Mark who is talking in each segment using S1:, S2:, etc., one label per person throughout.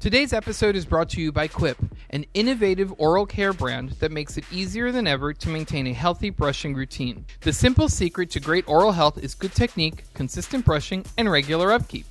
S1: Today's episode is brought to you by Quip, an innovative oral care brand that makes it easier than ever to maintain a healthy brushing routine. The simple secret to great oral health is good technique, consistent brushing, and regular upkeep.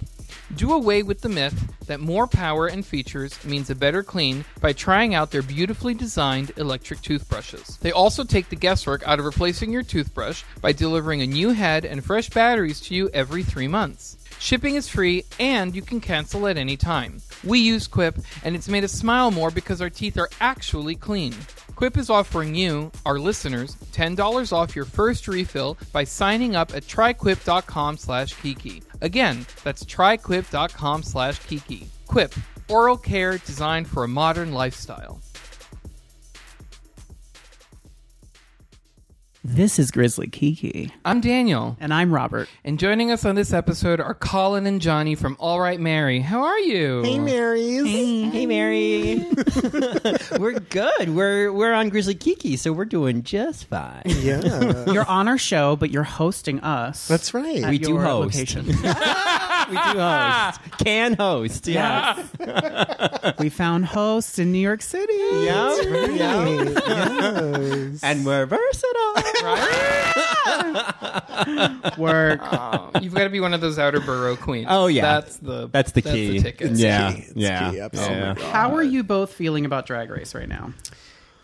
S1: Do away with the myth that more power and features means a better clean by trying out their beautifully designed electric toothbrushes. They also take the guesswork out of replacing your toothbrush by delivering a new head and fresh batteries to you every three months. Shipping is free and you can cancel at any time. We use Quip and it's made us smile more because our teeth are actually clean. Quip is offering you, our listeners, $10 off your first refill by signing up at tryquip.com slash kiki. Again, that's tryquip.com slash kiki. Quip, oral care designed for a modern lifestyle.
S2: This is Grizzly Kiki.
S1: I'm Daniel,
S2: And I'm Robert.
S1: and joining us on this episode are Colin and Johnny from All Right Mary. How are you?
S3: Hey, Marys.
S4: Hey Mary. we're good. We're we're on Grizzly Kiki, so we're doing just fine.
S3: Yeah,
S2: You're on our show, but you're hosting us.
S3: that's right.
S2: at
S4: We do
S2: your
S4: host.
S2: location.
S4: We do host. Can host. Yeah.
S2: Yes. we found hosts in New York City.
S4: Yeah. And we're versatile.
S2: Work.
S1: You've got to be one of those outer borough queens.
S4: Oh, yeah.
S1: that's the
S4: That's the key.
S1: ticket.
S4: yeah.
S3: key. It's
S4: yeah.
S3: key. Absolutely.
S4: yeah.
S2: How are you both feeling about Drag Race right now?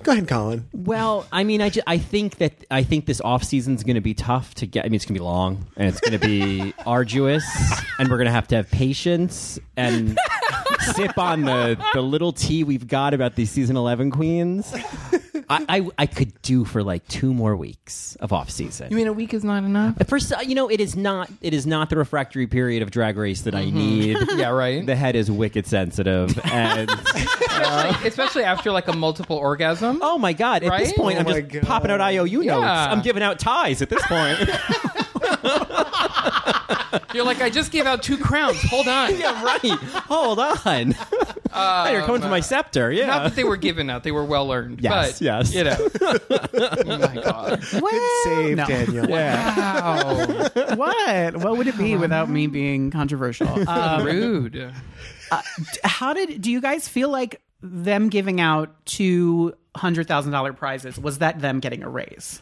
S3: Go ahead, Colin.
S4: Well, I mean, I, ju- I think that I think this off season is going to be tough to get. I mean, it's going to be long and it's going to be arduous, and we're going to have to have patience and sip on the the little tea we've got about these season eleven queens. I, I I could do for like two more weeks of off season.
S1: You mean a week is not enough?
S4: First, uh, you know, it is not it is not the refractory period of Drag Race that I need.
S1: Mm-hmm. Yeah, right.
S4: The head is wicked sensitive, and
S1: especially, especially after like a multiple orgasm.
S4: oh my god, at this
S1: Right?
S4: point,
S3: Oh
S4: I'm
S3: my
S4: just popping out
S3: God.
S4: IOU notes.
S1: Yeah.
S4: I'm giving out ties at this point.
S1: You're like, I just gave out two crowns. Hold on.
S4: yeah, right. Hold on. Here comes
S1: Um,
S4: my scepter. Yeah.
S1: Not that they were given out; they were well earned.
S4: Yes,
S1: but,
S4: yes.
S1: You know. oh my god!
S2: Well,
S3: Save
S2: no.
S3: Daniel.
S4: yeah.
S1: Wow.
S2: What? What would it be without me being controversial? Um,
S1: Rude.
S2: how did do you guys feel like them giving out two hundred thousand dollar prizes was that them getting a raise?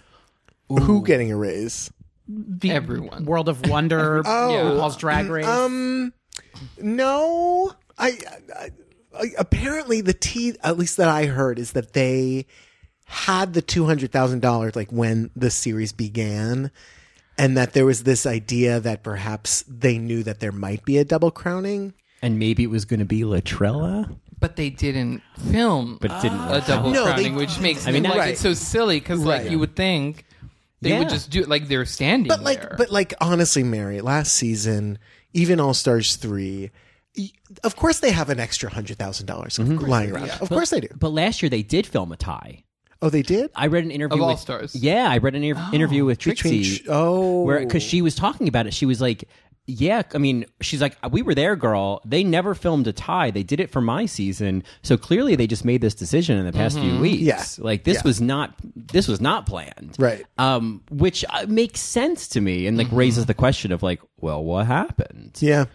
S3: Who getting a raise?
S2: The
S1: Everyone.
S2: World of Wonder,
S3: Oh.
S2: RuPaul's Drag Race.
S3: Um, no. I, I, I apparently the tea, at least that I heard, is that they had the two hundred thousand dollars like when the series began. And that there was this idea that perhaps they knew that there might be a double crowning.
S4: And maybe it was going to be Latrella,
S1: But they didn't film
S4: but it didn't.
S1: Ah, a double
S3: No, they-
S1: crowning, which makes I
S4: mean,
S1: like
S3: right.
S1: it's so silly because like
S3: Right.
S1: you would think they
S4: Yeah.
S1: would just do it like they're standing
S3: But like,
S1: there.
S3: but like, honestly, Mary, last season, even All Stars three, y- of course they have an extra hundred thousand dollars lying around. Of course they do.
S4: But last year they did film a tie.
S3: Oh, they did.
S4: I read an interview
S1: Of All
S4: with-
S1: Stars.
S4: Yeah, I read an inter- interview with Trixie.
S3: Between sh- oh,
S4: where because she was talking about it, she was like, "Yeah, I mean, she's like, we were there, girl. They never filmed a tie. They did it for my season, so clearly they just made this decision in the past few weeks.
S3: Yeah.
S4: like this
S3: Yeah.
S4: was not this was not planned,
S3: Right.
S4: Um, which uh, makes sense to me, and like raises the question of like, well, what happened?
S3: yeah.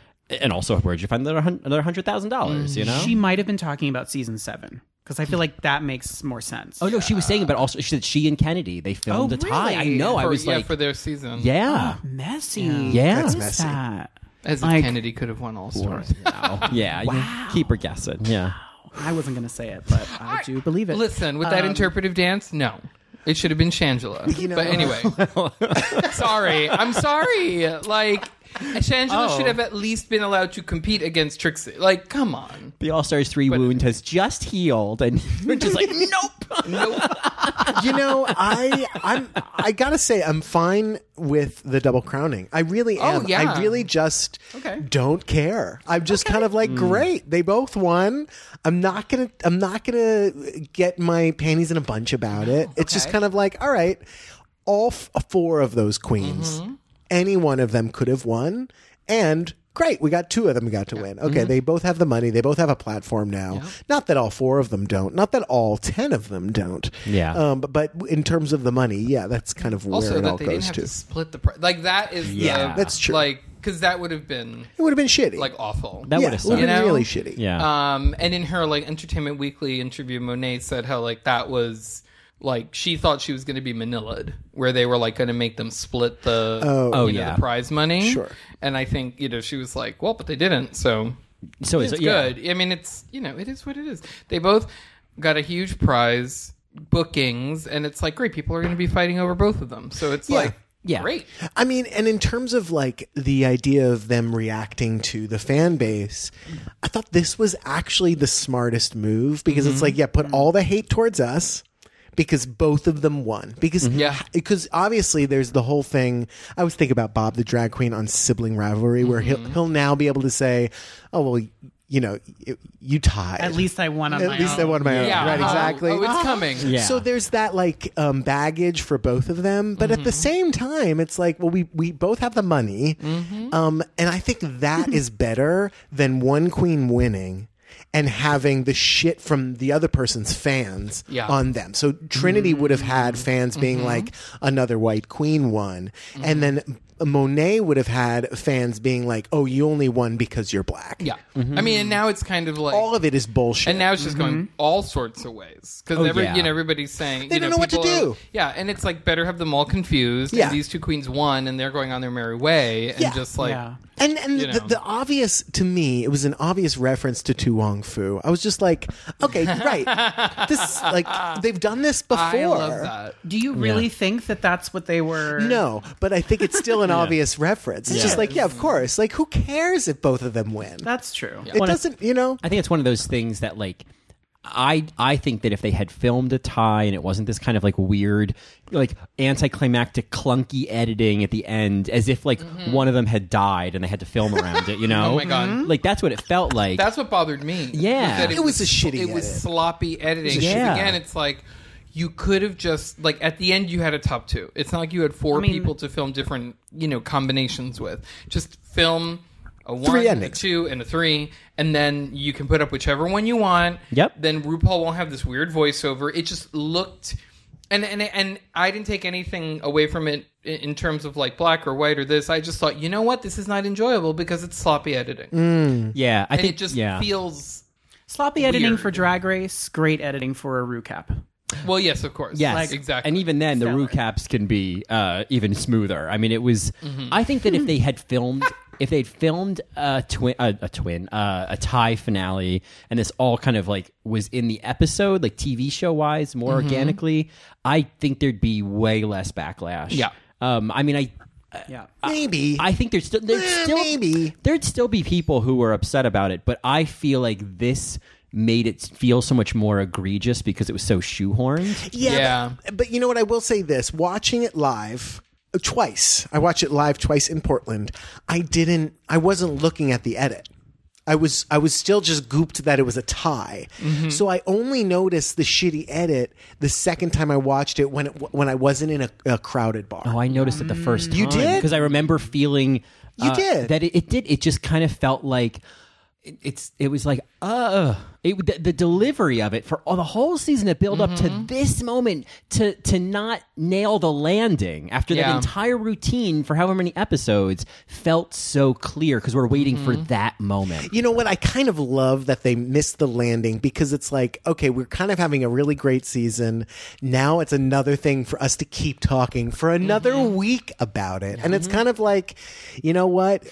S4: and also where'd you find another hun- another hundred thousand dollars? You know,
S2: She might have been talking about season seven because I feel like that makes more sense.
S4: oh no, she was saying about also she said she and Kennedy they filmed
S2: Oh,
S4: a tie. I
S2: really?
S4: know, I
S1: For-
S4: was
S1: yeah,
S4: like,
S1: for their season.
S4: yeah.
S2: messy.
S4: Yeah.
S2: What
S4: That's
S2: is
S3: messy.
S2: that?
S1: As if
S2: Like-
S1: Kennedy could have won All Stars.
S4: Yeah, you keep her guessing. Yeah,
S2: I wasn't gonna say it, but I, do believe it.
S1: Listen, with that interpretive dance, no. It should have been Shangela.
S3: You know-
S1: but anyway. sorry. I'm sorry. Like Shangela
S2: Oh.
S1: should have at least been allowed to compete against Trixie. Like, come on.
S4: The All Stars 3 wound has just healed, and you're just like, nope.
S3: You know, I I'm I gotta say I'm fine with the double crowning. I really am.
S1: Oh, yeah.
S3: I really just
S2: Okay.
S3: don't care. I'm just kind of like, great, they both won. I'm not gonna I'm not gonna get my panties in a bunch about it. It's just
S1: Oh, Okay.
S3: kind of like, all right, all f- four of those queens,
S1: Mm-hmm.
S3: any one of them could have won, and. Great, we got two of them got to win. Okay,
S1: Mm-hmm.
S3: they both have the money. They both have a platform now. Not that all four of them don't. Not that all ten of them don't.
S4: Yeah.
S3: Um, but, but in terms of the money, yeah, that's kind of where
S1: Also
S3: it all
S1: that they didn't
S3: goes
S1: have
S3: to.
S1: to split the pri- like that is the,
S4: Yeah.
S3: That's true.
S1: Like because that would have been
S3: It would have been shitty.
S1: like awful.
S4: That
S3: yeah,
S4: would have
S3: it would've
S4: sucked.
S3: been
S1: You know?
S3: really shitty.
S4: Yeah.
S1: Um, and in her like Entertainment Weekly interview, Monet said how like that was like she thought she was going to be Manila'd, where they were like going to make them split the you
S4: Oh,
S1: know,
S4: yeah.
S1: the prize money.
S3: Sure.
S1: And I think you know she was like, well, but they didn't, so
S4: so it's,
S1: it's
S4: yeah.
S1: good. I mean, it's you know it is what it is. They both got a huge prize bookings, and it's like great. People are going to be fighting over both of them, so it's like
S4: Yeah.
S1: great.
S3: I mean, and in terms of like the idea of them reacting to the fan base, I thought this was actually the smartest move because
S4: Mm-hmm.
S3: it's like, yeah, put
S1: Mm-hmm.
S3: all the hate towards us because both of them won. Because
S4: Mm-hmm.
S1: Yeah.
S3: because obviously there's the whole thing. I was thinking about Bob the drag queen on sibling rivalry, where he'll
S1: Mm-hmm.
S3: he'll now be able to say, "Oh well, you know, you, you tied.
S2: At least I won on
S3: at
S2: my
S3: least
S2: own.
S3: I won my own.
S1: Yeah,
S3: right?
S1: oh,
S3: Exactly.
S1: Oh, it's coming.
S4: Yeah.
S3: So there's that like um, baggage for both of them, but
S1: Mm-hmm.
S3: at the same time, it's like, well, we we both have the money,
S1: Mm-hmm.
S3: um, and I think that is better than one queen winning and having the shit from the other person's fans
S1: Yeah. Mm-hmm.
S3: on them. So Trinity would have had fans being like, another white queen won, and then
S1: Mm-hmm.
S3: Monet would have had fans being like, oh, you only won because you're black.
S1: Yeah.
S4: Mm-hmm.
S1: I mean, and now it's kind of like
S3: all of it is bullshit.
S1: And now it's just going all sorts of ways because
S4: Oh,
S1: every
S4: yeah.
S1: you know everybody's saying
S3: Mm-hmm. They
S1: you
S3: don't know what to
S1: people are-
S3: do.
S1: yeah, and it's like better have them all confused.
S3: Yeah.
S1: and these two queens won, and they're going on their merry way, and
S3: Yeah.
S1: just like
S2: Yeah.
S3: And and
S1: You
S3: the,
S1: know.
S3: the obvious to me, it was an obvious reference to Tu Wong Fu. I was just like, okay, right, this like they've done this before.
S1: I love that.
S2: Do you really think that that's what they were?
S3: No, but I think it's still an obvious reference. It's just like, yeah, of course. Like, who cares if both of them win?
S2: That's true.
S3: it doesn't, you know.
S4: I think it's one of those things that like I I think that if they had filmed a tie and it wasn't this kind of like weird like anticlimactic clunky editing at the end as if like one of them had died and they had to film around it, you know?
S1: Mm-hmm. Oh my God. Mhm.
S4: Like that's what it felt like.
S1: That's what bothered me.
S4: Yeah.
S1: was
S3: It was a shitty
S1: It was
S3: edit.
S1: sloppy editing.
S4: shitty
S1: Because
S4: edit.
S1: Again, it's like you could have just like at the end you had a top two. It's not like you had four people to film different you know combinations with. Just film a one, a
S3: endings.
S1: two, and a three, and then you can put up whichever one you want.
S4: Yep.
S1: Then RuPaul won't have this weird voiceover. It just looked. And, and and I didn't take anything away from it in- in terms of like black or white or this. I just thought, you know what, this is not enjoyable because it's sloppy editing
S3: Mm-hmm.
S4: yeah, I
S1: and
S4: think
S1: it just
S4: yeah.
S1: feels
S2: Sloppy editing
S1: Weird.
S2: for Drag Race, great editing for a recap.
S1: well yes of course
S4: Yes,
S1: Like, exactly
S4: And even then, the
S2: Stellar.
S4: recaps can be uh, even smoother. I mean, it was.
S1: Mm-hmm.
S4: I think
S3: Hmm.
S4: that if they had filmed, if they'd filmed a twin, a, a twin, uh, a tie finale, and this all kind of like was in the episode, like TV show wise, more
S1: Mm-hmm.
S4: organically, I think there'd be way less backlash.
S1: Yeah.
S4: Um. I mean, I.
S2: Yeah.
S3: Maybe
S4: I think there's still there'd
S3: Eh,
S4: still
S3: maybe.
S4: there'd still be people who were upset about it, but I feel like this made it feel so much more egregious because it was so shoehorned.
S3: Yeah.
S1: Yeah.
S3: But, but you know what? I will say this watching it live uh, twice, I watched it live twice in Portland. I didn't, I wasn't looking at the edit. I was I was still just gooped that it was a tie, so I only noticed the shitty edit the second time I watched it when it, when I wasn't in a, a crowded bar.
S4: Oh, I noticed it the first time.
S3: You did?
S4: Because I remember feeling.
S3: You
S4: uh,
S3: did.
S4: That it, it did. It just kind of felt like. it- It's. It was like, uh, it, the, the delivery of it for all the whole season to build up to this moment to to not nail the landing after
S1: Yeah.
S4: that entire routine for however many episodes felt so clear because we're waiting for that moment.
S3: you know what? I kind of love that they missed the landing because it's like, okay, we're kind of having a really great season. Now it's another thing for us to keep talking for another week about it. And it's kind of like, you know what?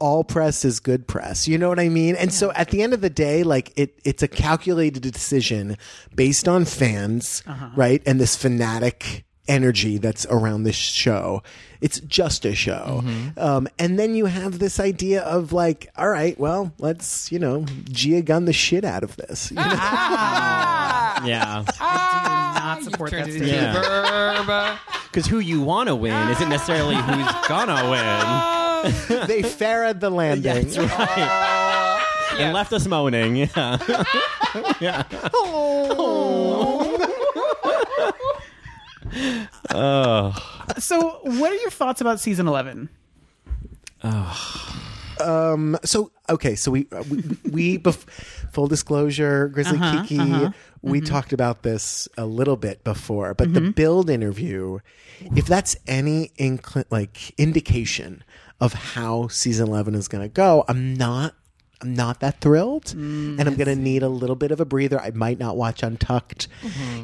S3: All press is good press. You know what I mean? And so at the end of the day, like it, it's a calculated decision based on fans, right? And this fanatic energy that's around this show. It's just a show. Um, and then you have this idea of like, all right, well, let's, you know, Gia gun the shit out of this. You know?
S4: Yeah,
S1: ah,
S2: not support
S1: you turned
S2: that
S1: it into
S4: statement.
S1: a verb. Uh,
S4: because who you want to win isn't necessarily who's gonna win.
S3: they farad the landing.
S4: And left us moaning. Yeah.
S2: So, what are your thoughts about season 11?
S3: So, okay, so we, uh, we, we bef- full disclosure, Grizzly Kiki, we talked about this a little bit before, but the build interview, if that's any incl- like indication of how season 11 is going to go, I'm not I'm not that thrilled and I'm going to need a little bit of a breather. I might not watch Untucked.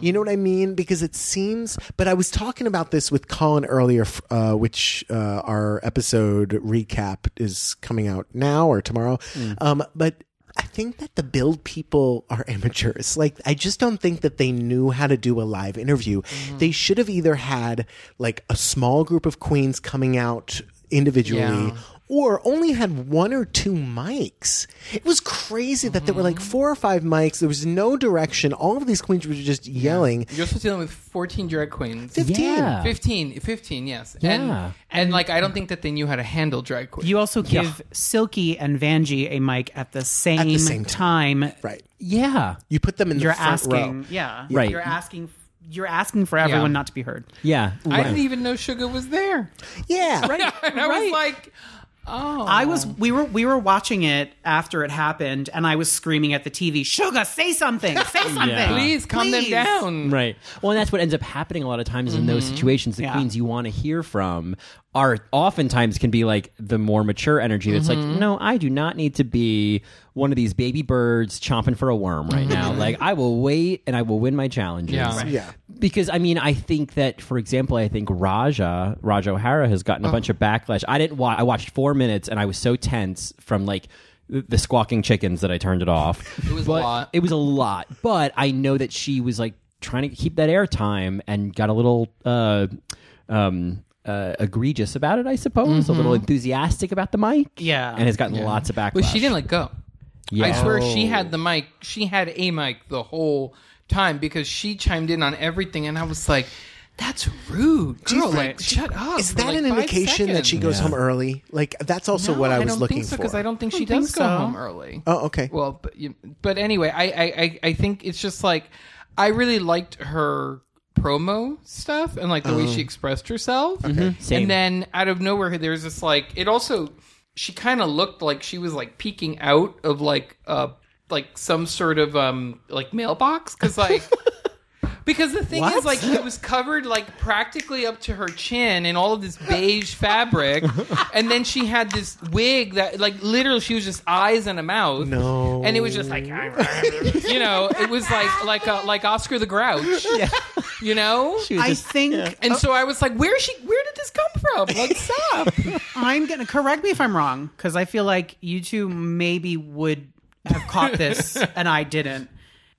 S3: You know what I mean? Because it seems but I was talking about this with Colin earlier f- uh, which uh, our episode recap is coming out now or tomorrow. Um, but I think that the build people are amateurs. Like, I just don't think that they knew how to do a live interview.
S1: Mm-hmm.
S3: They should have either had like a small group of queens coming out individually.
S1: Yeah.
S3: Or only had one or two mics. It was crazy that there were like
S1: Mm-hmm.
S3: four or five mics. There was no direction. All of these queens were just yelling.
S1: You're supposed to deal with 14 drag queens.
S3: 15.
S4: Yeah.
S1: 15, 15, yes.
S4: Yeah.
S1: And, and like, I don't think that they knew how to handle drag queens.
S2: You also give Silky and Vanjie a mic at the same,
S3: same
S2: time.
S3: Right.
S4: Yeah.
S3: You put them in
S2: You're
S3: the front
S2: asking,
S3: row.
S2: yeah,
S4: Right.
S2: You're asking, you're asking for everyone not to be heard.
S4: Yeah.
S1: I didn't even know Sugar was there.
S3: Yeah.
S2: Right,
S1: And I was like, oh.
S2: I was we were we were watching it after it happened, and I was screaming at the TV, "Sugar, say something! Say something!
S1: please calm
S2: Please."
S1: them down.
S4: Right. Well, and that's what ends up happening a lot of times in those situations. The
S2: Yeah.
S4: queens you want to hear from are oftentimes can be like the more mature energy that's like, no, I do not need to be one of these baby birds chomping for a worm right now. Like, I will wait and I will win my challenges.
S1: Yeah. Right.
S3: Yeah.
S4: Because I mean, I think that, for example, I think Raja Raj O'Hara has
S1: Oh.
S4: gotten a bunch of backlash. I didn't watch. I watched four minutes, and I was so tense from like the the squawking chickens that I turned it off.
S1: It was a
S4: But-
S1: lot.
S4: It was a lot, but I know that she was like trying to keep that airtime and got a little. Uh, um, uh, egregious about it, I suppose. A little enthusiastic about the mic,
S2: Yeah.
S4: and has gotten lots of backlash.
S1: Mm-hmm. Well, she didn't let go. I
S4: Yeah.
S1: swear she had the mic. She had a mic the whole time because she chimed in on everything, and I was like, "That's rude, girl! like, shut up."
S3: Is
S1: for,
S3: that
S1: like,
S3: an
S1: five
S3: indication that she goes
S4: Yeah.
S3: home early? Like that's also
S1: No,
S3: what I was
S1: don't
S3: looking
S1: think so,
S3: for.
S1: Because I don't think she
S2: don't
S1: does
S2: think
S1: Oh, go
S2: so.
S1: home early.
S3: Oh, okay.
S1: Well, but you, but anyway, I, I I I think it's just like I really liked her promo stuff and like the way
S3: Oh.
S1: she expressed herself.
S4: Same.
S1: And then out of nowhere, there's this like it also she kind of looked like she was like peeking out of like uh like some sort of um like mailbox because like. Because the thing is, like, it was covered like practically up to her chin in all of this beige fabric, and then she had this wig that, like, literally, she was just eyes and a mouth.
S3: No.
S1: and it was just like, you know, it was like like a, like Oscar the Grouch, you know.
S4: She was
S2: I Oh.
S4: just-
S2: think
S1: and so I was like, where is she? Where did this come from? Like, stop.
S2: I'm gonna correct me if I'm wrong because I feel like you two maybe would have caught this and I didn't.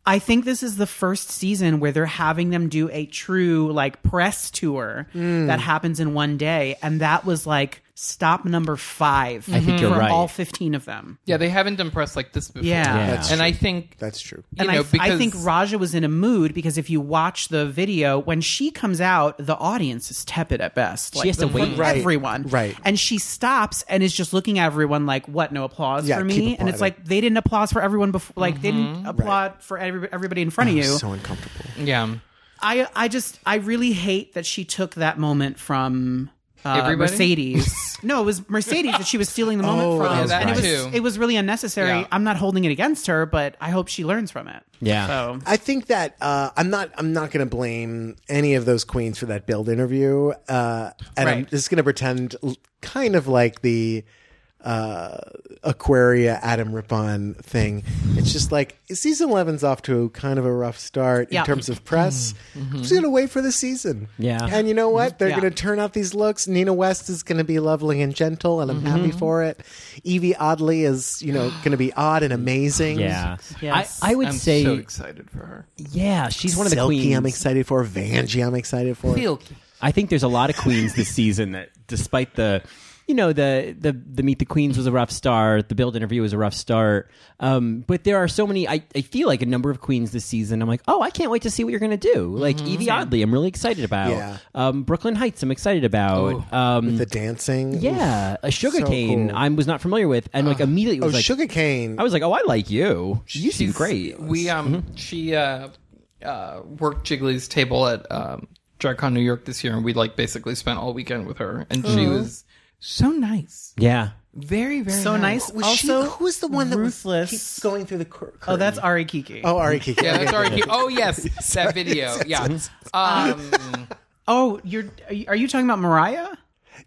S2: I think this is the first season where they're having them do a true like press tour
S4: Mm.
S2: that happens in one day, and that was like stop number five. I
S4: think you're
S2: for
S4: right.
S2: All fifteen of them.
S1: yeah, they haven't done press like this before.
S2: Yeah.
S4: Yeah.
S1: and
S4: That's
S1: I think
S3: That's true.
S1: you
S2: and
S1: know
S2: I,
S1: because
S2: I think Raja was in a mood because if you watch the video, when she comes out, the audience is tepid at best. Like,
S4: has to
S2: from
S4: wait.
S3: Right,
S2: Everyone,
S3: right.
S2: And she stops and is just looking at everyone like, "What? No applause
S3: Yeah,
S2: for
S3: keep
S2: me?" And it's
S3: applauding.
S2: like they didn't applause for everyone before. Like they didn't applaud for every, everybody in front of you.
S3: So uncomfortable.
S1: yeah,
S2: I I just I really hate that she took that moment from uh,
S1: Everybody?
S2: Mercedes. no, it was Mercedes that she was stealing the moment
S3: Oh,
S2: from.
S3: yeah, that
S2: and it was
S1: too.
S2: it was really unnecessary.
S1: Yeah.
S2: I'm not holding it against her, but I hope she learns from it.
S4: Yeah.
S2: So
S3: I think that uh, I'm not. I'm not going to blame any of those queens for that build interview, uh, and I'm
S2: Right.
S3: just going to pretend, l- kind of like the uh, Aquaria Adam Rippon thing. It's just like season 11's off to kind of a rough start
S2: Yeah.
S3: in terms of press. I'm just going to wait for the season.
S4: Yeah.
S3: and you know what? They're
S2: Yeah.
S3: going to turn out these looks. Nina West is going to be lovely and gentle, and I'm
S2: Mm-hmm.
S3: happy for it. Evie Oddly is you know going to be odd and amazing.
S4: yeah.
S2: Yes.
S4: I, I would
S1: I'm
S4: say,
S1: so excited for her.
S4: yeah, she's one of the
S3: Silky,
S4: queens.
S3: I'm excited for. Vanjie, I'm excited for.
S4: I think there's a lot of queens this season that, despite the, you know, the the the meet the queens was a rough start, the build interview was a rough start, um, but there are so many. I, I feel like a number of queens this season. I'm like, oh, I can't wait to see what you're gonna do. Like Evie Oddly, I'm really excited about.
S3: Yeah.
S4: Um, Brooklyn Heights, I'm excited about. Um,
S3: The dancing.
S4: yeah, a
S3: so
S4: sugarcane.
S3: cool.
S4: I was not familiar with, and like immediately
S3: Oh,
S4: was like,
S3: sugarcane.
S4: I was like, oh, I like you. You seem
S1: She's-
S4: great.
S1: We um
S3: Mm-hmm.
S1: she uh uh worked Jiggly's table at um DragCon New York this year and we like basically spent all weekend with her and she was so nice.
S4: Yeah.
S1: Very, very
S2: so
S1: nice.
S2: nice.
S3: Was
S2: also,
S3: she, who was the one that
S2: ruthless.
S3: was keep going through the cur-
S2: oh,
S3: curtain?
S2: that's Ari Kiki.
S3: Oh, Ari Kiki.
S1: Yeah, that's
S3: Okay.
S1: already Oh yes, that video. Yeah. Um
S2: Oh, you're are you- are you talking about Mariah?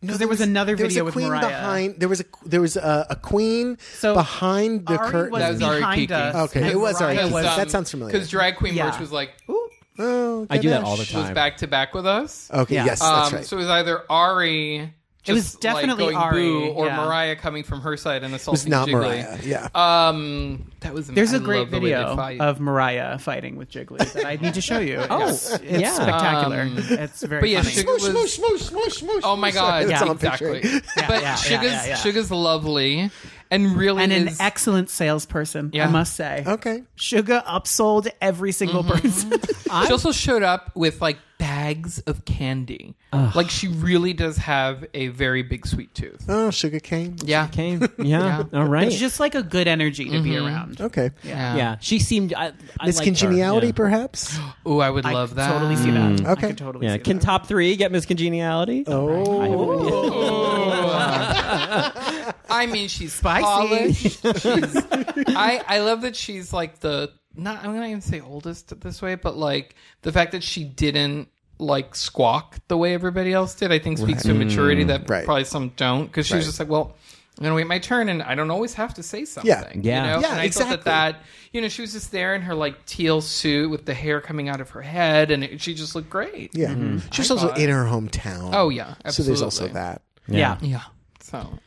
S3: No,
S2: there was another
S3: there
S2: video
S3: was
S2: with
S3: a queen
S2: Mariah.
S3: behind. There was a there was a, a queen
S2: So,
S3: behind the
S2: Ari
S3: curtain.
S2: was
S1: That was Ari
S2: behind
S1: Kiki. uh,
S2: us.
S3: Okay,
S2: and
S3: it was Ari
S2: Mariah
S3: Kiki.
S2: was-
S3: That sounds familiar.
S1: Because um, Drag Queen
S2: Yeah.
S1: Merch was like
S2: Ooh,
S3: oh,
S4: I do that
S3: Ganesh.
S4: all the time.
S1: was back to back with us.
S3: Okay,
S2: Yeah.
S3: Oh, yes, that's
S1: Um,
S3: right.
S1: So it was either Ari. Just
S2: was definitely
S1: like going
S2: Ari,
S1: boo, or
S2: yeah.
S1: Mariah coming from her side and assaulting.
S3: it's not
S1: Jiggly.
S3: Mariah. Yeah.
S1: Um, that was.
S2: There's
S1: a
S2: a great video of Mariah fighting with Jiggly that I need to show you. oh, it's, it's
S4: yeah.
S2: spectacular.
S1: Um,
S2: it's very
S1: but yeah,
S2: funny.
S1: Sugar
S3: Smoosh,
S1: was-
S3: smoosh, smoosh, smoosh, smoosh.
S1: Oh my god!
S3: That's
S2: Yeah.
S3: all I'm
S1: exactly.
S3: picturing.
S1: but
S2: yeah, yeah,
S1: Sugar's
S2: yeah, yeah.
S1: Sugar's lovely, and really
S2: and an
S1: is
S2: excellent salesperson,
S1: Yeah.
S2: I must say.
S3: Okay.
S2: Sugar upsold every single
S1: Mm-hmm.
S2: person.
S1: She also showed up with like bags of candy. Like she really does have a very big sweet tooth.
S3: Oh, sugar cane.
S1: Yeah.
S4: Okay. Yeah. All right.
S2: it's just like a good energy to
S1: Mm-hmm.
S2: be around.
S3: Okay.
S1: Yeah.
S4: yeah. She seemed. I, I
S3: Miss
S4: liked her.
S3: Congeniality,
S4: Yeah.
S3: perhaps.
S1: Oh, I would
S2: I
S1: love
S2: could
S1: that.
S2: Totally see that. I
S3: Mm. Okay.
S2: could totally
S4: Yeah.
S2: see
S4: Can
S2: that.
S4: top three get Miss Congeniality?
S3: Oh.
S4: I have an idea.
S1: I mean, she's
S2: Spicy.
S1: polished. She's, I I love that she's like the not. I'm not even say oldest this way, but like the fact that she didn't like squawk the way everybody else did. I think speaks to maturity that
S3: Mm. Right.
S1: probably some don't because she was
S3: Right.
S1: just like, well. I'm gonna wait my turn, and I don't always have to say something.
S4: Yeah.
S1: you know?
S3: Yeah,
S1: And I thought
S3: exactly.
S1: that that you know she was just there in her like teal suit with the hair coming out of her head, and it, she just looked great.
S3: Yeah. Mm-hmm. She was also
S1: Mm-hmm. thought-
S3: in her hometown.
S1: Oh, yeah,
S3: So there's also
S1: absolutely.
S2: Yeah.
S3: that.
S1: yeah. So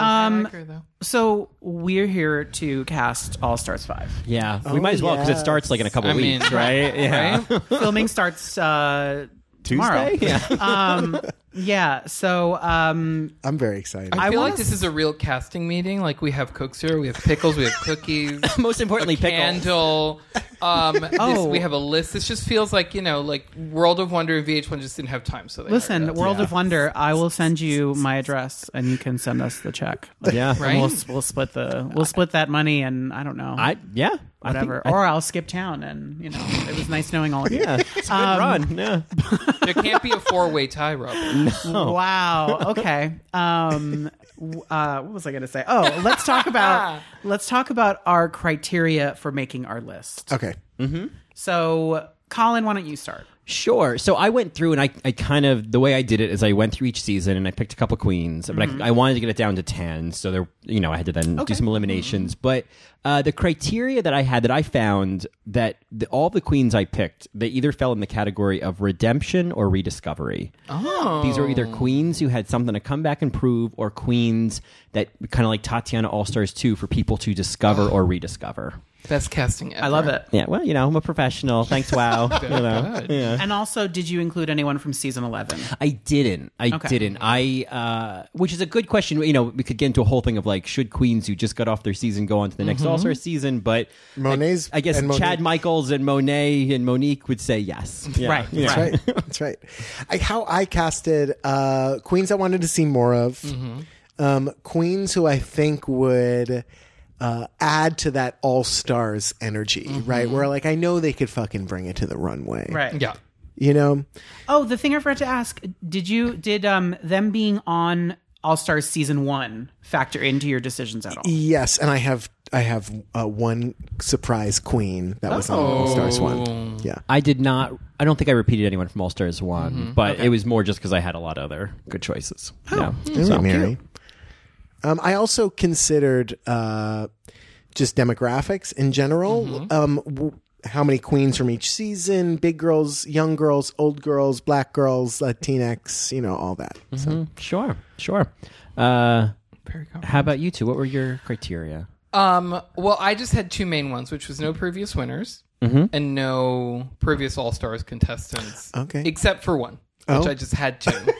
S1: I
S2: Um,
S1: agree, though.
S2: so we're here to cast All Stars 5.
S4: Yeah. we might as well because it
S3: yes.
S4: starts like in a couple
S1: I mean,
S4: weeks, right? Yeah.
S1: right?
S2: Filming starts uh, tomorrow.
S4: Tuesday? Yeah.
S2: Um, yeah, so um,
S3: I'm very excited.
S1: I, feel
S2: wanna
S1: like this is a real casting meeting. Like we have cooks here, we have pickles, we have cookies,
S4: Most importantly, pickles.
S1: candle. Um, this-
S2: Oh.
S1: we have a list. This just feels like you know, like World of Wonder and VH1 just didn't have time. So they
S2: listen,
S1: hired us.
S2: World of Wonder, I will send you my address and you can send us the check.
S4: Yeah.
S1: Right?
S2: We'll, we'll split the we'll split that money and I don't know.
S4: I yeah. I think-
S2: whatever.
S4: I-
S2: or I'll skip town and you know, it was nice knowing all of you.
S4: yeah. It's a good run. Yeah.
S1: there can't be a four-way tie, Robert.
S4: Oh.
S2: Wow. Okay. Um w- uh what was I going to say? Oh, let's talk about let's talk about our criteria for making our list.
S3: okay.
S2: So, Colin, why don't you start?
S4: Sure. So I went through and I, I kind of the way I did it is I went through each season and I picked a couple queens, but I, I wanted to get it down to ten. So there, you know, I had to then do some eliminations. But uh, the criteria that I had that I found that the, all the queens I picked they either fell in the category of redemption or rediscovery. Oh, these are either queens who had something to come back and prove, or queens that kind of like Tatiana All Stars two for people to discover or rediscover.
S1: Best casting ever.
S2: I love it.
S4: Yeah. Well, you know, I'm a professional. Thanks. Wow. you know.
S2: And also, did you include anyone from season 11?
S4: I didn't. I
S2: Okay.
S4: didn't. I, uh, which is a good question. You know, we could get into a whole thing of like, should queens who just got off their season go on to the next
S2: Mm-hmm.
S4: All Star season? But
S3: Monet's
S4: I, I guess
S3: and Monet-
S4: Chad Michaels and Monet and Monique would say yes. Yeah.
S2: Right.
S4: Yeah.
S3: That's right. That's right. I, how I casted uh, queens I wanted to see more of,
S1: Mm-hmm.
S3: um, queens who I think would uh, add to that all stars energy,
S1: Mm-hmm.
S3: right? Where like I know they could fucking bring it to the runway,
S2: Right.
S1: Yeah.
S3: You know,
S2: Oh, the thing I forgot to ask did you, did um them being on All Stars season one factor into your decisions at all?
S3: yes. And I have I have uh, one surprise queen that was on All Stars
S1: Oh.
S3: one. Yeah,
S4: I did not. I don't think I repeated anyone from All Stars one,
S2: Mm-hmm.
S4: but it was more just because I had a lot of other good choices. Oh,
S2: hmm.
S4: yeah.
S3: Really, Mary. Um, I also considered uh, just demographics in general.
S1: Mm-hmm.
S3: Um, w- how many queens from each season? Big girls, young girls, old girls, black girls, Latinx. You know all that. So,
S4: mm, Sure. Sure. Uh,
S1: Very comfortable.
S4: how about you two? What were your criteria?
S1: Um, well, I just had two main ones, which was no previous winners
S2: Mm-hmm.
S1: and no previous All Stars contestants.
S3: Okay.
S1: Except for one, which I just had to.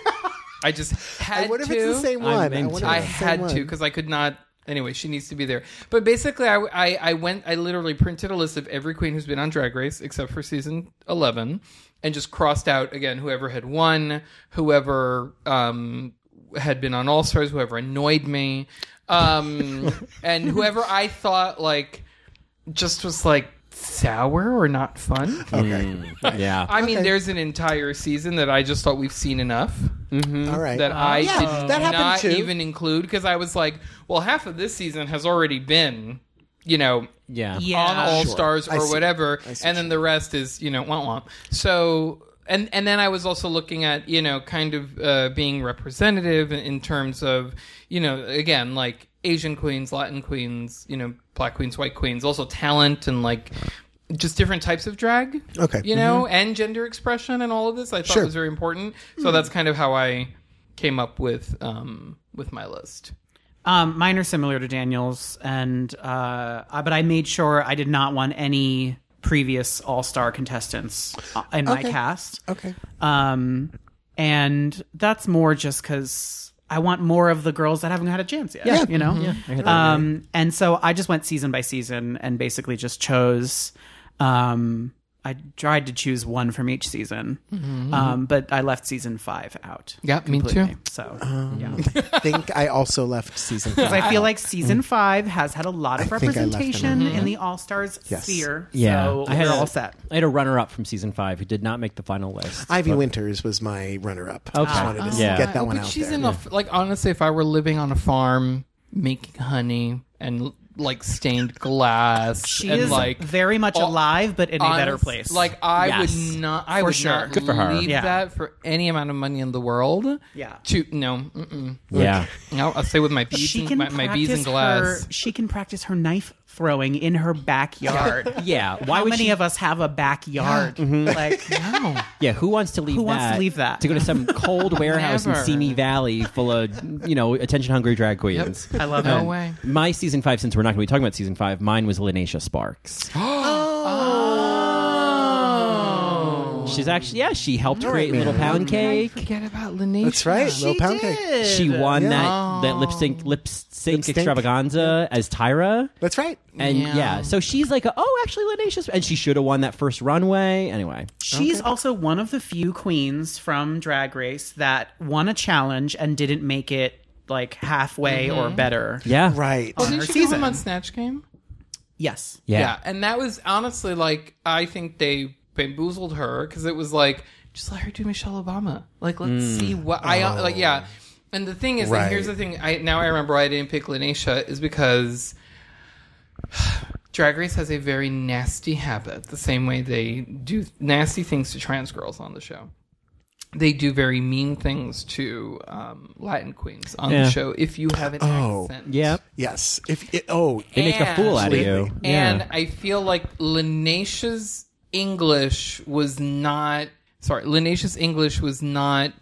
S1: I just had
S3: I wonder if
S1: to.
S3: it's the same
S4: I'm
S3: one. I,
S4: into
S3: wonder if
S1: I
S3: it's the same
S1: had to
S3: one.
S1: because I could not. Anyway, she needs to be there. But basically, I, I, I went, I literally printed a list of every queen who's been on Drag Race except for season 11 and just crossed out again whoever had won, whoever um, had been on All Stars, whoever annoyed me, um, and whoever I thought like just was like sour or not fun.
S3: Oh,
S4: Yeah.
S1: I mean, there's an entire season that I just thought we've seen enough
S3: All right.
S1: that I
S3: yeah,
S1: did
S3: that happened
S1: not
S3: too.
S1: even include because I was like, well, half of this season has already been, you know,
S4: yeah.
S2: Yeah.
S1: on All
S2: Sure.
S1: Stars
S3: I
S1: or
S3: see.
S1: whatever, and then the rest is you know womp womp. So. and and then I was also looking at you know kind of uh, being representative in, in terms of you know again like Asian queens, Latin queens, you know black queens, white queens, also talent and like just different types of drag.
S3: Okay.
S1: you know, and gender expression and all of this I thought
S3: Sure.
S1: was very important. So that's kind of how I came up with um with my list.
S2: Um, mine are similar to Daniel's, and uh, uh, but I made sure I did not want any previous All Star contestants uh, in my
S3: Okay.
S2: cast.
S3: Okay.
S2: Um, and that's more just because I want more of the girls that haven't had a chance yet. you know.
S1: Mm-hmm.
S2: Um, and so I just went season by season and basically just chose. Um, I tried to choose one from each season,
S1: Mm-hmm.
S2: um, but I left season five out.
S1: Yeah, me too.
S2: completely. So yeah.
S3: Um, I think I also left season five.
S2: Because I feel like season five has had a lot of
S3: I think I left them
S2: representation in the All Stars
S3: Yes.
S2: sphere.
S4: Yeah,
S2: So
S4: I had
S2: we're
S4: a-
S2: all set.
S4: I had a runner-up from season five who did not make the final list.
S3: Ivy Winters was my runner-up. I just
S4: Okay.
S3: wanted to
S4: Yeah.
S3: get that one
S1: Oh, Uh, But
S3: out
S1: she's
S3: there.
S1: in a f- like honestly, if I were living on a farm making honey and like stained glass,
S2: She
S1: and
S2: is
S1: like
S2: very much
S1: all-
S2: alive, but in a better
S1: honest-
S2: place.
S1: Like I
S4: Yes.
S1: would not, I
S2: For
S1: would
S2: sure.
S1: not
S2: Good
S4: for her.
S1: leave
S2: Yeah.
S1: that for any amount of money in the world.
S2: Yeah.
S1: to no, mm-mm.
S4: Yeah,
S1: no, I'll stay with my bees,
S2: she
S1: and,
S2: can
S1: my, my bees and
S2: practice
S1: glass.
S2: her. She can practice her knife throwing in her backyard.
S4: yeah. Why
S2: How
S4: would
S2: many
S4: she-
S2: of us have a backyard? Like
S1: No,
S4: Yeah, who wants to leave?
S2: Who
S4: that
S2: wants to leave that?
S4: to go to some cold warehouse in
S1: Never.
S4: Simi Valley full of you know attention hungry drag queens?
S2: I love
S1: no
S2: it.
S1: way.
S4: My season five, since we're not going to be talking about season five, mine was Linacia Sparks.
S1: Oh,
S4: She's actually yeah, she helped create
S3: man.
S4: Little Pound Cake.
S1: forget about Lanisha.
S3: That's right. Little pound cake.
S2: did.
S4: She won
S3: Yeah.
S4: that that lip sync lip sync
S3: Lipstink.
S4: extravaganza as Tyra.
S3: That's right.
S4: And
S1: Yeah.
S4: yeah. so she's like, a, oh, actually, Linacious, and she should have won that first runway anyway.
S2: She's also one of the few queens from Drag Race that won a challenge and didn't make it like halfway or better.
S4: Yeah,
S3: Right.
S1: Oh, didn't
S2: her
S1: she
S2: season.
S1: come on Snatch Game?
S2: Yes.
S4: yeah.
S1: and that was honestly like I think they bamboozled her because it was like just let her do Michelle Obama. Like let's see what I like. Yeah, and the thing is, and here's the
S3: Right.
S1: thing. I now I remember why I didn't pick Lanisha is because. Drag Race has a very nasty habit, the same way they do nasty things to trans girls on the show. They do very mean things to um, Latin queens on
S4: Yeah.
S1: the show if you have an
S3: Oh.
S1: accent.
S4: yeah.
S3: Yes. If it, oh,
S4: They make a fool out of you.
S3: Absolutely.
S4: Yeah.
S1: And I feel like Linacia's English was not sorry, Linacia's English was not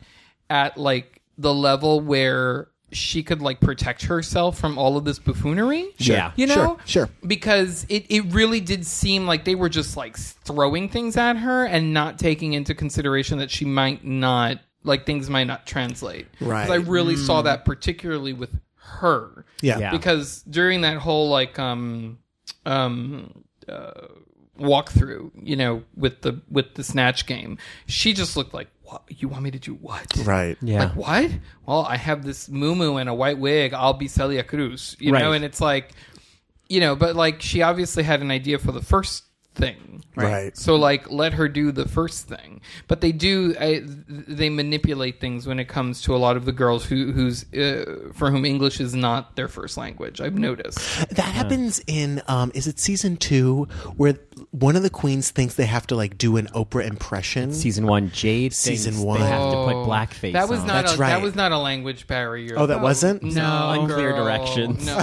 S1: at like the level where she could like protect herself from all of this buffoonery.
S4: Yeah.
S1: You know?
S3: Sure, sure.
S1: Because it, it really did seem like they were just like throwing things at her and not taking into consideration that she might not like things might not translate. 'Cause
S3: Right.
S1: I really saw that particularly with her
S3: Yeah.
S4: Yeah.
S1: because during that whole like um um uh, walkthrough, you know, with the with the snatch game, she just looked like, "What you want me to do? What?
S3: Right.
S4: Yeah.
S1: Like what? Well, I have this muumuu and a white wig. I'll be Celia Cruz, you know."
S4: Right.
S1: And it's like, you know, but like she obviously had an idea for the first thing,
S3: Right.
S1: so like let her do the first thing, but they do I, they manipulate things when it comes to a lot of the girls who who's uh, for whom English is not their first language. I've noticed.
S3: That happens in um is it season 2 where one of the queens thinks they have to like do an Oprah impression?
S4: Season one, Jade.
S3: Season
S4: thinks
S3: one.
S4: They have to put
S1: Oh.
S4: blackface.
S1: That was
S4: on.
S1: not
S3: That's
S1: a,
S3: right.
S1: that was not a language barrier.
S3: Oh, that wasn't?
S1: no
S4: Unclear
S1: girl.
S4: directions.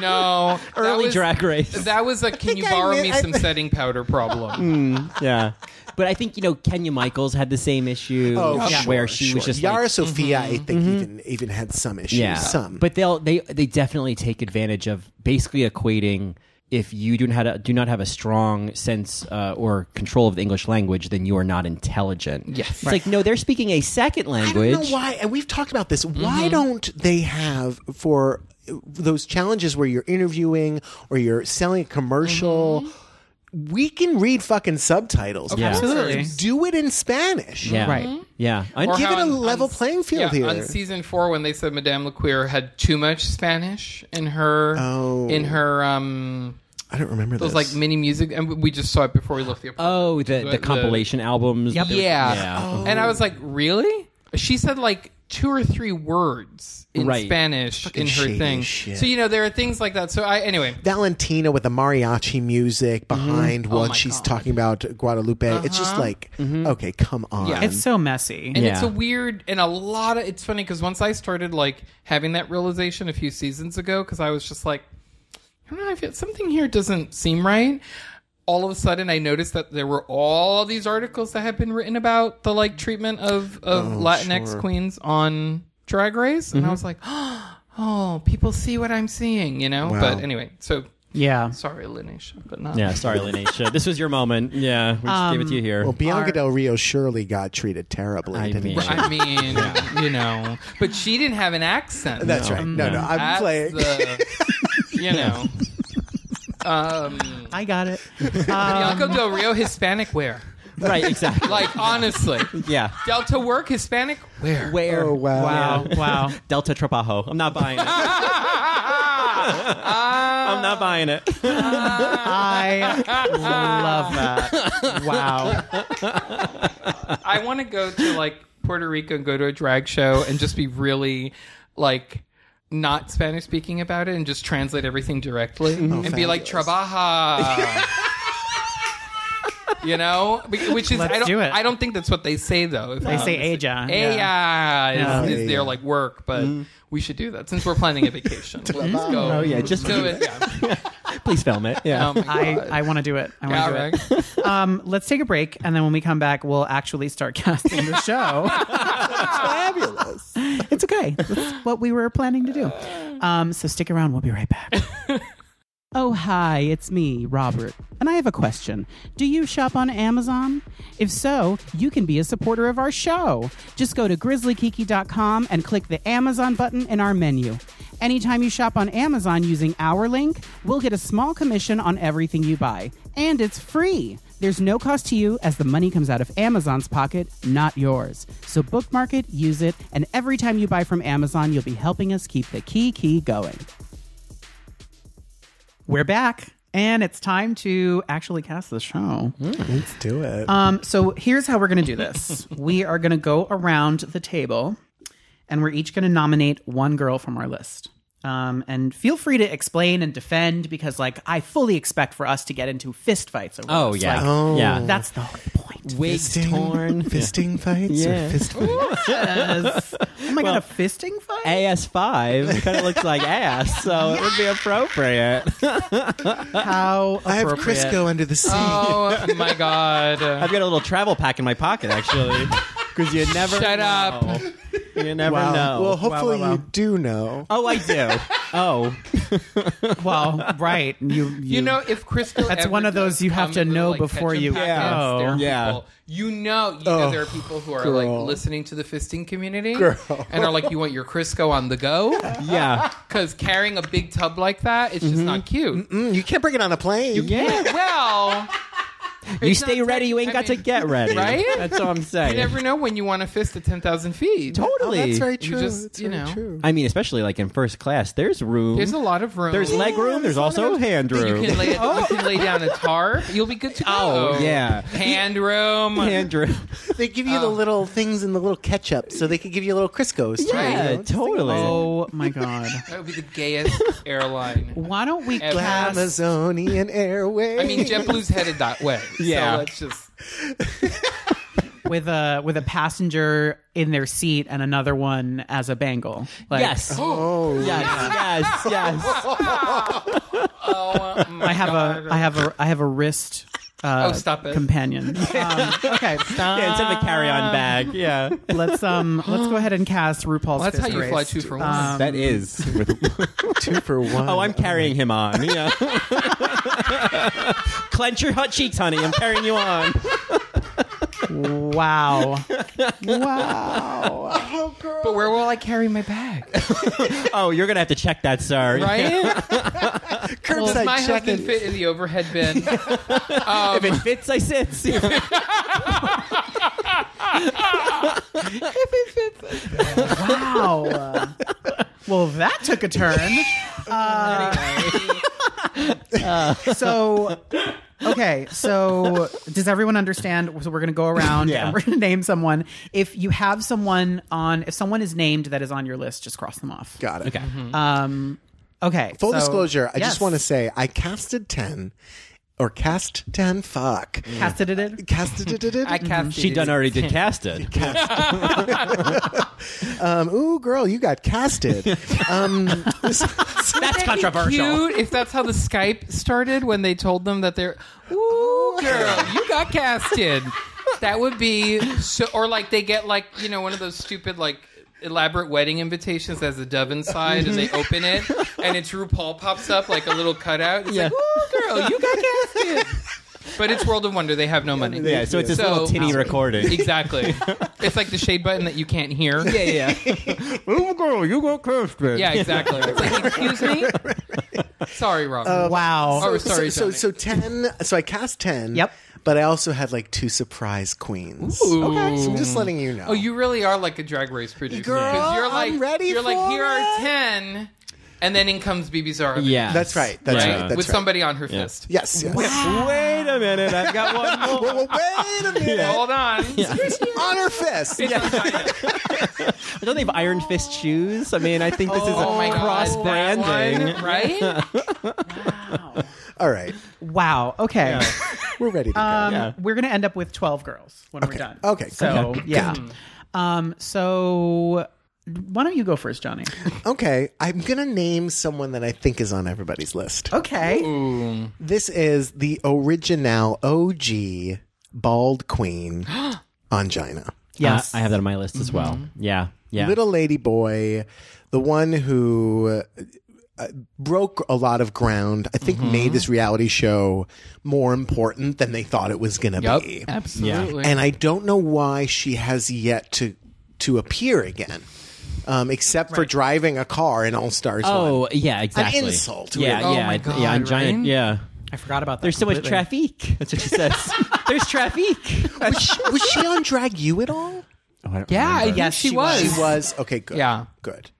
S1: No, no. That
S4: early
S1: was-
S4: drag race.
S1: That was a can you
S3: I
S1: borrow
S3: knew-
S1: me
S3: I Hmm.
S1: some
S3: th-
S1: setting powder problem.
S3: Mm,
S4: yeah. But I think you know Kenya Michaels had the same issue
S3: Oh, sure,
S4: where she was
S3: sure.
S4: just like, Mm-hmm.
S3: Yara Sophia, I think even even had some issues.
S4: yeah,
S3: Some.
S4: But they'll they they definitely take advantage of basically equating if you do not have a, do not have a strong sense uh, or control of the English language, then you are not intelligent. Yes, it's like no, they're speaking a second
S3: I don't
S4: language. Mm-hmm.
S3: know why, and we've talked about this. Why don't they have for those challenges where you're interviewing or you're selling a commercial? We can read fucking subtitles.
S4: Mm-hmm. Yeah.
S2: Absolutely.
S3: Do it in Spanish.
S4: Yeah, right. Yeah, I-
S1: Or
S3: Give
S1: how
S3: it a
S1: on-
S3: level playing field
S1: yeah,
S3: here.
S1: on season four when they said Madame LaQueer had too much Spanish in her
S3: Oh.
S1: in her um
S3: I don't remember
S1: It
S3: this.
S1: was like mini music, and we just saw it before we left the apartment.
S4: oh, the, the,
S1: the-
S4: compilation albums.
S2: Yep.
S1: yeah.
S4: Oh, Yeah.
S1: And I was like, really? She said like two or three words in
S4: Right.
S1: Spanish in her
S3: shady
S1: thing.
S3: shit.
S1: So you know there are things like that. So I anyway,
S3: Valentina with the mariachi music behind what
S1: my
S3: she's
S1: God.
S3: talking about Guadalupe. It's just like, okay, come on.
S1: Yeah.
S2: It's so messy.
S1: And
S4: Yeah.
S1: it's a weird and a lot of it's funny because once I started like having that realization a few seasons ago, because I was just like, I don't know, I feel something here doesn't seem right. All of a sudden, I noticed that there were all these articles that had been written about the like treatment of of
S4: Oh,
S1: Latinx queens on Drag Race,
S4: Mm-hmm.
S1: and I was like, oh, people see what I'm seeing, you know. But anyway, so
S2: yeah.
S1: sorry, Lanisha, but not
S4: Yeah, sorry, Lanisha. this was your moment. Yeah, we just gave it to you here.
S3: Well, Bianca
S2: Are-
S3: Del Rio surely got treated terribly.
S4: I
S3: didn't
S4: mean-
S3: she?
S1: I mean, you know, but she didn't have an accent.
S3: That's
S1: though.
S3: right. No, no, I'm
S1: That's
S3: playing.
S1: the- you know,
S2: I got it.
S1: Bianco Del Rio Hispanic wear.
S4: right, exactly.
S1: Like oh, honestly,
S4: yeah.
S1: Delta work Hispanic wear.
S4: Where?
S3: Oh, wow.
S2: Wow. Wow.
S4: Delta Trabajo. I'm not buying it.
S1: Uh,
S4: I'm not buying it.
S2: I love that. Wow.
S1: I want to go to like Puerto Rico and go to a drag show and just be really like not Spanish speaking about it and just translate everything directly and be like
S3: Mm-hmm. fabulous.
S1: trabaja. you know, Be- which is
S2: Let's
S1: I don't
S2: do it.
S1: I don't think that's what they say though. If
S2: They say Aja.
S1: Aya
S2: Yeah.
S1: is, is
S3: Yeah.
S1: their like work, but we should do that since we're planning a vacation. Let's go.
S4: Mm-hmm. Oh, yeah, just
S1: do
S4: do
S1: it. Yeah.
S4: Please film it. Yeah.
S1: Oh my God.
S2: I, I want to do it. I want
S1: Yeah,
S2: to do
S1: right.
S2: it. Um, let's take a break, and then when we come back, we'll actually start casting the show.
S3: Fabulous.
S2: it's okay. That's what we were planning to do. Um, so stick around. We'll be right back. oh, hi. It's me, Robert. And I have a question. Do you shop on Amazon? If so, you can be a supporter of our show. Just go to grizzlykiki.com and click the Amazon button in our menu. Anytime you shop on Amazon using our link, we'll get a small commission on everything you buy. And it's free. There's no cost to you as the money comes out of Amazon's pocket, not yours. So bookmark it, use it, and every time you buy from Amazon, you'll be helping us keep the key key going. We're back, and it's time to actually cast the show.
S3: Let's do it.
S2: Um, so here's how we're going to do this we are going to go around the table, and we're each going to nominate one girl from our list. Um, and feel free to explain and defend because, like, I fully expect for us to get into fist fights. Over
S4: Oh,
S2: this.
S4: yeah.
S2: Like,
S4: Oh. Yeah.
S2: That's the whole point.
S4: Wigs torn.
S3: fisting fights
S4: Yeah.
S3: or fist fights?
S2: Yes. Oh my god, a fisting fight?
S4: AS5 kind of looks like ass, so it would be appropriate.
S2: How
S3: I have
S2: appropriate.
S3: Crisco under the sea.
S1: Oh my God.
S4: I've got a little travel pack in my pocket, actually, because you never
S1: Shut
S4: know.
S1: up.
S4: You never
S3: Wow.
S4: know.
S3: Well, hopefully
S2: wow, wow.
S3: you do know.
S4: oh, I do. Oh,
S2: Well, right. You you,
S1: You know, if Crystal,
S2: That's
S1: ever
S2: one of those
S1: does
S2: you have
S1: come
S2: to
S1: with,
S2: know
S1: like,
S2: before
S1: ketchup
S2: you
S1: packets,
S2: go.
S1: there are
S4: Yeah.
S1: people- you know, you know, there are people who are
S3: girl.
S1: like listening to the fisting community and are like, you want your Crisco on the go
S4: yeah. Mm-hmm.
S1: because carrying a big tub like that, it's just not cute.
S3: Mm, you can't bring it on a plane.
S4: Yeah.
S1: Well,
S4: You
S1: it's
S4: stay
S1: not
S4: ready. You ain't
S1: I
S4: got
S1: mean,
S4: to get ready.
S1: Right?
S4: That's all I'm saying.
S1: You never know when you want to fist at ten thousand feet.
S3: Oh,
S4: Totally.
S3: that's very
S1: You
S3: true.
S1: just,
S3: That's
S1: you
S3: very
S1: know.
S3: true.
S4: I mean, especially like in first class, there's room.
S1: There's a lot of room.
S4: There's leg room. There's also hand
S1: You
S4: room.
S1: can lay, you can lay down a tarp. You'll be good to go.
S4: Oh, yeah.
S1: hand room.
S4: hand room.
S3: They give you the little things in the little ketchup, so they could give you little Crisco's. too,
S4: Yeah,
S3: you know?
S4: totally.
S2: Oh my god.
S1: That would be the gayest airline.
S2: Why don't we
S1: Ever.
S2: cast
S3: Amazonian Airways.
S1: I mean, JetBlue's headed that way.
S4: Yeah.
S1: So let's just.
S2: with a with a passenger in their seat and another one as a bangle? Like,
S4: yes.
S3: Oh,
S4: Yes. Yes. Yes.
S1: Oh, my
S2: I have
S1: God.
S2: a I have a I have a wrist uh,
S1: Oh, stop it.
S2: companion. Um, okay,
S4: yeah, instead of a carry-on bag. Yeah.
S2: let's um let's go ahead and cast RuPaul's.
S1: Well, that's how
S2: Fist
S1: you
S2: Race.
S1: fly two for one.
S4: that is.
S3: two for one.
S4: oh, I'm carrying him on. Yeah. Clench your hot cheeks, honey. I'm carrying you on.
S2: Wow, wow.
S3: Oh,
S1: but where will I carry my bag?
S4: Oh, you're gonna have to check that, sir.
S1: Right? Does
S3: Curbside
S1: my husband
S3: check-in.
S1: fit in the overhead bin?
S4: If
S1: Um,
S4: it fits, I sits.
S2: Wow. Well, that took a turn.
S1: Anyway.
S2: So Okay, so does everyone understand? So we're going to go around
S4: Yeah.
S2: and we're going to name someone. If you have someone on, if someone is named that is on your list, just cross them off.
S3: Got it.
S4: Okay.
S2: Um, okay.
S3: Full
S2: so-
S3: disclosure, I
S2: Yes.
S3: just want to say I casted 10 or cast 10 fuck.
S2: casted it in.
S3: Casted it.
S1: I cast
S4: Mm-hmm. She done already did cast it.
S3: Um, ooh, girl, you got casted. um,
S4: That's controversial.
S1: Cute if that's how the Skype started when they told them that they're
S4: Oh.
S1: ooh girl you got casted that would be so or like they get like you know one of those stupid like elaborate wedding invitations that has a dove inside and they
S4: Mm-hmm.
S1: open it and it's RuPaul pops up like a little cutout it's like ooh girl you got casted but it's World of Wonder they have no money
S4: Yeah, so it's this
S1: So- um,
S4: little tinny recording.
S1: exactly it's like the shade button that you can't hear yeah
S4: yeah. oh, girl, you got casted.
S1: yeah exactly it's like excuse me sorry Rob
S2: Wow.
S1: Oh, sorry,
S3: so, so,
S1: Johnny.
S3: so 10, so I cast 10.
S2: Yep.
S3: But I also had like two surprise queens.
S1: Ooh.
S3: Okay. So I'm just letting you know.
S1: Oh, you really are like a drag race producer.
S3: Girl,
S1: 'Cause you're
S3: I'm
S1: like,
S3: ready
S1: You're like,
S3: for
S1: here
S3: it.
S1: are ten, and then in comes BB Zahra.
S4: Yeah.
S3: That's right. That's
S4: Yeah.
S3: right. That's
S1: with
S3: right.
S1: somebody on her fist.
S3: Yes. yes.
S4: Wait a minute. I've got one more.
S3: Well, well, wait a minute.
S1: Hold on.
S3: On her fist.
S4: Don't they have Iron Fist shoes? I mean, I think this is
S1: Oh my
S4: a
S1: God,
S4: cross
S1: that
S4: branding.
S1: one, right?
S3: All right.
S2: Wow. Okay.
S3: We're ready to
S2: Um,
S4: Yeah.
S2: We're going to end up with 12 girls when we're done.
S3: Okay,
S2: So,
S4: okay.
S2: yeah. Um, so why don't you go first, Johnny?
S3: go. Okay. I'm going to name someone that I think is on everybody's list.
S2: Oh. Okay.
S3: This is the original OG bald queen, Angina.
S2: Yes.
S4: Uh, I have that on my list as well. Yeah. Yeah.
S3: Little lady boy, the one who uh, broke a lot of ground, I think
S2: Mm-hmm.
S3: made this reality show more important than they thought it was going to be.
S1: Yep. Absolutely.
S3: And I don't know why she has yet to to appear again, um, except for driving a car in All Stars. one.
S4: Oh yeah, exactly.
S3: insult,
S4: Yeah,
S3: really.
S1: Oh
S4: yeah,
S1: my
S4: it-
S1: God,
S4: yeah. I'm
S1: right?
S4: giant. Yeah.
S2: I forgot about that.
S4: There's so much
S2: completely.
S4: traffic. That's what she says. There's traffic.
S3: was, she, was she on Drag You at all?
S1: yeah, I think
S2: Yes,
S1: she,
S2: she
S1: was.
S3: She was okay. Good.
S1: Yeah.
S3: Good.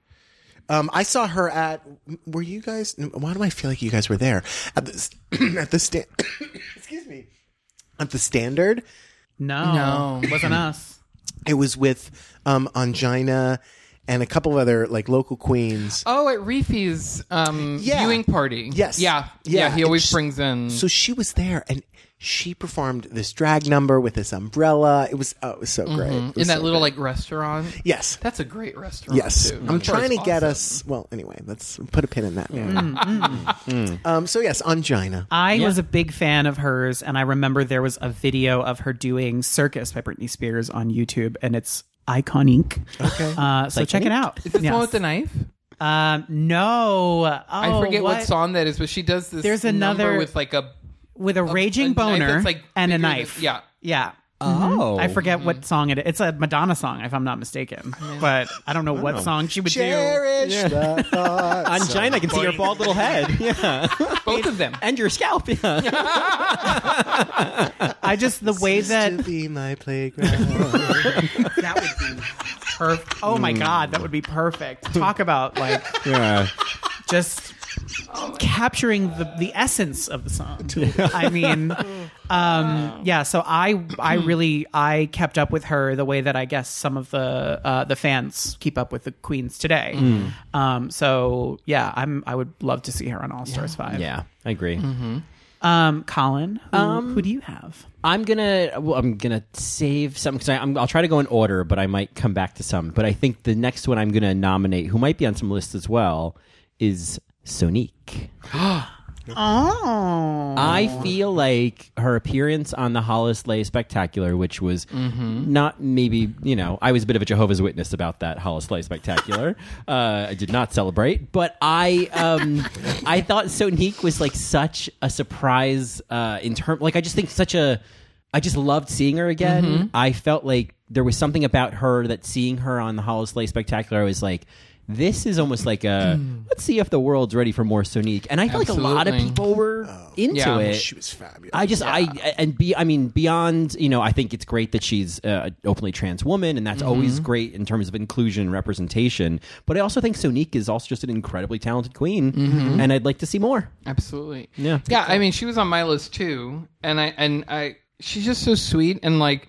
S3: Um, I saw her at. Were you guys? Why do I feel like you guys were there at this at the stand? excuse me. At the standard,
S2: No.
S1: No.
S2: Wasn't us.
S3: it was with um, Angina and a couple of other like local queens.
S1: Oh, at Reefy's um,
S3: Yeah.
S1: viewing party.
S3: Yes.
S1: Yeah. Yeah.
S3: Yeah,
S1: he always
S3: it's-
S1: brings in.
S3: So she was there, and she performed this drag number with this umbrella. It was oh, it was so great. It was
S1: in that
S3: so
S1: little
S3: great.
S1: like restaurant,
S3: yes,
S1: that's a great restaurant.
S3: Yes,
S1: too.
S3: I'm
S1: That's
S3: trying to get
S1: awesome.
S3: us. Well, anyway, let's put a pin in that. Um, so yes, angina.
S2: I was a big fan of hers, and I remember there was a video of her doing Circus by Britney Spears on YouTube, and it's iconic.
S3: Okay.
S2: Uh, so check it out.
S1: Is this
S2: Yes.
S1: one with the knife?
S2: um, no. Oh,
S1: I forget what?
S2: what
S1: song that is, but she does this.
S2: There's
S1: number
S2: another-
S1: with like a
S2: With a raging
S1: knife
S2: boner
S1: that's, like,
S2: and a
S1: bigger than-
S2: knife.
S1: yeah. Mm-hmm.
S2: Yeah.
S4: Oh,
S2: I forget what song it is. It's a Madonna song, if I'm not mistaken. But I don't know what
S1: Oh.
S2: song she would
S3: Cherish the thoughts.
S4: On China, I can see your bald little head. Yeah,
S1: both of them.
S4: and your scalp. Yeah.
S2: do. I just the way that
S3: to be my playground.
S2: that would be perfect. Oh
S1: Mm.
S2: my god, that would be perfect. Talk about like
S4: yeah.
S2: just capturing the, the essence of the song. I mean, um, yeah. So I I
S4: Hmm.
S2: really I kept up with her the way that I guess some of the uh, the fans keep up with the queens today.
S4: Hmm.
S2: Um, so yeah, I'm I would love to see her on All Stars Five.
S4: Yeah, I agree.
S2: Um, Colin, who,
S1: Um,
S2: who do you have?
S4: I'm gonna well, I'm gonna save some because I'm I'll try to go in order, but I might come back to some. But I think the next one I'm gonna nominate, who might be on some lists as well, is Sonique.
S2: Oh,
S4: I feel like her appearance on the Hollis Lay Spectacular, which was not maybe, you know, I was a bit of a Jehovah's Witness about that Hollis Lay Spectacular. uh, I did not celebrate, but I um, I thought Sonique was like such a surprise uh, in term. Like I just think such a. I just loved seeing her again. I felt like there was something about her that seeing her on the Hollis Lay Spectacular was like. This is almost like a let's see if the world's ready for more Sonique. And I feel like a lot of
S1: Absolutely.
S4: people were into
S1: Yeah.
S4: it.
S3: She was fabulous.
S4: I just I and be I mean beyond you know I think it's great that she's uh, an openly trans woman and that's always great in terms of inclusion and representation. But I also think Sonique is also just an incredibly talented queen, and I'd like to see more.
S1: Absolutely.
S4: Yeah.
S1: Yeah, I mean, she was on my list too, and I and I she's just so sweet and like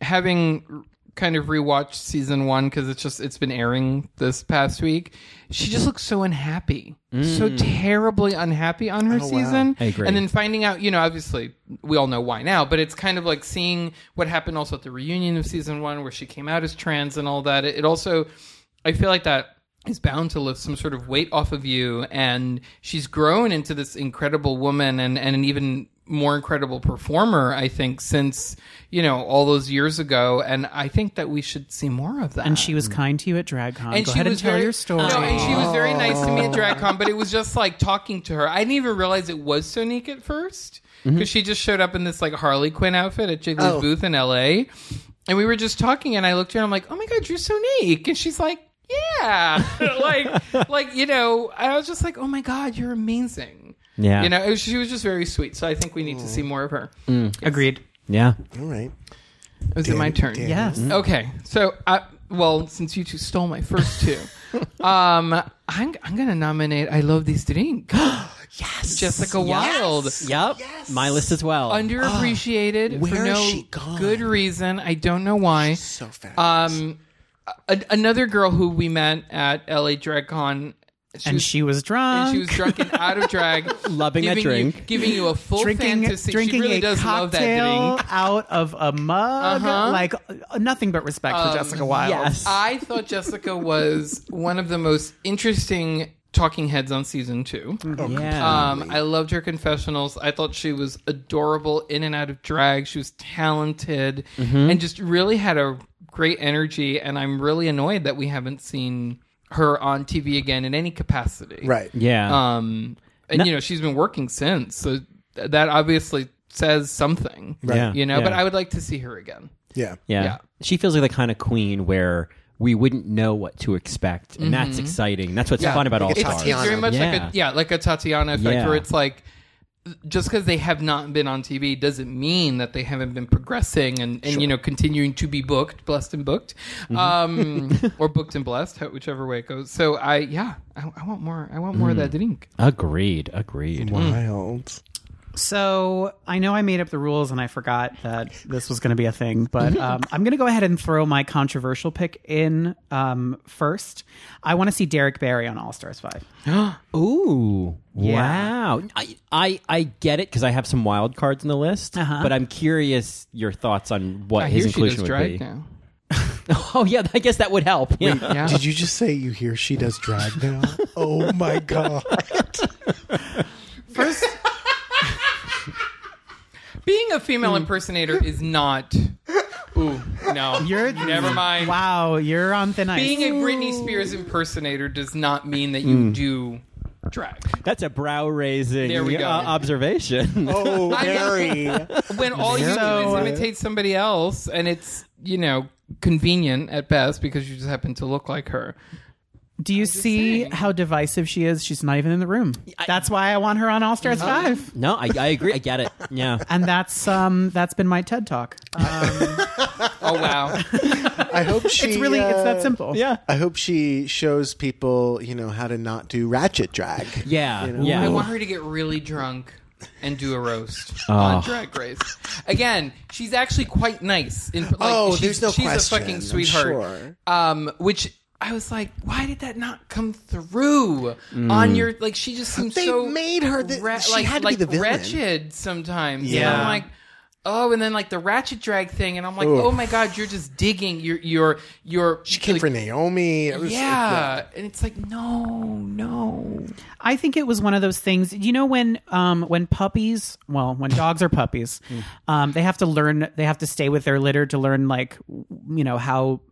S1: having r- kind of rewatched season 1 cuz it's just it's been airing this past week. She just looks so unhappy. So terribly unhappy on her season.
S4: Mm. I agree.
S1: And then finding out, you know, obviously we all know why now, but it's kind of like seeing what happened also at the reunion of season 1 where she came out as trans and all that. It, it also I feel like that is bound to lift some sort of weight off of you and she's grown into this incredible woman and, and an even more incredible performer i think since you know all those years ago and i think that we should see more of that
S2: And she was kind to you at DragCon.
S1: and
S2: Go
S1: she
S2: ahead and
S1: was
S2: tell
S1: very,
S2: your story.
S1: No, and she was very nice to me at DragCon, but it was just like talking to her. I didn't even realize it was Sonique at first because she just showed up in this like Harley Quinn outfit at Jiggly's
S3: Oh.
S1: booth in LA, and we were just talking, and I looked at her, and I'm like, "Oh my god, you're Sonique," and she's like, "Yeah," like, like you know, I was just like, "Oh my god, you're amazing."
S4: Yeah.
S1: you know, it was- she was just very sweet. So I think we need to see more of her.
S2: Agreed.
S4: Yeah,
S3: All right.
S1: Is it my turn?
S3: Daniel.
S4: Mm-hmm.
S2: Yes.
S1: Okay, so I, well, since you two stole my first two, um, I'm I'm gonna nominate I Love These Drink. yes, Jessica Wilde.
S4: yep, my list as well.
S1: Underappreciated for
S3: where
S1: no
S3: is she gone?
S1: good reason. I don't know why.
S3: So fabulous.
S1: Um, a- another girl who we met at LA DragCon. She
S2: And
S1: was,
S2: she was drunk.
S1: and she was drunk and out of drag,
S4: Loving
S1: giving
S4: that
S1: You,
S4: drink.
S1: giving you a full
S2: drinking,
S1: fantasy.
S2: drinking
S1: she really
S2: a
S1: does love that
S2: cocktail
S1: Uh-huh. drink.
S2: out of a mug. Like uh, nothing but respect
S1: Um,
S2: for Jessica Wilde.
S4: yes.
S1: I thought Jessica was one of the most interesting talking heads on season two.
S4: yeah,
S1: Um, I loved her confessionals. I thought she was adorable in and out of drag. She was talented and just really had a great energy. And I'm really annoyed that we haven't seen her on TV again in any capacity.
S3: right.
S4: yeah.
S1: Um, and you know she's been working since, so th- that obviously says something.
S4: Yeah.
S1: You know,
S4: Yeah.
S1: but I would like to see her again.
S3: Yeah.
S4: Yeah.
S1: Yeah.
S4: She feels like the kind of queen where we wouldn't know what to expect. And that's exciting. That's what's
S3: Yeah,
S4: fun about
S3: like
S4: All
S3: a
S4: Stars.
S1: It's
S3: Tatiana.
S1: very much like
S4: Yeah.
S1: a yeah, like a Tatiana effect
S4: Yeah.
S1: where it's like just because they have not been on TV doesn't mean that they haven't been progressing and, and you know continuing to be booked, blessed and booked,
S4: Mm-hmm.
S1: um, or booked and blessed, ho- whichever way it goes. So I yeah, I, I want more. I want more of
S4: Mm.
S1: that drink.
S4: Agreed. Agreed.
S3: Wild.
S2: So I know I made up the rules and I forgot that this was going to be a thing, but um, I'm going to go ahead and throw my controversial pick in um, first. I want to see Derek Barry on All Stars Five.
S4: Ooh. Wow. I, I I get it because I have some wild cards in the list, but I'm curious your thoughts on what
S1: I
S4: his
S1: hear she does
S4: inclusion would
S1: drag
S4: be.
S1: now.
S4: Oh yeah, I guess that would help. Yeah.
S1: Yeah.
S3: Did you just say you hear she does drag now? oh my god.
S1: Being a female
S4: Mm.
S1: impersonator is not. Ooh, no.
S2: You're
S1: never mind.
S2: Wow, you're on thin ice.
S1: Being a Britney Spears impersonator does not mean that you
S4: Mm.
S1: do drag.
S4: That's a brow raising uh,
S1: There we go.
S4: observation.
S3: Oh, Mary.
S1: when all you do
S2: So-
S1: is imitate somebody else and it's you know convenient at best because you just happen to look like her
S2: Do you see
S1: saying.
S2: how divisive she is? She's not even in the room. that's why I want her on All Stars Five.
S4: No, I, I agree. I get it. Yeah.
S2: And that's um that's been my TED talk.
S1: oh wow
S3: I hope she.
S2: It's really it's that
S3: uh,
S2: simple.
S4: Yeah.
S3: I hope she shows people, you know, how to not do ratchet drag.
S4: Yeah.
S1: i
S4: Yeah.
S1: want her to get really drunk and do a roast on drag race again she's actually quite nice in like,
S3: oh,
S1: she's,
S3: there's no
S1: she's
S3: question.
S1: a fucking
S3: I'm
S1: sweetheart
S3: sure.
S1: um which i was like why did that not come through on your like she just seems
S3: They
S1: so
S3: made her the- she
S1: like,
S3: had to be
S1: like
S3: the villain.
S1: wretched sometimes And
S3: Yeah.
S1: i'm like Oh, and then like the ratchet drag thing, and I'm like,
S3: Oof.
S1: oh my god, you're just digging. You're you're you're.
S3: She came for Naomi. It was-
S1: yeah, and it's like no, no.
S2: I think it was one of those things. You know when um, when puppies, well, when dogs are
S3: Mm.
S2: puppies, um, they have to learn. They have to stay with their litter to learn, like w- you know how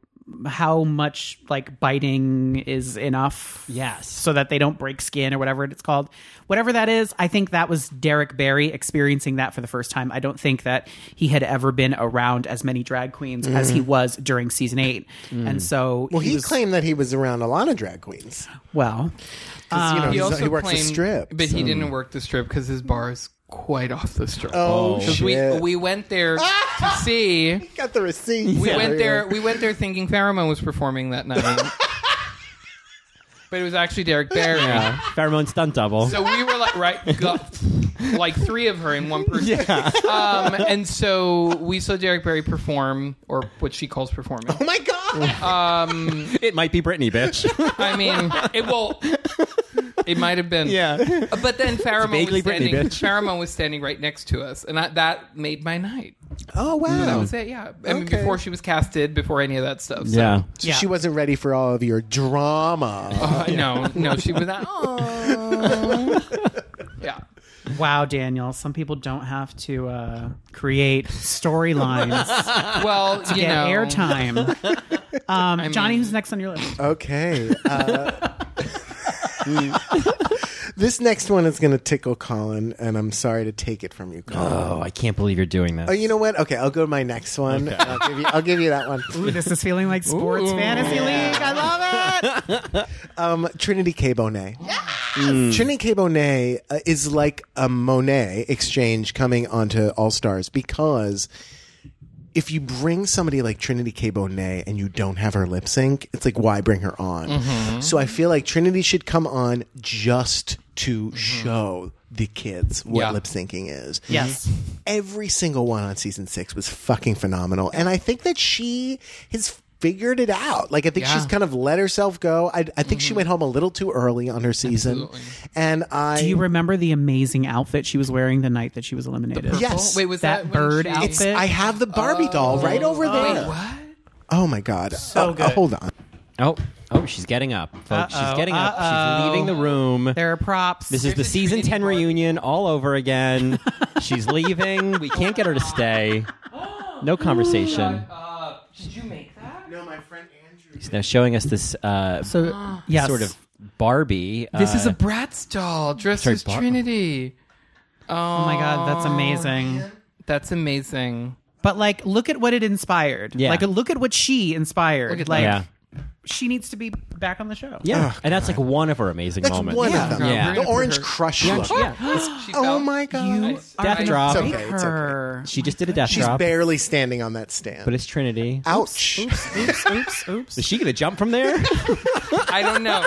S2: how much like biting is enough.
S4: Yes.
S2: So that they don't break skin or whatever it's called. Whatever that is, I think that was Derek Barry experiencing that for the first time. I don't think that he had ever been around as many drag queens as he was during season 8. And so
S3: Mm. Well, he,
S2: was-
S3: claimed that he was around a lot of drag queens
S2: well,
S3: 'Cause, you know,
S1: he
S3: Oh, he's-
S1: also
S3: he works
S1: claimed,
S3: the strip,
S1: but he
S3: so-
S1: didn't work the strip because his bar is quite off the strip.
S3: Oh,
S1: 'Cause
S3: shit!
S1: we we went there to see.
S3: got the receipt.
S1: We went there. We went there thinking Pheromone was performing that night, but it was actually Derek Barry.
S4: Yeah. Pheromone stunt double.
S1: So we were like, right, go- like three of her in one person.
S4: yeah.
S1: Um, and so we saw Derek Barry perform, or what she calls performing.
S3: Oh my god!
S4: it might be Britney, bitch.
S1: I mean, it will. It might have been.
S4: yeah.
S1: But then Pheromone
S4: vaguely
S1: was
S4: Britney,
S1: standing.
S4: bitch.
S1: Pheromone was standing right next to us, and I, that made my night.
S3: oh
S1: That
S3: wow!
S1: was it. Yeah. I mean,
S3: Okay.
S1: before she was casted, before any of that stuff. So.
S4: Yeah.
S3: So
S2: Yeah.
S3: She wasn't ready for all of your drama.
S1: Uh, No, no, she was not. Oh. yeah.
S2: wow, Daniel, some people don't have to uh, create storylines
S1: Well, you
S2: get
S1: know,
S2: airtime. Um, Johnny,
S1: mean-
S2: who's next on your list?
S3: Okay. Uh, this next one is going to tickle Colin, and I'm sorry to take it from you, Colin.
S4: Oh, I can't believe you're doing this.
S3: Oh, you know what? Okay, I'll go to my next one. I'll, give you, I'll give you that one.
S2: Ooh, this is feeling like sports fantasy league. I love it.
S3: Um, Trinity K. Bonet.
S1: Hmm.
S3: Trinity K. Bonet uh, is like a Monet exchange coming onto All Stars because if you bring somebody like Trinity K. Bonet and you don't have her lip sync, it's like, why bring her on?
S1: Mm-hmm.
S3: So I feel like Trinity should come on just to show the kids what
S1: Mm-hmm. Yeah.
S3: lip syncing is.
S2: Yes.
S3: every single one on season six was fucking phenomenal. And I think that she has figured it out. Like, I think
S1: Yeah.
S3: she's kind of let herself go. I, I think she went home a little too early on her season.
S1: Absolutely.
S3: And I.
S2: Do you remember the amazing outfit she was wearing the night that she was eliminated?
S3: Yes.
S1: Oh, wait, was
S2: That
S1: that, when
S2: bird
S1: she-
S2: outfit?
S3: it's, I have the Barbie doll right over there.
S1: Wait, what?
S3: Oh my god!
S2: So
S3: Uh,
S2: good.
S3: uh, hold on.
S4: Oh, oh, she's getting up, folks.
S2: Uh-oh,
S4: she's getting up.
S2: uh-oh.
S4: She's leaving the room.
S2: There are props.
S4: This is the
S1: There's a
S4: season
S1: Trinity
S4: ten
S1: bar.
S4: reunion all over again. she's leaving. We can't get her to stay. No conversation.
S1: Uh, did you make that?
S3: No, my friend Andrew.
S4: Now showing us this uh,
S2: so yes.
S4: sort of Barbie.
S1: This
S4: uh,
S1: is a Bratz doll dressed
S4: sorry,
S1: as
S4: Bar-
S1: Trinity. Oh,
S2: Oh my god, that's amazing.
S1: That's amazing.
S2: But like, look at what it inspired.
S4: Yeah.
S2: Like, look at what she inspired.
S1: Look at
S2: like,
S1: that.
S4: yeah,
S2: she needs to be back on the show.
S4: yeah,
S3: Oh,
S4: and that's like one of her amazing
S3: That's
S4: moments.
S3: one
S2: Yeah.
S3: of them.
S1: Yeah.
S4: Yeah.
S3: The Orange Crush look.
S4: yeah.
S1: She
S3: Oh
S1: fell-
S3: my god!
S2: You are
S4: Death
S2: gonna
S4: drop.
S2: break
S3: It's okay, it's okay.
S2: her.
S4: She just did a death
S3: She's
S4: drop,
S3: barely standing on that stand.
S4: but it's Trinity.
S3: Ouch!
S2: Oops, oops, oops.
S4: Is she gonna jump from there?
S1: I don't know.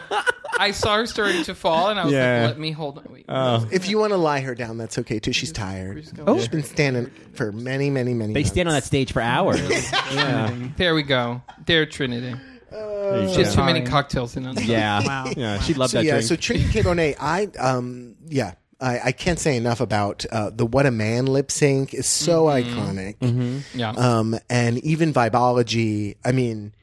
S1: I saw her starting to fall, and I was
S4: Yeah. Oh.
S1: like, "Let me hold on." Wait,
S3: If you want to lie her down, that's okay too. She's tired.
S1: Oh.
S3: She's been standing for many, many, many.
S4: they stand on that stage for hours. yeah,
S1: There we go. There, Trinity.
S4: There you
S1: She has
S4: go.
S1: too many
S2: Sorry.
S1: cocktails in on her.
S4: yeah,
S2: Wow.
S4: yeah. She loved
S3: So
S4: that
S3: yeah,
S4: drink.
S3: so Trinity K. Bonet, I um yeah. I, I can't say enough about uh, the "What a Man" lip sync is so
S4: Mm-hmm.
S3: iconic,
S1: Yeah.
S3: um, and even Vibology. I mean,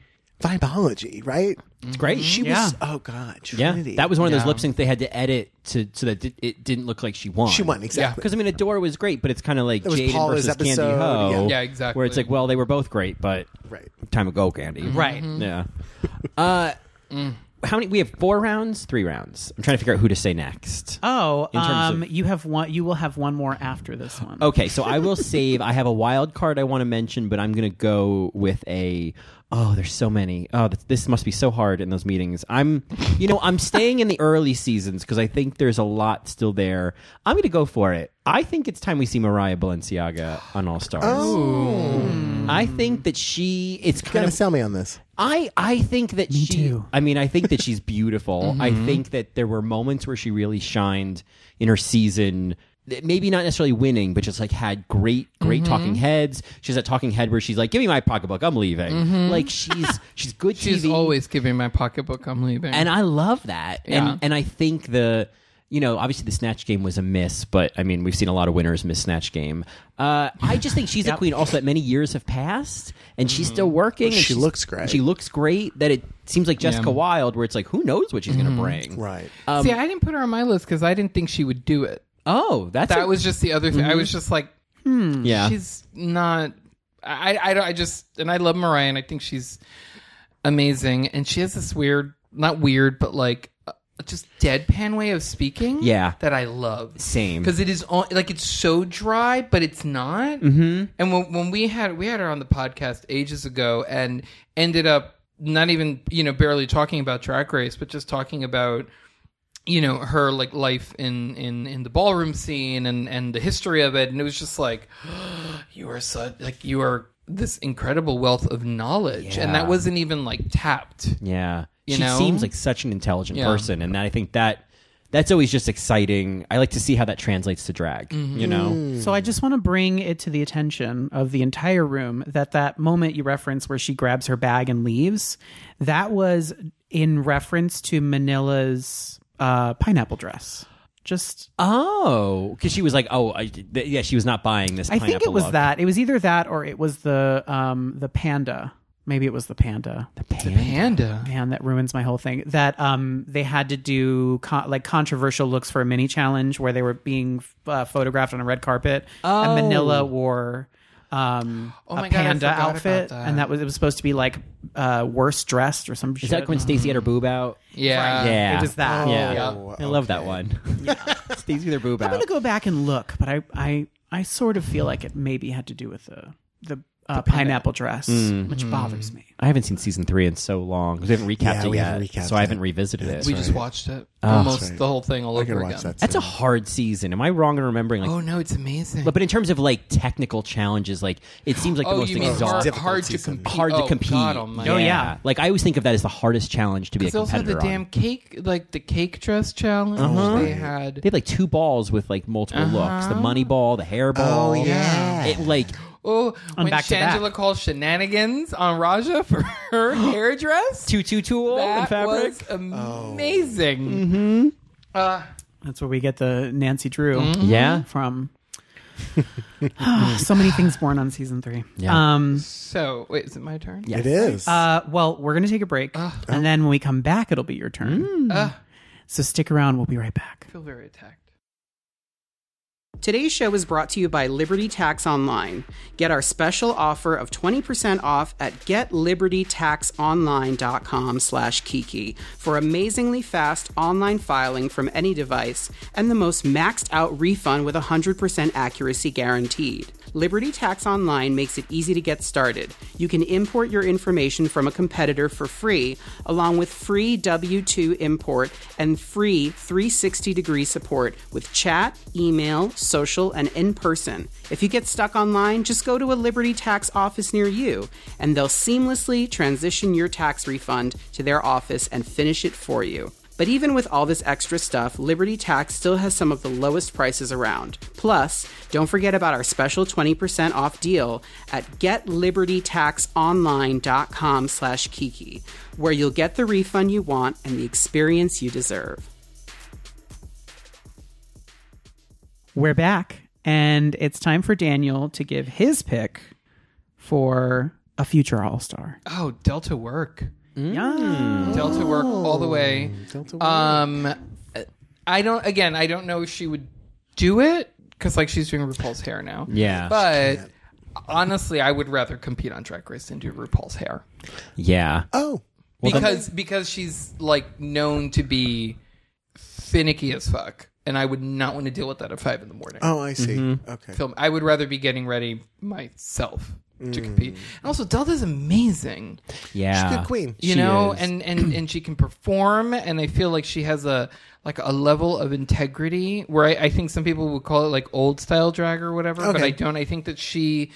S3: Vibology, right?
S4: it's great.
S3: She
S2: Yeah.
S3: was oh god,
S4: Yeah,
S3: Trinity.
S4: that was one of those
S1: Yeah.
S4: lip syncs they had to edit to so that it- it didn't look like she won.
S3: she won exactly.
S4: Because I mean, Adora was great, but it's kind of like
S3: was
S4: Jaden
S3: Paula's
S4: versus Candy
S3: episode,
S4: Ho.
S1: yeah. Yeah, exactly. Mm-hmm.
S4: Where it's like, well, they were both great, but
S3: Right.
S4: time ago, Candy.
S2: Right.
S4: Yeah. Uh, How many? We have four rounds, three rounds. I'm trying to figure out who to say next.
S2: Oh,
S4: In terms
S2: um,
S4: of-
S2: you have one. You will have one more after this one.
S4: Okay, so I will save. I have a wild card I want to mention, but I'm going to go with a. Oh, there's so many. Oh, th- this must be so hard in those meetings. I'm, you know, I'm staying in the early seasons because I think there's a lot still there. I'm going to go for it. I think it's time we see Mariah Balenciaga on All Stars.
S3: Oh,
S4: I think that she. It's
S3: Gotta
S4: kind of
S3: sell me on this.
S4: I I think that she.
S2: too.
S4: I mean, I think that she's beautiful. I think that there were moments where she really shined in her season. that Maybe not necessarily winning, but just like had great, great talking heads. She's that talking head where she's like, "Give me my pocketbook, I'm leaving." Like she's she's good.
S1: She's
S4: TV.
S1: always giving my pocketbook. I'm leaving.
S4: and I love that.
S1: Yeah.
S4: And and I think the you know obviously the snatch game was a miss, but I mean we've seen a lot of winners miss snatch game. Uh, I just think she's a queen. Also, that many years have passed, and she's
S1: Mm-hmm.
S4: still working. And
S3: She
S4: she's-
S3: looks great.
S4: She looks great. That it seems like Jessica Wilde, where it's like who knows what she's going
S1: Mm-hmm.
S4: to bring.
S3: Right.
S4: um,
S1: see, I didn't put her on my list because I didn't think she would do it.
S4: Oh, that's
S1: That
S4: a- Mm.
S1: was just the other thing. I was just like,
S4: yeah.
S1: she's not. I I, I don't- I just and I love Mariah and I think she's amazing, and she has this weird, not weird, but like uh, just deadpan way of speaking.
S4: Yeah.
S1: that I love.
S4: Same.
S1: because it is on like it's so dry, but it's not. Mm-hmm. And when when we had we had her on the podcast ages ago, and ended up not even you know barely talking about track race, but just talking about you know her like life in in in the ballroom scene and and the history of it and it was just like you are so like you are this incredible wealth of knowledge and that
S4: Yeah.
S1: wasn't even like tapped
S4: Yeah.
S1: You
S4: she
S1: know?
S4: seems like such an intelligent
S1: Yeah.
S4: person and I think that that's always just exciting. I like to see how that translates to drag,
S1: Mm-hmm.
S4: you
S3: Mm.
S4: know.
S2: So I just want to bring it to the attention of the entire room that that moment you reference where she grabs her bag and leaves, that was in reference to Manila's uh, pineapple dress. Just
S4: Oh, cuz she was like, "Oh, I, th- yeah, she was not buying this
S2: I think it
S4: pineapple
S2: was
S4: look.
S2: that. It was either that or it was the um, the panda. Maybe it was the panda.
S4: The pan-
S1: panda
S2: Man, that ruins my whole thing. That um, they had to do con- like controversial looks for a mini challenge where they were being uh, photographed on a red carpet, and Manila wore um,
S1: Oh
S2: a
S1: my God, I
S2: panda
S1: forgot about
S2: outfit,
S1: that.
S2: and that was it was supposed to be like uh, worst dressed or some
S4: Is
S2: shit.
S4: that when Stacey had her boob out?
S1: yeah
S4: yeah.
S2: It was that.
S4: yeah.
S1: Oh, yeah.
S4: I love that one. Stacey with her boob
S2: I'm
S4: out.
S2: gonna go back and look, but I I I sort of feel like it maybe had to do with the the, uh, pineapple dress,
S4: Mm.
S2: which bothers me.
S4: I haven't seen season 3 in so long. 'cause We haven't recapped
S3: Yeah,
S4: it
S3: we
S4: yet.
S3: haven't recapped
S4: so I haven't
S3: it.
S4: revisited it.
S1: we just watched it almost
S3: right.
S1: the whole thing all
S3: I
S1: over
S3: can
S1: again
S3: watch that.
S4: That's a
S3: soon.
S4: hard season. Am I wrong in remembering like
S1: oh no it's amazing
S4: but, but in terms of like technical challenges, like it seems like the
S1: oh
S4: most
S1: you mean hard,
S4: exhausting,
S3: Difficult
S1: hard to
S3: season.
S1: compete
S4: hard to
S1: Oh,
S4: compete.
S1: God almighty.
S2: Oh, yeah.
S4: like I always think of that as the hardest challenge to be a
S1: it's also the
S4: competitor
S1: damn
S4: on. Uh-huh.
S1: cake like the cake dress challenge they had
S4: They have like two balls with like multiple looks:
S1: Uh-huh.
S4: the money ball, the hair ball.
S3: Oh, yeah.
S4: It, like
S1: oh when
S2: back to back.
S1: Shangela called shenanigans on Raja for her hairdress
S4: tutu tool
S1: that
S4: and oh fabric. Mm-hmm.
S1: was amazing Uh,
S2: That's where we get the Nancy Drew.
S1: Mm-hmm.
S4: Yeah,
S2: from. so many things born on season three.
S4: Yeah.
S2: Um,
S1: So wait, is it my turn?
S3: It is.
S2: uh, well, we're going to take a break.
S1: Uh,
S2: and then when we come back, it'll be your turn.
S1: Mm.
S2: so stick around. We'll be right back.
S1: I feel very attacked.
S5: Today's show is brought to you by Liberty Tax Online. Get our special offer of 20% off at getlibertytaxonline.com slash kiki for amazingly fast online filing from any device and the most maxed out refund with 100% accuracy guaranteed. Liberty Tax Online makes it easy to get started. You can import your information from a competitor for free, along with free W 2 import and free 360 degree support with chat, email, social, and in person. If you get stuck online, just go to a Liberty Tax office near you, and they'll seamlessly transition your tax refund to their office and finish it for you. But even with all this extra stuff, Liberty Tax still has some of the lowest prices around. Plus, don't forget about our special 20% off deal at getlibertytaxonline.com slash kiki, where you'll get the refund you want and the experience you deserve.
S2: We're back. And it's time for Daniel to give his pick for a future All Star.
S1: Oh, Delta work.
S2: Yeah.
S1: Delta work all the way. Delta work. Um, I don't. Again, I don't know if she would do it because like she's doing RuPaul's hair now.
S4: Yeah.
S1: But honestly, I would rather compete on Drag Race than do RuPaul's hair
S4: yeah.
S3: oh,
S1: because because she's like known to be finicky as fuck, and I would not want to deal with that at five in the morning.
S3: oh, I see.
S4: Mm-hmm.
S3: Okay.
S1: film. I would rather be getting ready myself to compete. And also, Delta's amazing.
S4: Yeah.
S3: She's a good queen.
S1: you
S4: She
S1: know
S4: is.
S1: and and and she can perform and i feel like she has a like a level of integrity where i, I think some people would call it like old style drag or whatever but
S3: Okay.
S1: i don't i think that she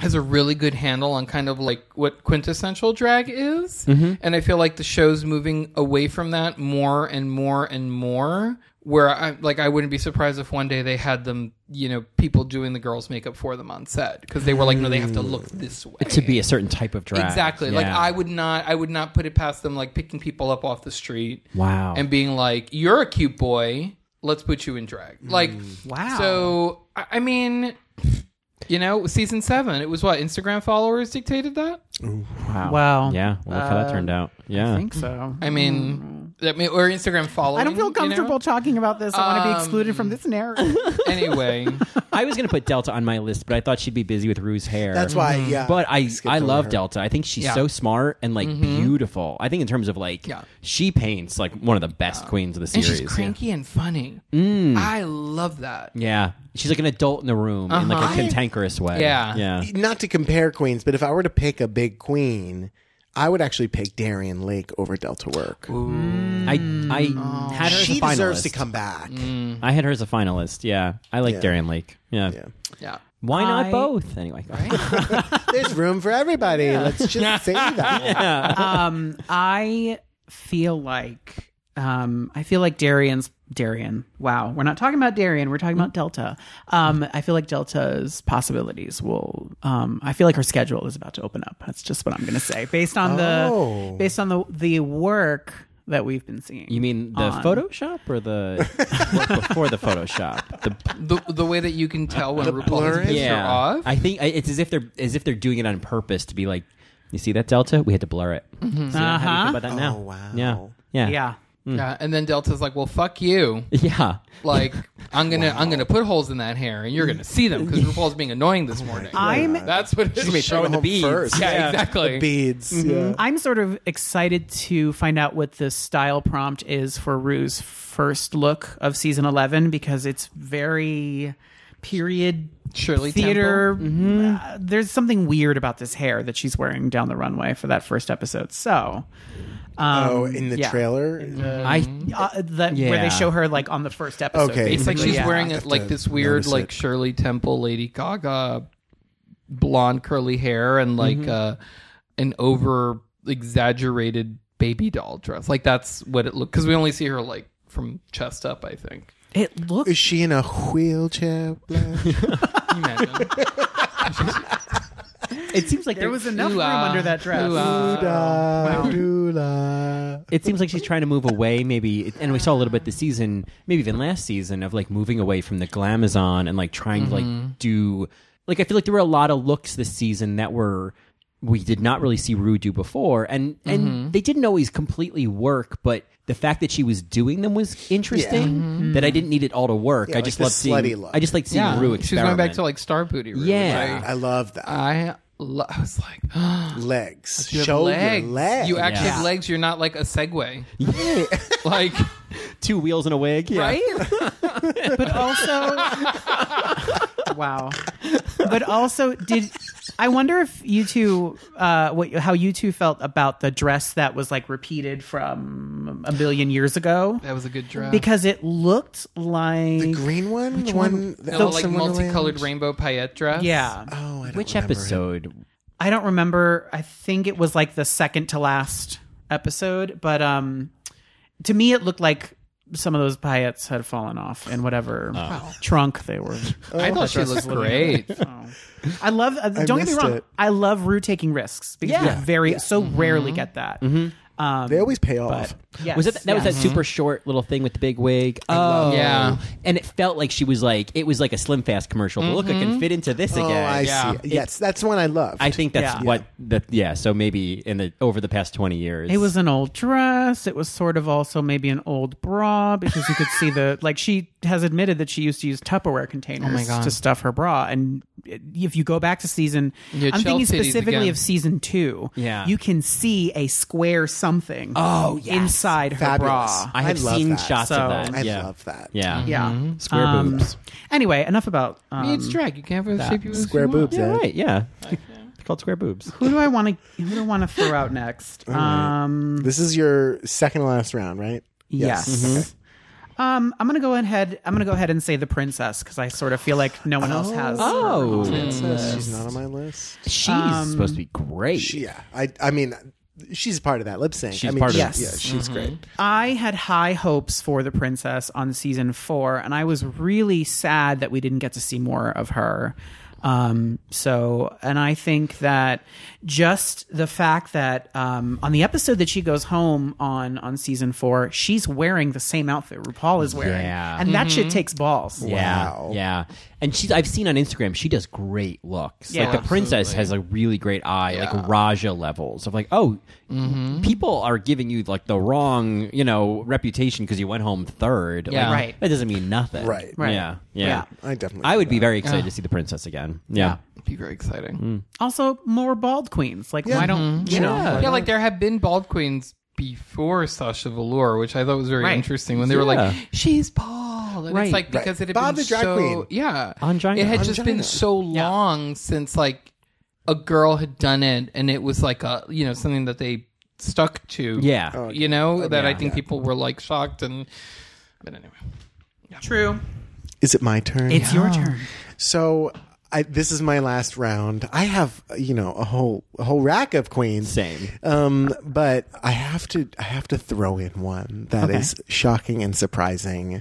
S1: has a really good handle on kind of like what quintessential drag is
S4: Mm-hmm.
S1: and i feel like the show's moving away from that more and more and more where i like i wouldn't be surprised if one day they had them you know people doing the girls makeup for them on set because they were like no they have to look this way
S4: Mm. to be a certain type of drag.
S1: Exactly. Like
S4: Yeah.
S1: I would not I would not put it past them like picking people up off the street
S4: Wow.
S1: and being like, You're a cute boy, let's put you in drag. Like
S2: Wow.
S1: So I I mean you know, season seven, it was what, Instagram followers dictated that?
S4: wow.
S2: Wow.
S1: um,
S4: Yeah. Well, look how that turned out. Yeah.
S2: I think so.
S1: I mean I mean, or Instagram following.
S2: I don't feel
S1: you know?
S2: comfortable talking about this. I want to be
S1: Um,
S2: excluded from this narrative.
S1: Anyway,
S4: I was going to put Delta on my list, but I thought she'd be busy with Rue's hair.
S3: That's why, yeah.
S4: Mm-hmm. But I,
S3: skipped
S4: I
S3: over
S4: love
S3: her. Mm-hmm.
S4: Delta. I think she's
S1: Yeah.
S4: so smart and like beautiful. I think in terms of like
S1: Yeah.
S4: she paints like one of the best queens of the
S1: and
S4: series.
S1: she's
S4: yeah.
S1: cranky and funny. I love that.
S4: yeah. she's like an adult in the room in
S3: Uh-huh.
S4: like a cantankerous way.
S1: Yeah.
S4: yeah.
S3: Not to compare queens, but if I were to pick a big queen, I would actually pick Darian Lake over Delta Work.
S4: I
S1: Mm. Oh.
S4: I had her
S3: She
S4: as a finalist.
S3: deserves to come back.
S4: I had her as a finalist. Yeah, I like Darian Lake. Yeah.
S3: Yeah.
S1: Yeah.
S4: Why not
S2: I-
S4: both? Anyway,
S3: There's room for everybody. Let's just say that.
S2: um, I feel like um, I feel like Darian's Darian. Wow, we're not talking about Darian. We're talking about Delta. Um, I feel like Delta's possibilities will. Um, I feel like her schedule is about to open up. That's just what I'm going to say based on
S3: Oh.
S2: the based on the the work that we've been seeing.
S4: you mean the
S2: On.
S4: Photoshop or the work before the Photoshop? The
S1: The, the way that you can tell when RuPaul
S3: blur
S1: has a
S3: is-
S1: picture
S4: yeah,
S1: off.
S4: I think I- it's as if they're as if they're doing it on purpose to be like, you see that delta? We had to blur it. See how do you feel about that now?
S3: Oh, wow.
S4: Yeah, yeah,
S2: Mm-hmm. Uh-huh. yeah.
S1: Yeah, and then Delta's like, "Well, fuck you.
S4: yeah.
S1: Like, I'm gonna I'm gonna put holes in that hair, and you're gonna see them because RuPaul's being annoying this morning.
S2: I'm
S1: That's what it is.
S3: Go
S4: Throwing the
S3: home
S4: beads.
S3: first.
S1: Yeah,
S4: Yeah.
S1: exactly.
S3: Beads. Yeah.
S2: I'm sort of excited to find out what the style prompt is for Rue's first look of season 11 because it's very period
S1: Shirley
S2: theater. Uh, there's something weird about this hair that she's wearing down the runway for that first episode. So, um,
S3: Oh, in the
S2: yeah.
S3: trailer?
S4: I
S2: uh, that, where
S4: Yeah.
S2: they show her like on the first episode.
S3: Okay.
S1: It's like
S2: basically.
S1: she's
S2: Yeah.
S1: wearing it like this weird,
S3: notice
S1: like
S3: it.
S1: Shirley Temple, Lady Gaga, blonde curly hair, and like uh, an over exaggerated baby doll dress. Like that's what it looked because we only see her like from chest up. I think.
S2: It looks.
S3: Is she in a wheelchair?
S1: Can you Imagine.
S4: it seems like
S2: There
S4: they're-
S2: was enough
S1: Ooh,
S2: room
S1: ah.
S2: under that dress.
S1: Ooh, ah.
S3: Da, doo, la.
S4: it seems like she's trying to move away maybe and we saw a little bit this season maybe even last season of like moving away from the glamazon and like trying to like do like i feel like there were a lot of looks this season that were we did not really see Rue do before and and they didn't always completely work but the fact that she was doing them was interesting that i didn't need it all to work i
S3: like
S4: just
S3: the
S4: loved
S3: slutty
S4: seeing
S3: look.
S4: i just like seeing Rue experiment.
S1: She's going back to like Star Booty. Rue, which
S4: Yeah.
S3: I love that.
S1: I, I, lo- I was like, Uh,
S3: legs.
S1: you have
S3: Show
S1: legs.
S3: your legs.
S1: You actually
S4: Yeah.
S1: have legs. You're not like a Segway. like,
S4: two wheels and a wig yeah.
S1: right?
S2: but also wow but also did i wonder if you two uh what how you two felt about the dress that was like repeated from a billion years ago
S1: That was a good draft.
S2: because it looked like
S3: the green one, the one, that
S1: no,
S3: was
S1: like
S3: someone
S1: multicolored
S3: around?
S1: rainbow paillette dress.
S2: yeah
S3: Oh, I don't
S4: which
S3: remember it.
S4: episode
S2: i don't remember i think it was like the second to last episode but um to me it looked like some of those paillettes had fallen off in whatever trunk they were
S1: I
S3: Oh,
S1: thought she looked great.
S2: I love. Uh, don't get me
S3: missed
S2: wrong.
S3: it.
S2: I love Rue taking risks because
S4: Yeah. Mm-hmm.
S2: we very so rarely get that. Um,
S3: They always pay off.
S2: yes,
S4: Was it that was that
S2: yes.
S4: super short little thing with the big wig?
S3: love
S4: Oh,
S1: it. Yeah.
S4: And it felt like she was like it was like a Slim Fast commercial. But look, I can fit into this
S3: Oh,
S4: again.
S3: I
S1: Yeah.
S3: see. Yes, that's one I love.
S4: I think that's
S2: Yeah.
S4: what that yeah. So maybe in the over the past twenty years,
S2: It was an old dress. It was sort of also maybe an old bra because you could see the like she has admitted that she used to use Tupperware
S4: Oh
S2: containers
S1: God.
S2: to stuff her bra. And if you go back to season,
S1: Yeah,
S2: I'm
S1: shell
S2: thinking
S1: titties
S2: specifically
S1: again.
S2: of season two.
S4: Yeah.
S2: you can see a square something.
S4: Oh, yes.
S2: inside her
S3: Fabulous.
S2: bra.
S4: I have
S3: I love
S4: seen
S3: that.
S4: shots
S2: So-
S4: of that.
S3: I
S4: yeah.
S3: love that.
S4: Yeah. Mm-hmm.
S2: yeah.
S4: Square
S2: Um,
S4: boobs.
S2: Anyway, enough about um,
S1: it's drag. You can't have a shape you
S3: Square boobs.
S4: Yeah.
S3: Ed.
S4: Right. Yeah. It's called square boobs.
S2: Who do I want to? Who do I want to throw out next? Um,
S3: This is your second to last round, right?
S2: yes.
S4: Mm-hmm.
S2: Um, I'm gonna go ahead. I'm gonna go ahead and say the princess because I sort of feel like no one else has.
S4: Oh.
S3: Princess, she's not on my list.
S4: She's supposed to be great.
S3: She- yeah, I, I mean, she's part of that lip sync.
S4: She's
S3: I mean,
S4: part of
S2: Yes. it.
S3: Yeah, she's great.
S2: I had high hopes for the princess on season four, and I was really sad that we didn't get to see more of her. Um, so, and I think that just the fact that um, on the episode that she goes home on on season four, she's wearing the same outfit RuPaul is wearing,
S4: Yeah.
S2: and that shit takes balls.
S4: Yeah,
S3: Wow.
S4: yeah, and she's. I've seen on Instagram. She does great looks.
S2: Yeah.
S4: like the princess has a really great eye, like Raja levels of like, oh, people are giving you like the wrong, you know, reputation because you went home third.
S1: Yeah.
S4: Like,
S2: Right.
S4: That doesn't mean nothing.
S3: Right.
S2: Right.
S4: Yeah.
S2: Yeah.
S4: Yeah.
S3: I definitely
S4: I would
S3: do
S4: be
S3: that.
S4: very excited to see the princess again. Yeah.
S1: be very exciting.
S2: Also, more bald queens. Like, why don't
S4: Mm-hmm.
S2: you know?
S1: Yeah, like there have been bald queens before Sasha Velour, which I thought was very
S2: Right.
S1: interesting when they were like, "She's bald," and
S2: Right.
S1: it's like because it had
S3: Bob
S1: been
S3: the drag
S1: so
S3: queen.
S1: yeah,
S4: Angina.
S1: it had just
S3: Angina.
S1: been so long since like a girl had done it, and it was like a you know something that they stuck to.
S4: Yeah. Oh,
S1: you know that I think people were like shocked and. But anyway,
S2: True.
S3: Is it my turn?
S2: It's your turn.
S3: So I, this is my last round. I have you know a whole a whole rack of queens.
S4: Same.
S3: Um, but I have to I have to throw in one that is shocking and surprising.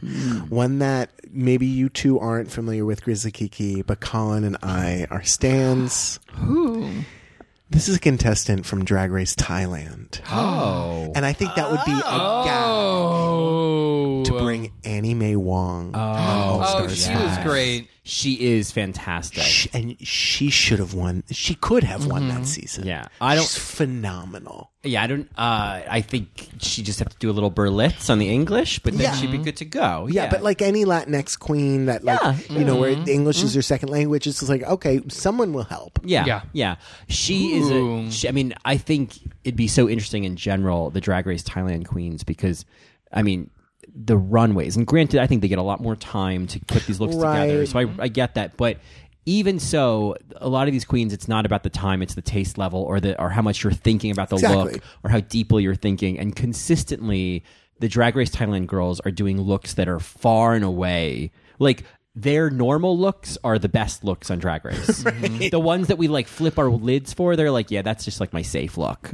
S3: One that maybe you two aren't familiar with Grizzly Kiki, but Colin and I are stands.
S1: who?
S3: This is a contestant from Drag Race Thailand.
S4: Oh.
S3: And I think that would be a gag
S1: Oh,
S3: to bring Annie Mae Wong.
S1: oh, she was great.
S4: She is fantastic.
S3: Sh- and she should have won. She could have won that season.
S4: Yeah. I don't-
S3: She's phenomenal.
S4: Yeah, I don't. Uh, I think she just have to do a little burlesque on the English, but then
S3: Yeah.
S4: she'd be good to go.
S3: Yeah, but like any Latinx queen that, like, you know, where
S4: Mm-hmm.
S3: English is her second language, it's just like, okay, someone will help.
S4: Yeah,
S1: Yeah.
S4: yeah, She
S1: Ooh.
S4: is a. She, I mean, I think it'd be so interesting in general the Drag Race Thailand queens because, I mean, the runways. And granted, I think they get a lot more time to put these looks together.
S3: Right.
S4: So I, I get that, but. Even so, a lot of these queens, it's not about the time; it's the taste level, or the or how much you're thinking about the
S3: Exactly.
S4: look, or how deeply you're thinking. And consistently, the Drag Race Thailand girls are doing looks that are far and away like their normal looks are the best looks on Drag Race. The ones that we like flip our lids for, they're like, yeah, that's just like my safe look.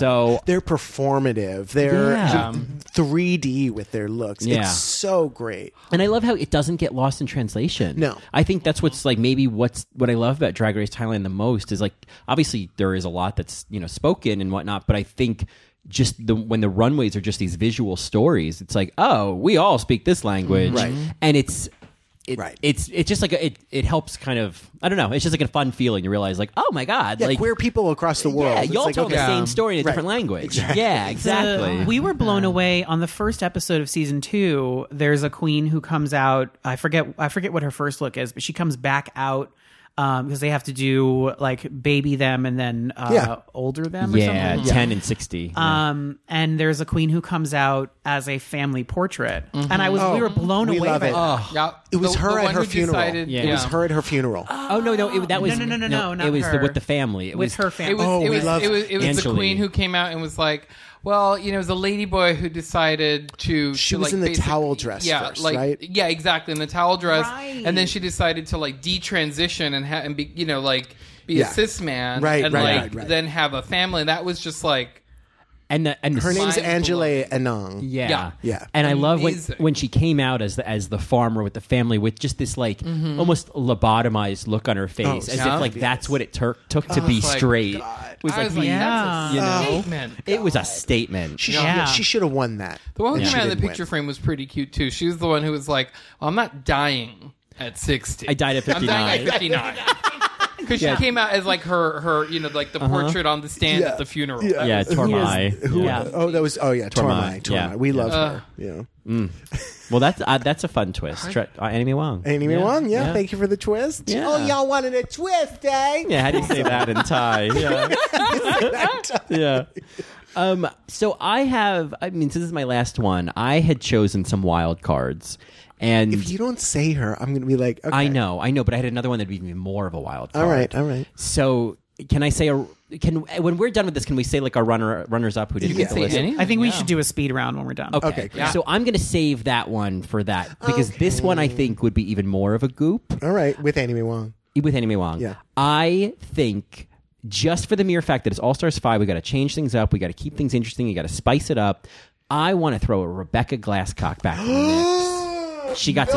S4: So
S3: They're performative. They're
S4: Yeah.
S1: Um,
S3: 3D with their looks.
S4: Yeah.
S3: It's so great.
S4: And I love how it doesn't get lost in translation.
S3: No.
S4: I think that's what's like maybe what's what I love about Drag Race Thailand the most is like obviously there is a lot that's you know spoken and whatnot, but I think just the when the runways are just these visual stories, it's like oh we all speak this language,
S3: Right.
S4: And it's. It,
S3: Right.
S4: It's it's just like a, it it helps kind of I don't know it's just like a fun feeling you realize like oh my god
S3: Yeah,
S4: like
S3: queer people across the world.
S4: yeah
S3: It's
S4: y'all
S3: like,
S4: tell
S3: okay,
S4: the same story in a
S3: Right.
S4: different language yeah
S2: the-
S4: exactly
S2: Uh, we were blown away on the first episode of season two. There's a queen who comes out. I forget. I forget what her first look is, but she comes back out um because they have to do like baby them and then uh,
S3: Yeah.
S2: older them. Or
S4: yeah
S2: something.
S4: ten and sixty yeah.
S2: Um, and there's a queen who comes out as a family portrait, and I was we were blown
S3: Mm-hmm. Oh, we
S2: away
S3: love
S2: by
S3: it.
S2: that.
S1: Yeah,
S3: It was
S1: Oh, the-
S3: her
S1: the
S3: at
S1: one
S3: her
S1: who
S3: funeral.
S1: decided-
S4: Yeah.
S3: It was
S1: yeah.
S3: her at her funeral.
S4: Oh no, no, it, that was
S2: no, no, no, no, not
S4: It was the,
S2: her.
S4: with the family. It
S2: With
S4: was
S2: her family.
S1: It was,
S3: Oh,
S1: it
S3: we
S1: was,
S3: love
S1: it was, it was the
S4: Angeli.
S1: queen who came out and was like, well, you know, it was a lady boy who decided to.
S3: She
S1: to,
S3: was
S1: like,
S3: in the
S1: basic-
S3: towel dress
S1: yeah,
S3: first,
S1: like,
S3: right?
S1: Yeah, exactly, in the towel dress,
S2: Right.
S1: and then she decided to like detransition and ha- and be, you know, like be
S3: Yeah.
S1: a cis man,
S3: Right,
S1: and
S3: right,
S1: like
S3: right, right.
S1: then have a family. That was just like,
S4: and the and the
S3: Her name's
S1: Mind
S3: Angela
S1: blowing.
S3: Anang.
S4: Yeah.
S1: Yeah.
S3: Yeah.
S4: And I love when
S1: Amazing.
S4: when she came out as the as the farmer with the family with just this like almost lobotomized look on her face
S3: Oh,
S4: as
S1: yeah.
S4: if like that's what it tur- took to be
S1: it's like,
S4: straight. It was
S1: I
S4: like,
S1: was like,
S2: yeah.
S1: that's a
S4: You know.
S1: statement.
S4: it was a statement.
S3: She,
S2: Yeah.
S3: she should have won that.
S1: The one who
S3: And she
S1: came out in the
S3: didn't
S1: picture
S3: win.
S1: frame was pretty cute too. She was the one who was like, well, "I'm not dying at 60.
S4: I died at
S1: I'm dying at 59." Because she came out as like her, her, you know, like the portrait on the stand
S3: Uh-huh. Yeah.
S1: at the funeral.
S3: Yeah.
S4: yeah,
S3: Who
S4: Tormai.
S3: Who-
S4: Yeah.
S3: Oh, that was. Oh, yeah.
S4: Tormai,
S3: Tormai. Tormai.
S4: yeah.
S3: We
S4: Yeah.
S3: love her. Yeah.
S4: Well, that's uh, that's a fun twist. Tre- uh, Annie Wong.
S3: Anyway, one. Yeah, Thank you for the twist.
S4: Yeah.
S3: Oh, y'all wanted a twist, eh?
S4: Yeah, how do you say that in Thai? Yeah. yeah. Um, so I have, I mean, this is my last one. I had chosen some wild cards. And
S3: If you don't say her, I'm going to be like, okay.
S4: I know, I know, but I had another one that'd be even more of a wild card.
S3: All right. All right.
S4: So can I say a can when we're done with this? Can we say like our runner runners up who didn't
S3: You
S4: get
S3: can
S4: the
S3: say
S4: list?
S1: any.
S2: I think we should do a speed round when we're done.
S4: Okay,
S3: Okay, great.
S4: so I'm gonna save that one for that because this one I think would be even more of a goop.
S3: All right. With Anime Wong.
S4: with Anime Wong.
S3: Yeah.
S4: I think just for the mere fact that it's All Stars 5, we got to change things up. We got to keep things interesting. You got to spice it up. I want to throw a Rebecca Glasscock back in the mix. She got to.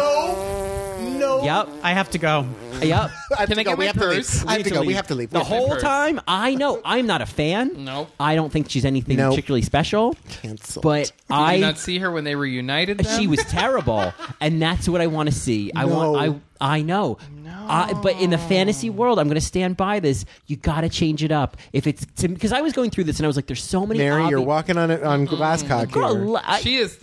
S3: No
S4: Yep.
S2: I have to go.
S4: Yep.
S3: I have
S1: Can
S3: to
S1: I
S3: go.
S1: get
S3: We
S1: my
S3: have to
S1: purse?
S3: leave. I have to go. We have to leave.
S4: The
S3: We have to
S4: whole
S1: purse.
S4: time, I know I'm not a fan.
S1: Nope.
S4: I don't think she's anything
S3: Nope.
S4: particularly special.
S3: Cancelled.
S4: But
S1: Did
S4: I
S1: you not see her when they reunited. Them?
S4: She was terrible, and that's what I want to see. I
S3: No.
S4: want. I I know. No. I, but in the fantasy world, I'm going to stand by this. You got to change it up. If it's because I was going through this, and I was like, "There's so many."
S3: Mary, you're
S4: obvi-
S3: walking on it on Glasscock here.
S4: Girl, I-
S1: She is.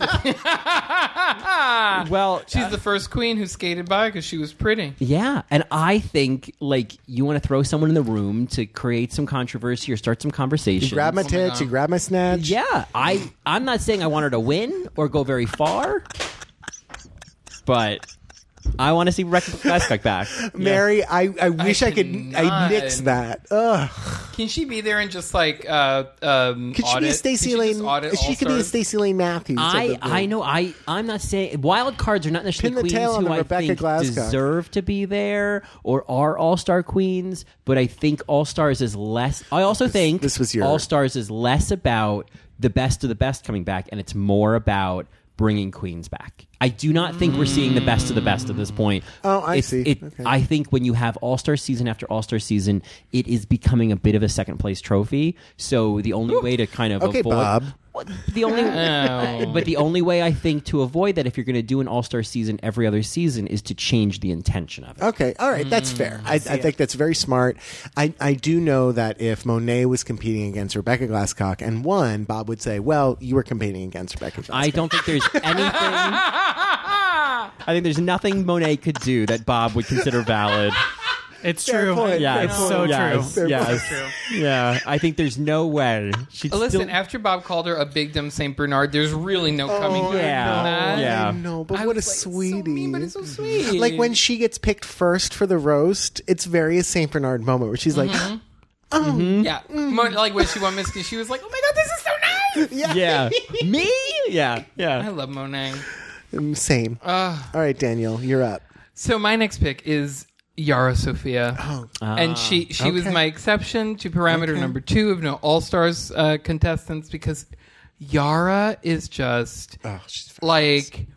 S4: well,
S1: She's the first queen who skated by because she was pretty.
S4: Uh, Yeah, and I think like you want to throw someone in the room to create some controversy or start some
S3: You
S4: conversation.
S3: grab Oh my
S1: God.
S3: tits. You grab my snatch.
S4: yeah, I I'm not saying I want her to win or go very far, but I want to see Rex Glasscock back.
S3: Mary, I, I wish I, could I
S1: cannot.
S3: nix that. Ugh.
S1: Can she be there and just like uh um?
S3: Could she
S1: audit?
S3: be a
S1: Can
S3: Stacy
S1: just
S3: Lane?
S1: audit
S3: She could be a
S1: All-Stars?
S3: Stacy Lane Matthews. of
S4: I,
S3: the
S4: I
S3: group.
S4: know I I'm not saying wild cards are not necessarily
S3: Pin the
S4: queens
S3: tail on
S4: who
S3: the
S4: I
S3: Rebecca
S4: think
S3: Glasscock.
S4: deserve to be there or are all star queens, but I think all stars is less. I also think
S3: this was your-
S4: all stars is less about the best of the best coming back, and it's more about bringing queens back. I do not think we're seeing the best of the best at this point.
S3: Oh, I
S4: It's-
S3: see.
S4: It,
S3: Okay.
S4: I think when you have all star season after all star season, it is becoming a bit of a second place trophy. So the only way to kind of
S3: Okay,
S4: avoid
S3: Bob.
S4: Well, the only
S1: Oh.
S4: but the only way I think to avoid that if you're going to do an All Star season every other season is to change the intention of it.
S3: Okay, all right,
S1: Hmm,
S3: that's fair. I, I think that's very smart. I, I do know that if Monet was competing against Rebecca Glasscock and won, Bob would say, "Well, you were competing against Rebecca." Glasscock.
S4: I don't think there's anything. I think there's nothing Monet could do that Bob would consider valid.
S2: It's
S3: Fair
S2: true.
S3: point,
S4: Yeah,
S3: fair
S2: it's
S3: point.
S2: so
S4: yes,
S2: true.
S4: Yes, yeah. I think there's no way she'd
S1: Uh, Listen,
S4: still.
S1: after Bob called her a big dumb Saint Bernard, there's really no
S3: Oh,
S1: coming back.
S4: yeah.
S1: from that.
S4: Yeah.
S3: I know, but
S1: I
S3: what a
S1: was like, it's
S3: sweetie!
S1: So mean, but it's so sweet.
S3: like when she gets picked first for the roast, it's very a Saint Bernard moment where she's like,
S1: Mm-hmm. yeah, Mo- like when she won Miss, Goose, she was like, "Oh my god, this is so nice."
S4: yeah, me. Yeah,
S1: I
S4: yeah.
S1: love Monet.
S3: "Mm, "Same." all right, Daniel, you're up.
S1: So my next pick is Yara Sophia, and she she was
S3: okay.
S1: my exception to parameter number two of no All Stars uh, contestants because Yara is just
S3: Oh, she's
S1: like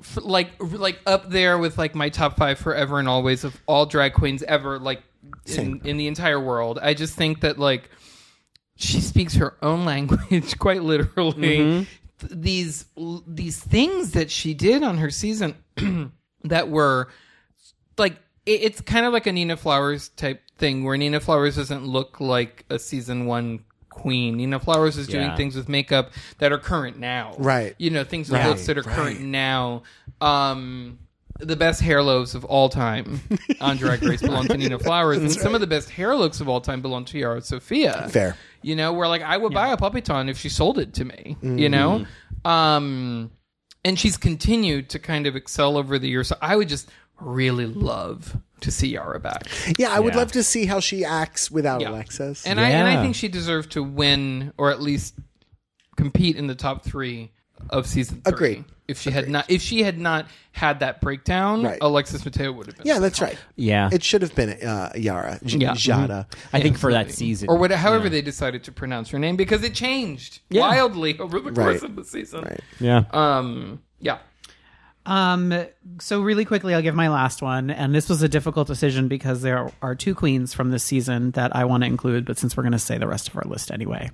S1: f- like like up there with like my top five forever and always of all drag queens ever like in,
S3: Same.
S1: in the entire world. I just think that like she speaks her own language quite literally.
S3: Mm-hmm.
S1: Th- These these things that she did on her season that were like it, it's kind of like a Nina Flowers type thing where Nina Flowers doesn't look like a season one queen. Nina Flowers is doing
S4: Yeah.
S1: things with makeup that are current now,
S3: Right.
S1: You know, things with
S3: Right,
S1: looks that are current
S3: right.
S1: now. Um, the best hair lows of all time on Drag Race belong to Nina Flowers, and some of the best hair looks of all time belong to Yara Sophia.
S3: Fair.
S1: You know, where like I would buy a puppeton if she sold it to me. You
S3: Mm.
S1: know, um, and she's continued to kind of excel over the years. So I would just really love to see Yara back.
S3: Yeah, I would
S4: Yeah.
S3: love to see how she acts without
S1: Yeah.
S3: Alexis.
S1: And I and I
S4: Yeah.
S1: think she deserved to win or at least compete in the top three of season three.
S3: Agreed.
S1: If she had not if she had not had that breakdown,
S3: Right.
S1: Alexis Mateo would have been.
S3: yeah, that's right.
S4: Yeah.
S3: It should have been uh, Yara, J-
S1: Yeah. Mm-hmm.
S3: Jada.
S4: I think for that season
S1: or what, however they decided to pronounce her name because it changed
S4: Yeah.
S1: wildly over the course
S3: Right.
S1: of the season.
S3: Right.
S4: Yeah.
S1: Um yeah.
S2: Um, so really quickly, I'll give my last one, and this was a difficult decision because there are two queens from this season that I want to include, but since we're going to say the rest of our list anyway,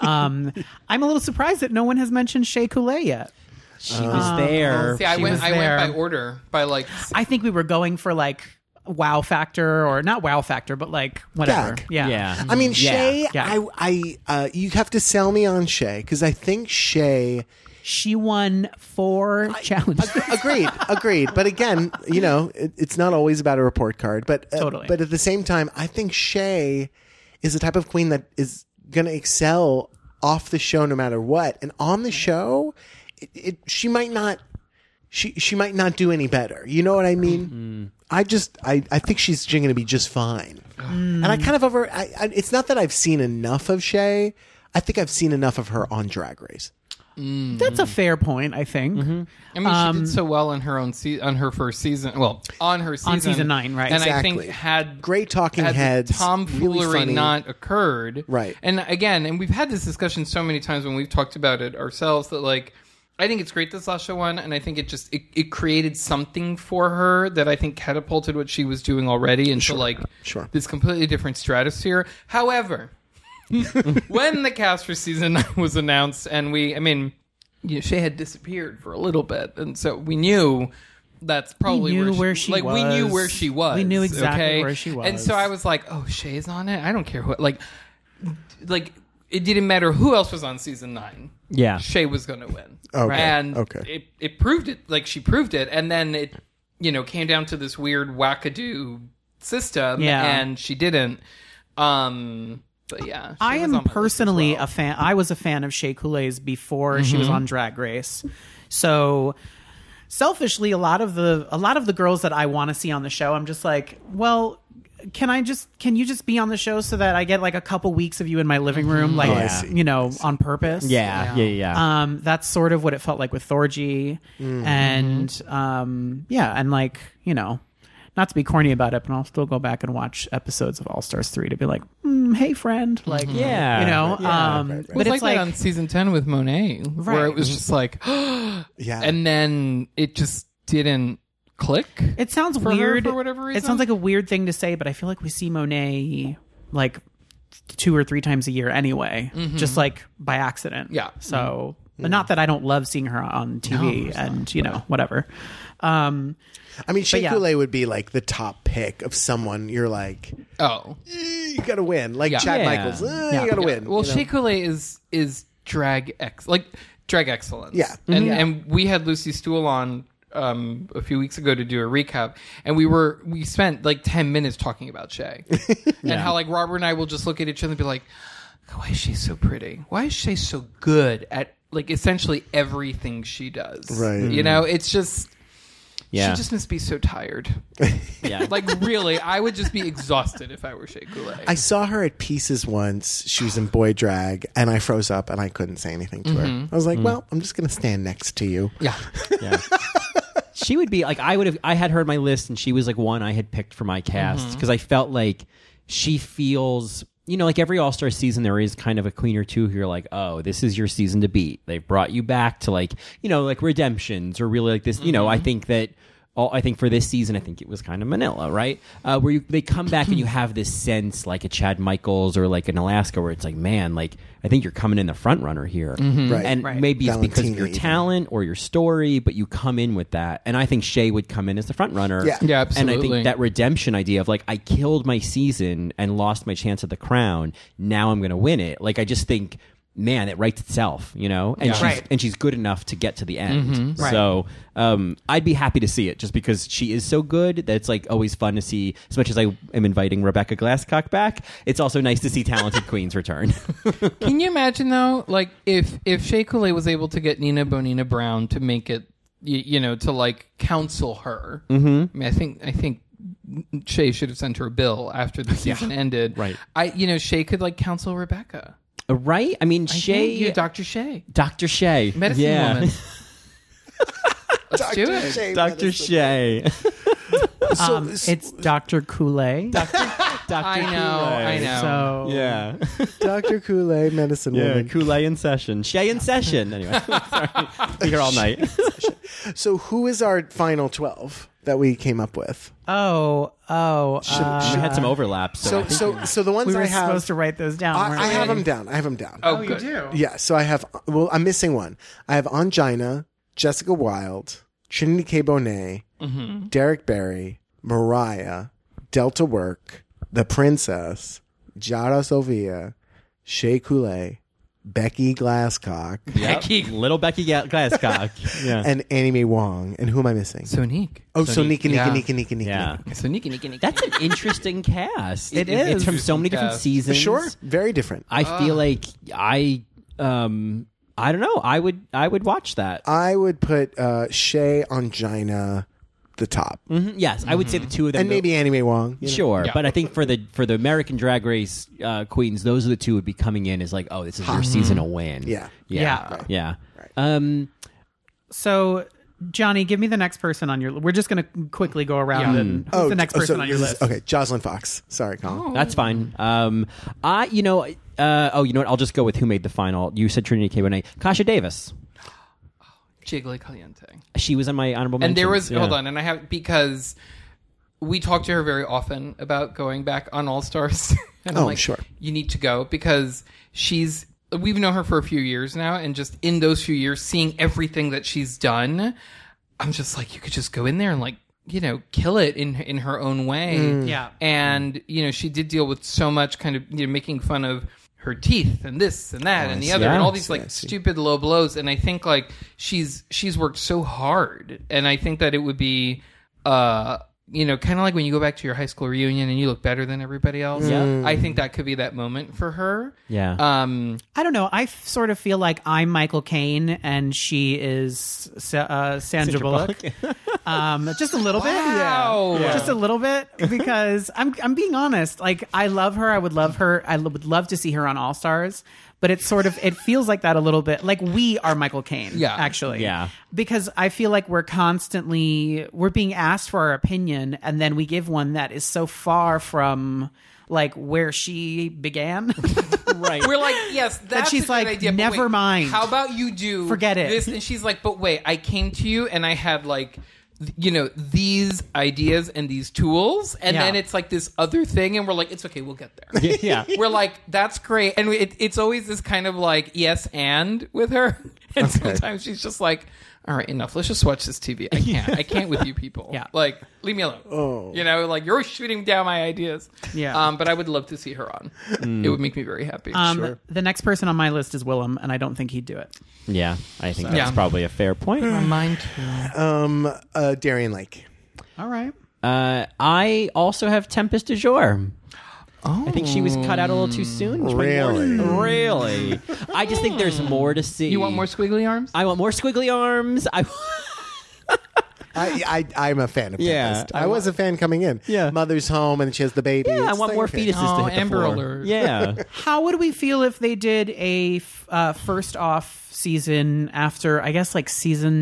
S2: um, I'm a little surprised that no one has mentioned Shea Coulee yet.
S4: she was there.
S1: uh, See, I
S2: She was
S1: went I
S2: there.
S1: went by order by like
S2: I think we were going for like wow factor or not wow factor, but like whatever.
S3: Gag.
S2: Yeah.
S4: yeah.
S3: I mean,
S4: Yeah.
S3: Shay.
S2: Yeah.
S3: I, I, uh, you have to sell me on Shay because I think Shay.
S2: She won four challenges.
S3: agreed, agreed. But again, you know, it, it's not always about a report card. But uh,
S2: Totally.
S3: But at the same time, I think Shay is the type of queen that is going to excel off the show no matter what, and on the show, it, it she might not. She she might not do any better. You know what I mean?
S1: Mm.
S3: I just I, I think she's going to be just fine.
S1: Mm.
S3: And I kind of over. I, I, it's not that I've seen enough of Shay. I think I've seen enough of her on Drag Race.
S2: That's a fair point, I think.
S1: I mean, she did so well in her own se- on her first season. Well, on her season,
S2: season nine, right.
S1: And I
S3: Exactly.
S1: think had
S3: Great talking
S1: had the
S3: heads,
S1: tomfoolery
S3: really funny.
S1: not occurred,
S3: Right.
S1: And again, and we've had this discussion so many times when we've talked about it ourselves that like I think it's great that Sasha won, and I think it just it, it created something for her that I think catapulted what she was doing already into like
S3: sure.
S1: this completely different stratosphere. However, when the cast for season nine was announced, and we, I mean, you know, Shay had disappeared for a little bit, and so we knew that's probably
S2: knew
S1: where,
S2: where she
S1: like we knew
S2: was.
S1: where she was.
S2: We knew exactly
S1: okay?
S2: where she
S1: and so
S2: was.
S1: I was like, oh, Shay's on it. I don't care who, like, like it didn't matter who else was on season nine.
S4: Yeah.
S1: Shay was going to win.
S3: Okay,
S1: And
S3: okay.
S1: it it proved it. Like she proved it, and then it you know came down to this weird wackadoo system,
S2: Yeah.
S1: and she didn't. Um, but yeah, she
S2: I
S1: was on my
S2: am
S1: list as
S2: personally
S1: well. Mm-hmm.
S2: a fan. I was a fan of Shea Coulee's before she was on Drag Race, so selfishly, a lot of the a lot of the girls that I want to see on the show, I'm just like, well, can I just can you just be on the show so that I get like a couple weeks of you in my living
S1: Mm-hmm.
S2: room,
S1: Oh,
S2: like
S4: I see.
S2: you know, on purpose?
S4: Yeah, yeah, yeah.
S2: Um, that's sort of what it felt like with Thorgy,
S1: Mm-hmm.
S2: and um, yeah, and like you know, not to be corny about it, but I'll still go back and watch episodes of All Stars three to be like, mm, hey friend, like
S1: Mm-hmm.
S4: Uh, Yeah.
S2: you know,
S1: uh,
S3: Yeah,
S2: um,
S3: right, right, right.
S2: but
S1: It was
S2: it's
S1: like,
S2: like,
S1: that on season ten with Monet, where it
S2: Right.
S1: was just like,
S3: Yeah.
S1: and then it just didn't click.
S2: it sounds
S1: her,
S2: weird
S1: for whatever
S2: It
S1: reason?
S2: sounds like a weird thing to say, but I feel like we see Monet like two or three times a year anyway, just like by accident.
S1: Mm-hmm. Yeah.
S2: so.
S3: Mm-hmm.
S2: But not that I don't love seeing her on TV and, you know, whatever. Um,
S3: I mean, Shea
S2: yeah.
S3: Coulee would be like the top pick of someone. You're like,
S1: oh,
S3: eh, you got to win. Like
S1: Yeah.
S3: Chad
S4: Yeah.
S3: Michaels, eh, you got to win.
S1: Well,
S3: you know?
S1: Shea Coulee is is drag ex like drag excellence.
S3: Yeah. Mm-hmm.
S1: and and we had Lucy Stuhl on um, a few weeks ago to do a recap, and we were we spent like ten minutes talking about Shay and how like Robert and I will just look at each other and be like, "God, why is she so pretty? Why is Shay so good at like essentially everything she does?
S3: Right.
S1: You know, it's just.
S4: Yeah.
S1: She just must be so tired.
S4: yeah.
S1: Like really, I would just be exhausted if I were Shea Coulee.
S3: I saw her at Pieces once. She was in boy drag, and I froze up and I couldn't say anything to her. I was like, well, I'm just going to stand next to you.
S1: yeah.
S4: Yeah. she would be like I would have I had her on my list and she was like one I had picked for my cast because I felt like she feels you know like every All-Star season there is kind of a queen or two who you're like oh this is your season to beat. They've brought you back to like you know like redemptions or really like this you know I think that all, I think for this season, I think it was kind of Manila, right? Uh, where you, they come back and you have this sense, like a Chad Michaels or like an Alaska, where it's like, man, like I think you're coming in the front runner here,
S3: Right.
S4: and
S3: Right.
S4: maybe it's because of
S3: Valentina
S4: your
S3: even.
S4: talent or your story, but you come in with that. And I think Shay would come in as the front runner.
S3: Yeah.
S1: Yeah,
S4: And I
S1: absolutely.
S4: think that redemption idea of like I killed my season and lost my chance at the crown. Now I'm going to win it. Like I just think, man, it writes itself, you know. And she's
S2: Right.
S4: and she's good enough to get to the end.
S1: Mm-hmm.
S4: So um, I'd be happy to see it just because she is so good that it's like always fun to see. As much as I am inviting Rebecca Glasscock back, it's also nice to see talented queens return.
S1: Can you imagine though, like if if Shea Coulee was able to get Nina Bonina Brown to make it, you, you know, to like counsel her? Mm-hmm. I mean, I think I think Shay should have sent her a bill after the season ended.
S4: Right.
S1: I, you know, Shay could like counsel Rebecca.
S4: right? I mean, Shay.
S1: you, Doctor Shay,
S4: Dr. Shay.
S1: medicine
S4: yeah.
S1: woman. Let's do it.
S3: Shea
S4: Dr.
S3: Madison.
S4: Shay.
S2: um, it's Dr. Kool-Aid.
S4: Dr.
S1: I know, I know.
S2: So
S4: Yeah.
S3: Dr. Kool-Aid, medicine
S4: Yeah.
S3: woman.
S4: Kool-Aid in session. Shay in session. Anyway. Sorry. Be here all night.
S3: So who is our final 12 that we came up with?
S2: Oh, oh. uh,
S4: we had some overlaps. So, I
S3: So
S4: think-
S3: so so the ones
S2: we were
S3: I have
S2: supposed to write those down. weren't
S3: I, I
S2: we?
S3: have them down. I have them down.
S1: Oh, good.
S3: Yeah, so I have well I'm missing one. I have Angina, Jessica Wilde, Trinity K Bonet, Derek Barry, Mariah, Delta Work, The Princess, Jara Sofia, Shea Coulee, Becky Glasscock,
S4: Yep.
S1: Becky.
S4: Little Becky Ga- Glasscock. yeah.
S3: and Annie Mae Wong. And who am I missing?
S1: Sonique.
S3: Oh, so Nika, Nika,
S1: Yeah.
S3: Nika, Nika, Nika.
S4: yeah.
S1: Sonique. Nicky, Nicky.
S4: That's an interesting cast.
S2: It
S4: It's
S2: is.
S4: from so many different
S1: Cast.
S4: seasons.
S3: Sure, very different.
S4: I feel like I um I don't know. I would I would watch that.
S3: I would put uh, Shay Angina the top,
S4: Mhm. Yes, I would say the two of them
S3: and
S4: go-
S3: maybe Annie Mae Wong. you know?
S4: Sure, but I think for the for the American Drag Race uh, queens, those are the two would be coming in as like, oh, this is your season to win.
S3: Yeah.
S4: yeah,
S2: Yeah.
S4: yeah. Um,
S2: So, Johnny, give me the next person on your. We're just going to quickly go around and who's the next
S3: oh,
S2: person
S3: so
S2: on your
S3: this is-
S2: list? Oh.
S3: okay, Jocelyn Fox. Sorry,
S1: Oh.
S3: Colin.
S4: that's fine. Um, I, you know, uh, oh, you know what? I'll just go with who made the final. You said Trinity K. Bonet, Kasha Davis.
S1: Jiggly Caliente.
S4: She was on my honorable mention.
S1: And there was
S4: yeah.
S1: hold on, and I have because we talked to her very often about going back on All Stars. and
S3: Oh, sure.
S1: You need to go because she's we've known her for a few years now, and just in those few years, seeing everything that she's done, I'm just like, you could just go in there and like you know kill it in in her own way.
S3: Mm.
S2: Yeah.
S1: and you know she did deal with so much kind of you know making fun of her teeth and this and
S3: Oh,
S1: that and the other and all these like stupid low blows and i think like she's she's worked so hard and i think that it would be uh you know kind of like when you go back to your high school reunion and you look better than everybody else yeah i think that could be that moment for her
S4: Yeah.
S1: um
S2: I don't know. I f- sort of feel like I'm Michael Caine and she is Sa- uh, Sandra, Bullock. um, just a little
S1: Wow.
S2: bit,
S1: Yeah.
S2: Just a little bit because I'm I'm being honest. Like I love her. I would love her. I l- would love to see her on All Stars. But it's sort of it feels like that a little bit. Like we are Michael Caine.
S1: Yeah.
S2: actually.
S4: Yeah.
S2: Because I feel like we're constantly we're being asked for our opinion and then we give one that is so far from like where she began.
S4: right.
S1: we're like, yes, that's
S2: she's
S1: a good
S2: like,
S1: idea, but
S2: never
S1: wait,
S2: mind.
S1: How about you do
S2: Forget it.
S1: This and she's like, but wait, I came to you and I had like, th- you know, these ideas and these tools, and
S2: Yeah.
S1: then it's like this other thing, and we're like, it's okay, we'll get there.
S4: yeah.
S1: We're like, that's great, and we- it, it's always this kind of like yes and with her, and sometimes she's just like, all right, enough, let's just watch this TV. I can't, I can't with you people.
S2: Yeah.
S1: like leave me alone. Oh, you know, like you're shooting down my ideas.
S2: Yeah.
S1: um, but I would love to see her on. It would make me very happy.
S2: Um, The next person on my list is Willem, and I don't think he'd do it.
S4: Yeah. I think that's
S1: Yeah.
S4: probably a fair point.
S1: Mine too.
S3: Um, uh, Darian Lake.
S2: All right.
S4: Uh, I also have Tempest du Jour. I think she was cut out a
S1: Oh,
S4: little too soon. which might be more- really. I just think there's more to see.
S1: Hmm. You want more squiggly arms?
S4: I want more squiggly arms. I.
S3: I, I I'm a fan of
S4: Yeah,
S3: Tempest.
S4: I
S3: I, was a fan coming in.
S4: Yeah.
S3: mother's home and she has the baby.
S4: Yeah, I
S3: It's
S4: want
S3: like,
S4: more
S3: okay.
S4: fetuses to hit the
S1: Oh, Amber
S4: floor.
S1: Alert.
S4: Yeah,
S2: How would we feel if they did a f- uh, first off season after, I guess, like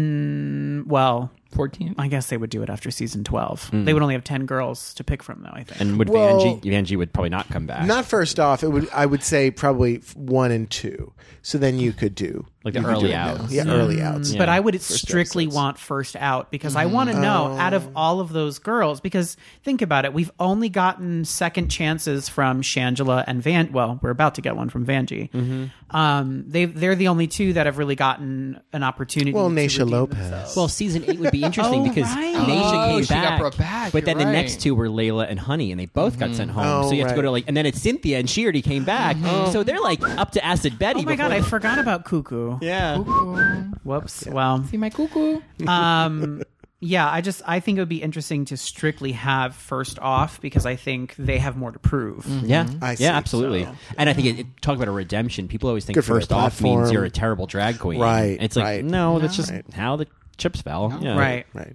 S2: season, well,
S1: 14.
S2: I guess they would do it after season 12. They would only have 10 girls to pick from, though, I think.
S4: and would
S3: Well-
S4: Vanjie? Vanjie would probably not come back.
S3: Not first off, it would I would say probably f- one and two. So then you could do
S4: Like Mm. the
S3: you could
S4: early
S3: do it now.
S4: outs.
S3: Yeah, early outs.
S2: But I would strictly
S3: episodes.
S2: want first out because I want to
S4: Mm-hmm.
S2: know out
S4: Oh.
S2: of all of those girls. Because think about it, we've only gotten second chances from Shangela and Van. Well, we're about to get one from Vanjie.
S4: Mm-hmm.
S2: Um, they they're the only two that have really gotten an opportunity.
S3: Well,
S2: to
S3: Nasha
S2: redeem
S3: Lopez.
S4: Well, season eight would be interesting
S2: Oh,
S4: because
S2: right.
S4: Nasia
S1: Oh,
S4: came
S1: she got
S4: back,
S1: brought back,
S4: but then
S1: you're
S4: the
S1: right.
S4: next two were Layla and Honey, and they both got sent home.
S3: Oh,
S4: so you have to go
S3: right.
S4: to like, and then it's Cynthia, and she already came back. So they're like up to Acid Betty.
S2: Oh my
S4: before
S2: god, I
S4: they-
S2: forgot about Cuckoo.
S4: yeah.
S2: Whoops. Well,
S1: See my cuckoo.
S2: um, yeah, I just I think it would be interesting to strictly have first off because I think they have more to prove.
S4: Yeah,
S3: Mm-hmm. I see.
S4: yeah, absolutely. And I think it, it, talk about a redemption. People always think
S3: Good for
S4: first
S3: the
S4: off means
S3: platform.
S4: you're a terrible drag queen,
S3: Right,
S4: It's like
S3: right.
S4: no, that's just
S3: Right.
S4: how the chips fell. Yeah.
S2: Right.
S3: Right.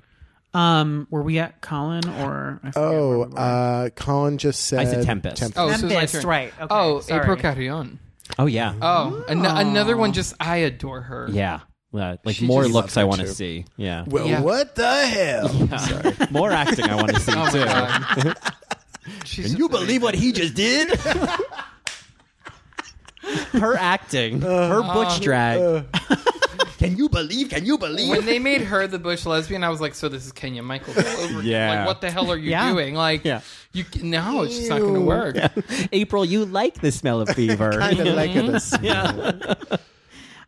S2: Um, were we at Colin or I forget
S3: Oh,
S2: where we were.
S3: uh, Colin just said
S4: said Tempest.
S1: Oh, so it's my
S2: Tempest,
S1: turn.
S2: right, okay,
S1: oh,
S2: sorry.
S1: April Carrion.
S4: Oh yeah.
S1: Oh, an- another one just, I adore her.
S4: yeah. Uh, like
S1: She
S4: more
S1: just-
S4: looks I
S3: her
S4: want to
S3: too.
S4: see. Yeah.
S3: Well,
S1: Yeah.
S3: what the hell?
S4: more acting I want to see
S1: Oh, my
S4: too.
S1: God. She's
S4: Can
S1: just
S4: you believe what he just did? her acting, her butch drag. Uh, can you believe? Can you believe?
S1: When they made her the Bush lesbian, I was like, so this is Kenya Michael. all over again.
S4: Yeah.
S1: Like, what the hell are you
S2: Yeah.
S1: doing? Like,
S4: Yeah.
S1: you no, it's just not going to work.
S4: April, you like the smell of fever.
S3: kind of like this.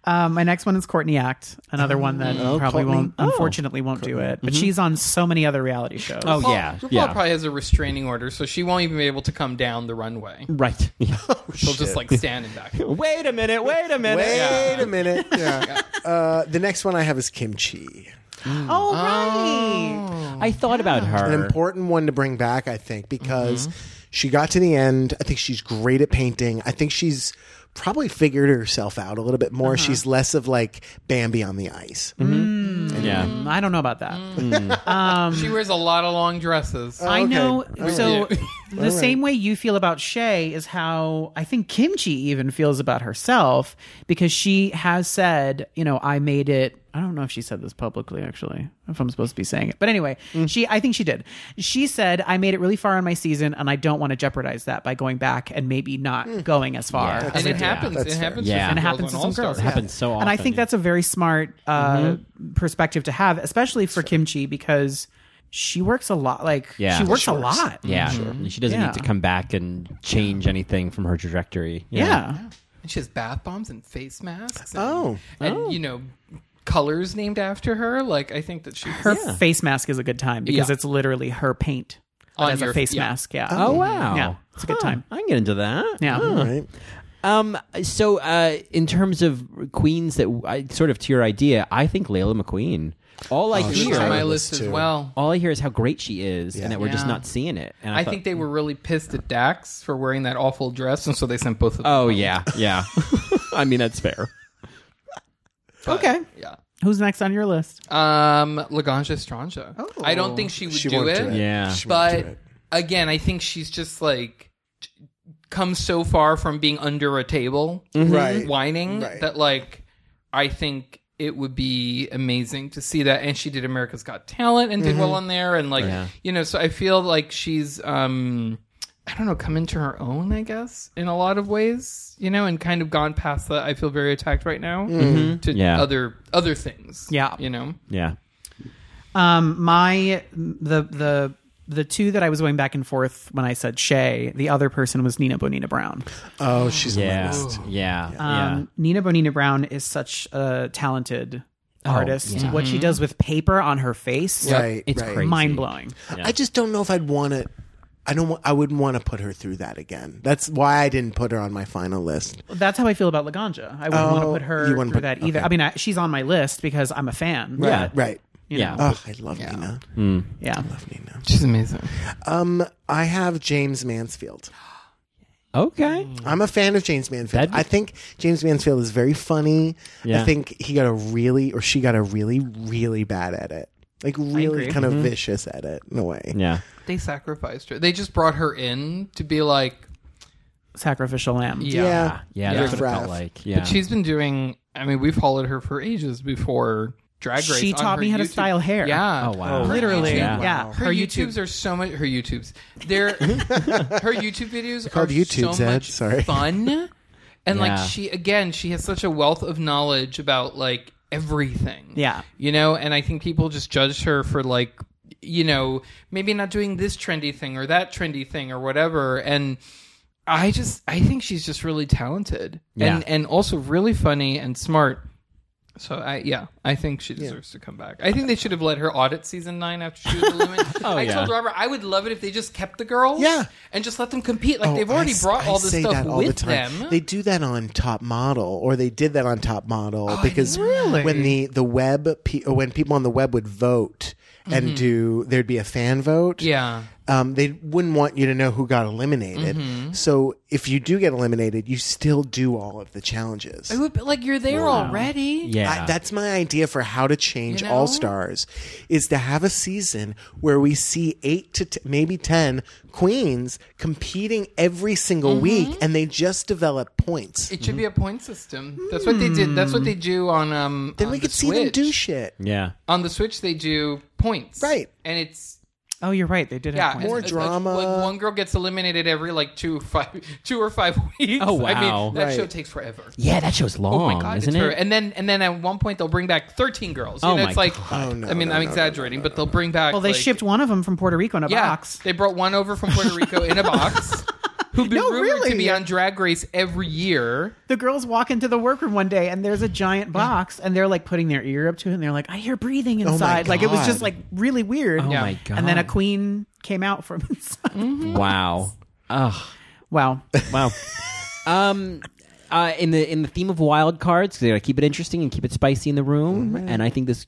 S2: Um, my next one is Courtney Act, another one that
S1: Oh,
S2: probably
S3: Courtney.
S2: won't, unfortunately, won't do it.
S1: Mm-hmm.
S2: But she's on so many other reality shows.
S4: Oh
S1: Paul-
S4: yeah,
S1: RuPaul
S4: yeah.
S1: probably has a restraining order, so she won't even be able to come down the runway.
S4: Right.
S1: She'll just like stand in back.
S4: wait a minute. Wait a minute.
S3: Wait a minute. Yeah. Uh, the next one I have is kimchi.
S2: Oh, right.
S1: Oh.
S4: I thought about her.
S3: An important one to bring back, I think, because she got to the end. I think she's great at painting. I think she's probably figured herself out a little bit more. She's less of like Bambi on the ice.
S4: Mm-hmm. yeah.
S2: Mm, I don't know about that.
S1: She wears a lot of long dresses.
S2: I
S3: Okay.
S2: know.
S3: All
S2: So
S1: Yeah.
S2: the same way you feel about Shay is how I think Kimchi even feels about herself because she has said, you know, I made it. I don't know if she said this publicly, actually, if I'm supposed to be saying it. But anyway, she, I think she did. She said, I made it really far on my season, and I don't want to jeopardize that by going back and maybe not going as far. as
S1: and
S2: I
S1: it
S2: did.
S1: happens.
S3: That's
S1: it
S3: fair.
S1: happens.
S4: Yeah.
S2: And
S4: And
S2: it
S1: for
S2: happens to
S1: girls
S2: some
S1: on
S2: girls.
S1: All-Stars.
S4: It happens so
S2: And I
S4: often,
S2: think
S4: yeah.
S2: that's a very smart uh, perspective to have, especially for Kimchi, because she works a lot. Like,
S4: Yeah.
S2: she works
S4: She
S2: a lot.
S4: Mm-hmm. Yeah, she doesn't
S2: Yeah.
S4: need to come back and change anything from her trajectory. you know?
S2: Yeah.
S1: And she has bath bombs and face masks. And,
S3: Oh.
S1: and you know, colors named after her. Like I think that she's
S2: Her face mask is a good time because
S1: Yeah.
S2: it's literally her paint
S1: On
S2: as a
S1: your-
S2: face
S1: yeah.
S2: mask. Yeah.
S4: Oh wow.
S2: Yeah, it's a good
S4: Huh,
S2: time.
S4: I can get into that.
S2: Yeah.
S4: Huh.
S3: All right.
S4: Um. So, uh, in terms of queens that I, sort of to your idea, I think Layla McQueen. All
S2: Oh,
S4: I
S1: she's
S4: hear,
S3: sure.
S1: on my
S3: Sure.
S1: list as
S3: Too.
S1: well.
S4: all I hear is how great she is, and that we're just
S1: Yeah.
S4: not seeing it. And
S1: I
S4: thought-
S1: think they were really pissed at Dax for wearing that awful dress, and so they sent both of them.
S4: Oh
S1: home.
S4: yeah, yeah. I mean, that's fair.
S1: But,
S2: Okay.
S1: Yeah.
S2: Who's next on your list?
S1: Um, Laganja Stranja. I don't think she would
S3: Oh. She
S1: do
S3: won't
S1: it.
S3: do it.
S4: Yeah.
S3: She won't do
S1: But
S3: it.
S1: again, I think she's just like t- come so far from being under a table
S3: Mm-hmm. Right.
S1: whining
S3: Right.
S1: that like I think it would be amazing to see that and she did America's Got Talent and did
S3: Mm-hmm.
S1: well on there and like you know so I feel like she's um I don't know come into her own I guess in a lot of ways you know and kind of gone past that I feel very attacked right now
S3: Mm-hmm.
S1: to
S4: Yeah.
S1: other other things
S2: Yeah.
S1: you know
S4: Yeah.
S2: Um, my the the the two that I was going back and forth when I said Shay, the other person was Nina Bonina Brown.
S3: Oh, she's
S4: Yeah.
S3: on my list.
S4: Yeah. Yeah.
S2: Um, Nina Bonina Brown is such a talented artist.
S4: yeah.
S2: What she does with paper on her face,
S3: Right.
S4: It's
S3: right.
S4: crazy.
S2: mind blowing.
S3: I just don't know if I'd want to. I don't. wa- I wouldn't want to put her through that again. That's why I didn't put her on my final list.
S2: That's how I feel about Laganja. I wouldn't want to
S3: Oh,
S2: put her
S3: you
S2: through
S3: wouldn't put-
S2: that either.
S3: okay.
S2: I mean, I, she's on my list because I'm a fan.
S4: Yeah.
S3: Right.
S2: You
S4: Yeah.
S2: know?
S3: Oh, I love Nina.
S4: Mm.
S2: yeah.
S3: Love Nina.
S1: she's amazing
S3: Um, I have James Mansfield.
S4: Okay.
S3: I'm a fan of James Mansfield.
S4: That'd be-
S3: I think James Mansfield is very funny.
S4: Yeah.
S3: I think he got a really, or she got a really, really bad at it. Like really
S2: agree.
S3: kind of
S4: Mm-hmm.
S3: vicious at it in a way.
S4: Yeah.
S1: they sacrificed her they just brought her in to be like
S2: Sacrificial lamb.
S1: yeah.
S3: Yeah.
S4: Ah, Yeah.
S1: Yeah.
S4: That's what it
S3: Riff-raff.
S4: felt like. Yeah.
S1: But she's been doing. I mean, we've followed her for ages before Drag Race.
S2: She
S1: on
S2: taught
S1: her
S2: me how to
S1: YouTube.
S2: style hair.
S1: Yeah.
S4: Oh wow.
S2: Literally.
S4: Yeah.
S2: Yeah.
S1: Wow. Her, YouTubes are so much. Her YouTubes. They're her YouTube videos are
S3: called YouTubes,
S1: so
S3: Ed.
S1: much
S3: Sorry.
S1: fun. And like
S4: Yeah.
S1: she again, she has such a wealth of knowledge about like everything.
S2: Yeah.
S1: You know, and I think people just judged her for like you know, maybe not doing this trendy thing or that trendy thing or whatever. And I just I think she's just really talented.
S4: Yeah.
S1: And and also really funny and smart. So I yeah, I think she deserves to come back. I think they should have let her audit season nine after she was eliminated. I
S4: yeah.
S1: told Robert I would love it if they just kept the girls
S3: Oh, Yeah.
S1: and just let them compete. Like
S3: Oh,
S1: they've already
S3: I s-
S1: brought
S3: I
S1: all this
S3: say
S1: stuff
S3: that all
S1: with
S3: the time.
S1: them.
S3: They do that on Top Model, or they did that on Top Model because
S1: Oh, really?
S3: when the the web pe- or when people on the web would vote and do there'd be a fan vote.
S1: Mm-hmm. yeah.
S3: Um, they wouldn't want you to know who got eliminated.
S1: Mm-hmm.
S3: So if you do get eliminated, you still do all of the challenges.
S1: It would be like you're there already.
S4: Yeah.
S3: I, that's my idea for how to change
S1: You know?
S3: All Stars is to have a season where we see eight to t- maybe 10 queens competing every single week and they just develop points.
S1: It should be a point system. That's what they did. That's what they do on um
S3: Hmm. then
S1: on
S3: we
S1: the
S3: could see them do
S1: Switch.
S3: shit.
S4: yeah.
S1: on the Switch they do points.
S3: Right.
S1: And it's
S2: Oh, you're right. They did have
S1: Yeah,
S2: points.
S3: More
S1: it's- it's
S3: drama.
S1: Like one girl gets eliminated every like two five two or five weeks.
S4: Oh,
S1: I
S4: wow.
S1: mean, that
S3: Right.
S1: show takes forever.
S4: Yeah. That show's long,
S1: Oh my god,
S4: isn't
S1: it's
S4: it?
S1: forever. And then and then at one point they'll bring back thirteen girls. You
S4: Oh
S1: know,
S4: my
S1: it's like
S3: Oh, no,
S1: I mean
S3: no,
S1: I'm
S3: no, no,
S1: exaggerating, but they'll bring back
S2: Well, they
S1: like-
S2: shipped one of them from Puerto Rico in a
S1: Yeah.
S2: box.
S1: They brought one over from Puerto Rico in a box. Who'd be
S2: No,
S1: rumored to
S2: really.
S1: be on Drag Race every year.
S2: The girls walk into the workroom one day and there's a giant box and they're like putting their ear up to it and they're like, I hear breathing inside. like it was just
S3: God.
S2: like really weird.
S4: Oh
S1: Yeah.
S4: my god.
S2: And then a queen came out from inside.
S1: Mm-hmm.
S4: Wow. Ugh.
S2: Wow.
S4: Wow. um, uh, in the in the theme of wild cards, they gotta keep it interesting and keep it spicy in the room. And I think this,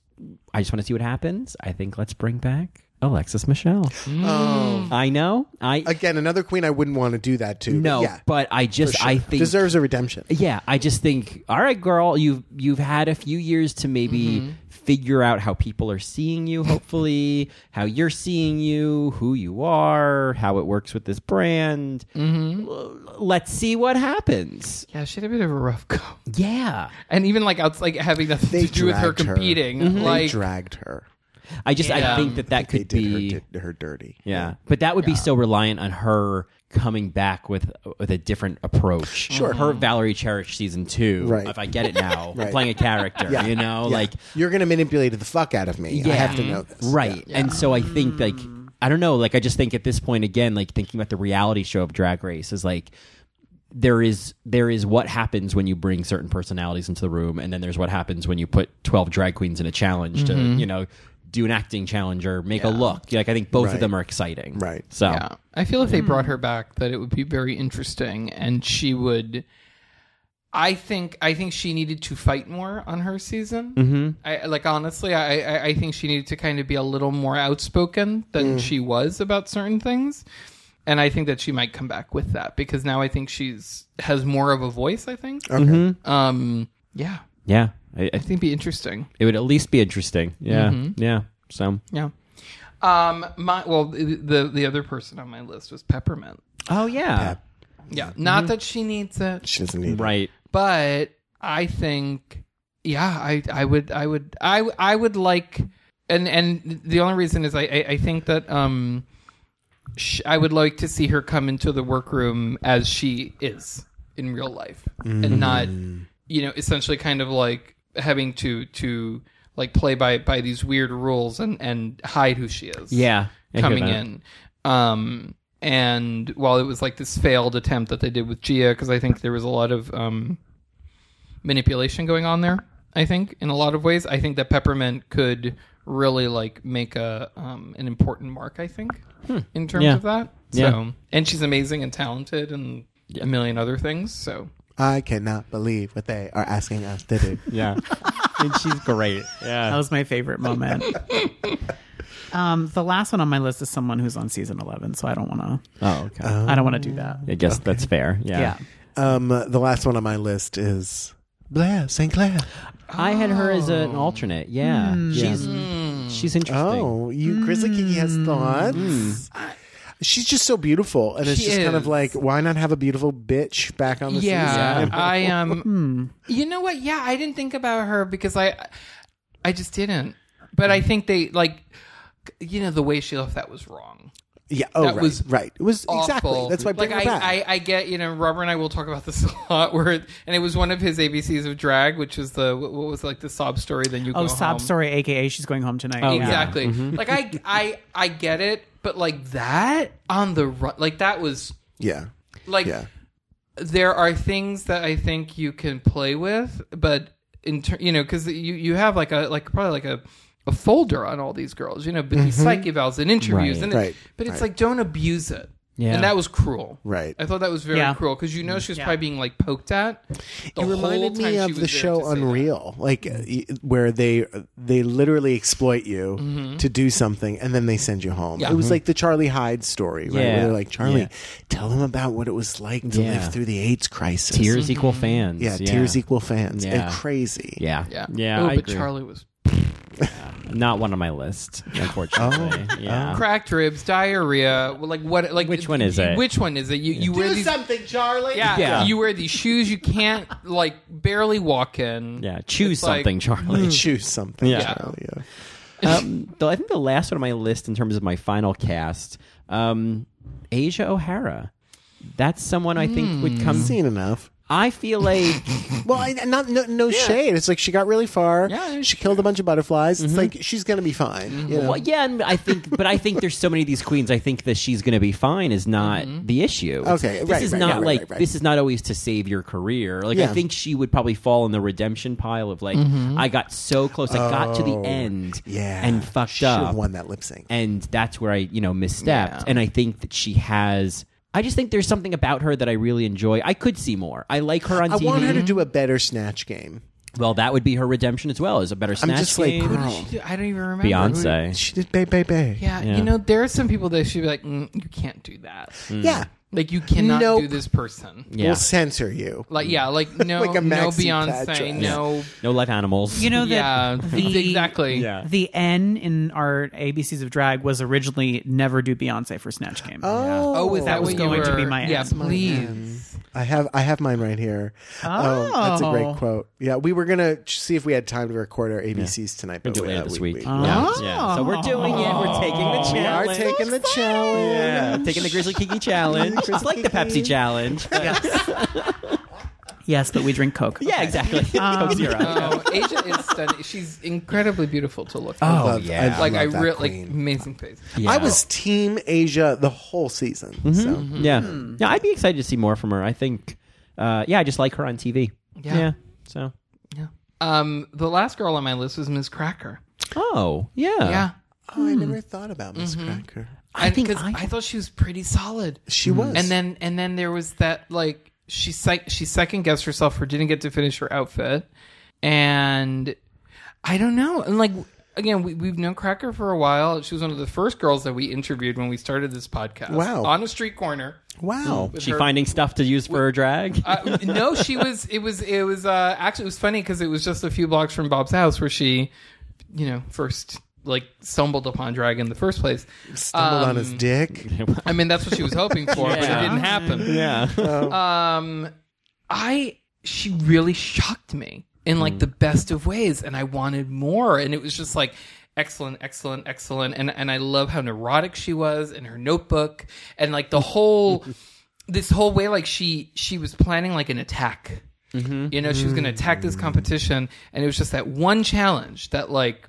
S4: I just want to see what happens. I think let's bring back Alexis Michelle. I know. I
S3: Again, another queen I wouldn't want to do that to.
S4: no,
S3: but yeah,
S4: but I just I
S3: sure.
S4: think
S3: deserves a redemption.
S4: yeah, I just think all right, girl, you've you've had a few years to maybe figure out how people are seeing you, hopefully, how you're seeing you, who you are, how it works with this brand. L- let's see what happens.
S1: Yeah, she had a bit of a rough go.
S4: Yeah.
S1: And even like outs like having nothing
S3: They
S1: to do with her
S3: dragged
S1: competing.
S3: They
S1: Like
S3: dragged her.
S4: I just
S1: Yeah.
S4: I think that that
S3: They
S4: could
S3: did
S4: be
S3: her, di- her dirty.
S4: yeah, but that would be so reliant on her coming back with with a different approach. Sure, her Valerie Cherish season two.
S3: Right.
S4: If I get it now,
S3: Right.
S4: playing a character. You know,
S3: Yeah.
S4: like
S3: you're going to manipulate the fuck out of me. I
S4: Yeah.
S3: have to know this.
S4: Right. And so I think like I don't know, like I just think at this point again, like thinking about the reality show of drag race is like there is there is what happens when you bring certain personalities into the room and then there's what happens when you put 12 drag queens in a challenge to, you know, do an acting challenge or make a look. Like I think both
S3: Right.
S4: of them are exciting.
S3: Right.
S4: So
S1: yeah. I feel if they brought her back that it would be very interesting and she would I think I think she needed to fight more on her season. Mm-hmm. I like honestly, I, I I think she needed to kind of be a little more outspoken than she was about certain things, and I think that she might come back with that because now I think she's has more of a voice. I think. Okay. Um. Yeah.
S4: yeah. I, I
S1: I think it'd be interesting.
S4: it would at least be interesting. Yeah. Yeah. So
S1: Yeah. Um. My well, the the other person on my list was peppermint.
S4: Oh yeah.
S1: Yeah. Not that she needs it.
S3: She doesn't need it.
S4: Right.
S1: but I think yeah, I I would I would I I would like and and the only reason is I I, I think that um sh- I would like to see her come into the workroom as she is in real life and not you know essentially kind of like having to to like play by by these weird rules and and hide who she is
S4: Yeah. I hear
S1: coming
S4: that.
S1: in. Um, and while it was like this failed attempt that they did with Gia, because I think there was a lot of um, manipulation going on there. I think in a lot of ways, I think that Peppermint could really like make a um, an important mark. I think in terms
S4: Hmm. Yeah.
S1: of that.
S4: Yeah.
S1: So, and she's amazing and talented and a million other things. So
S3: I cannot believe what they are asking us to do.
S4: Yeah. and she's great. Yeah.
S2: That was my favorite moment. um, the last one on my list is someone who's on season eleven, so I don't want to.
S4: Oh, okay.
S2: I don't want to do that.
S4: I guess that's fair. Yeah.
S2: Yeah.
S3: Um, the last one on my list is Blair St. Clair.
S4: I had her as an alternate. Yeah. She's
S1: Hmm.
S4: she's interesting.
S3: Hmm. Oh, you Grizzly Kiki has
S1: Mm.
S3: thoughts. She's just so beautiful, and it's
S1: She
S3: just kind
S1: is.
S3: of like, why not have a beautiful bitch back on the
S1: yeah,
S3: season?
S1: I
S3: Hmm.
S1: Um, you know what? Yeah, I didn't think about her because I, I just didn't. But I think they like, you know, the way she left that was wrong.
S3: yeah. Oh,
S1: That
S3: right,
S1: was
S3: right. It was exactly.
S1: awful.
S3: That's why I bring
S1: like,
S3: her back.
S1: I, I, I get, you know, Robert and I will talk about this a lot. Where it- and it was one of his ABCs of drag, which was the what what was like the sob story. Then you
S2: Oh,
S1: go
S2: sob
S1: home.
S2: story, aka she's going home tonight.
S4: Oh,
S2: Yeah.
S1: Exactly. Like I, I, I get it, but like that on the run, like that was
S3: yeah,
S1: like
S3: yeah.
S1: there are things that I think you can play with, but in ter- you know, because you you have like a like probably like a. A folder on all these girls, you know, but these psych evals and interviews,
S4: Right.
S1: and it-
S3: Mm-hmm. Right.
S1: but it's like don't abuse it.
S4: Yeah.
S1: and that was cruel.
S3: Right.
S1: I thought that was very
S2: Yeah.
S1: cruel because you know she was probably being like poked at. The
S3: It reminded
S1: whole time
S3: me
S1: she
S3: of
S1: was
S3: the
S1: there
S3: show
S1: to say that. Mm-hmm.
S3: Unreal, like uh, y- where they they literally exploit you to do something, and then they send you home.
S1: Mm-hmm. Yeah.
S3: It was like the Charlie Hyde story, right?
S4: Yeah.
S3: Where they're like, Charlie,
S4: Yeah.
S3: tell them about what it was like to
S4: Yeah.
S3: live through the AIDS crisis.
S4: Tears equal
S1: Hmm.
S4: fans.
S3: yeah, tears equal fans.
S4: Yeah.
S3: And crazy.
S4: Yeah.
S1: Yeah,
S4: Yeah.
S1: Oh,
S4: I
S1: but
S4: agree.
S1: Charlie was
S4: Not one on my list, unfortunately.
S3: Oh.
S4: yeah.
S1: cracked ribs, diarrhea. well, Like what? Like
S4: Which one is
S1: you-
S4: it?
S1: Which one is it? You you wear these.
S3: something, Charlie.
S1: Yeah,
S4: Yeah.
S1: you wear these shoes you can't like barely walk in.
S4: Yeah. Choose
S1: It's like-
S4: something, Charlie.
S3: Choose something,
S4: Yeah.
S3: Charlie. Mm. Yeah.
S4: um, though I think the last one on my list in terms of my final cast, um, Asia O'Hara. That's someone I think would come.
S1: Hmm.
S3: Seen enough.
S4: I feel like
S3: Well, I, not no, no shade. It's like she got really far.
S1: Yeah, Mm-hmm.
S3: she killed a bunch of butterflies. It's like she's gonna be fine. Mm-hmm. you know?
S4: Well, yeah, and I think, but I think there's so many of these queens. I think that she's going to be fine is not the issue. It's-
S3: Okay,
S4: this
S3: right,
S4: is
S3: right,
S4: not
S3: right, right,
S4: like
S3: right, right.
S4: this is not always to save your career. Like
S3: Yeah.
S4: I think she would probably fall in the redemption pile of like I got so close, I got to the end,
S3: Oh, yeah.
S4: and fucked
S3: Should
S4: up,
S3: have won that lip sync.
S4: and that's where I you know misstepped.
S1: Yeah.
S4: And I think that she has. I just think there's something about her that I really enjoy. I could see more. I like her on
S3: I
S4: TV.
S3: want her to do a better snatch game.
S4: well, that would be her redemption as well. Is a better snatch
S3: I'm just like,
S4: game.
S3: girl,
S1: I don't even remember.
S4: Beyonce.
S3: she did bay bay bay.
S1: Yeah,
S4: Yeah.
S1: you know, there are some people that should be like, mm, you can't do that.
S3: Yeah.
S1: Like you cannot
S3: Nope.
S1: do this person.
S4: Hmm. Yeah.
S3: We'll censor you.
S1: Like yeah, like no,
S3: Like a
S1: no
S3: maxi
S1: Beyonce,
S3: pad dress.
S1: no.
S4: No live animals.
S2: You know that
S1: Yeah,
S2: the-
S1: exactly.
S4: Yeah.
S2: The N in our ABCs of Drag was originally never do Beyonce for Snatch Game.
S3: Oh,
S1: Oh, is that,
S2: That was
S1: what
S2: going
S1: you
S2: to
S1: were?
S2: be my
S1: yeah?
S2: answer.
S1: Please.
S3: I have I have mine right here. Um, that's a
S2: Oh.
S3: great quote. Yeah, we were gonna ch- see if we had time to record our ABCs tonight, but
S4: do it
S3: we-
S4: later
S3: uh,
S4: this
S3: we-
S4: week.
S3: we-
S4: Oh, Yeah. yeah. So we're doing it. We're taking the challenge.
S3: Ah. We are taking the challenge.
S4: Yeah, taking the Grizzly Kiki challenge. it's like the Pepsi challenge. but-
S2: Yes, but we drink Coke.
S4: yeah, exactly.
S3: Um,
S4: Coke Zero.
S1: Oh, Asia is stunning. She's incredibly beautiful to look.
S4: Oh,
S1: at.
S3: Love-
S4: yeah.
S1: like I
S3: love that
S1: really like
S3: queen.
S1: amazing face.
S4: Yeah. Mm-hmm.
S3: I was Team Asia the whole season. So
S4: Yeah. Yeah, I'd be excited to see more from her. I think. Uh, yeah, I just like her on TV.
S1: Yeah.
S4: So.
S1: Yeah. Um, the last girl on my list was Miss Cracker.
S4: Oh yeah.
S1: Yeah.
S3: oh,
S4: Hmm.
S3: I never thought about Miss
S4: Mm-hmm.
S3: Cracker.
S1: I
S4: think
S1: because I,
S4: I-
S1: thought she was pretty solid.
S4: Hmm.
S3: She was,
S1: And then and then there was that like she sec- she second guessed herself for didn't get to finish her outfit, and I don't know. And like again, we, we've known Cracker for a while. She was one of the first girls that we interviewed when we started this podcast.
S3: Wow.
S1: on a street corner.
S3: wow,
S4: She finding stuff to use for her drag.
S1: Uh, no, she was. It was. It was. Uh, actually, it was funny because it was just a few blocks from Bob's house where she, you know, first like stumbled upon drag in the first place.
S3: stumbled on his dick.
S1: I mean, that's what she was hoping for, but it
S4: Yeah.
S1: didn't happen.
S4: yeah.
S1: um i she really shocked me in like the best of ways and i wanted more and it was just like excellent excellent excellent and and i love how neurotic she was in her notebook and like the whole this whole way like she she was planning like an attack you know she was going to attack this competition and it was just that one challenge that like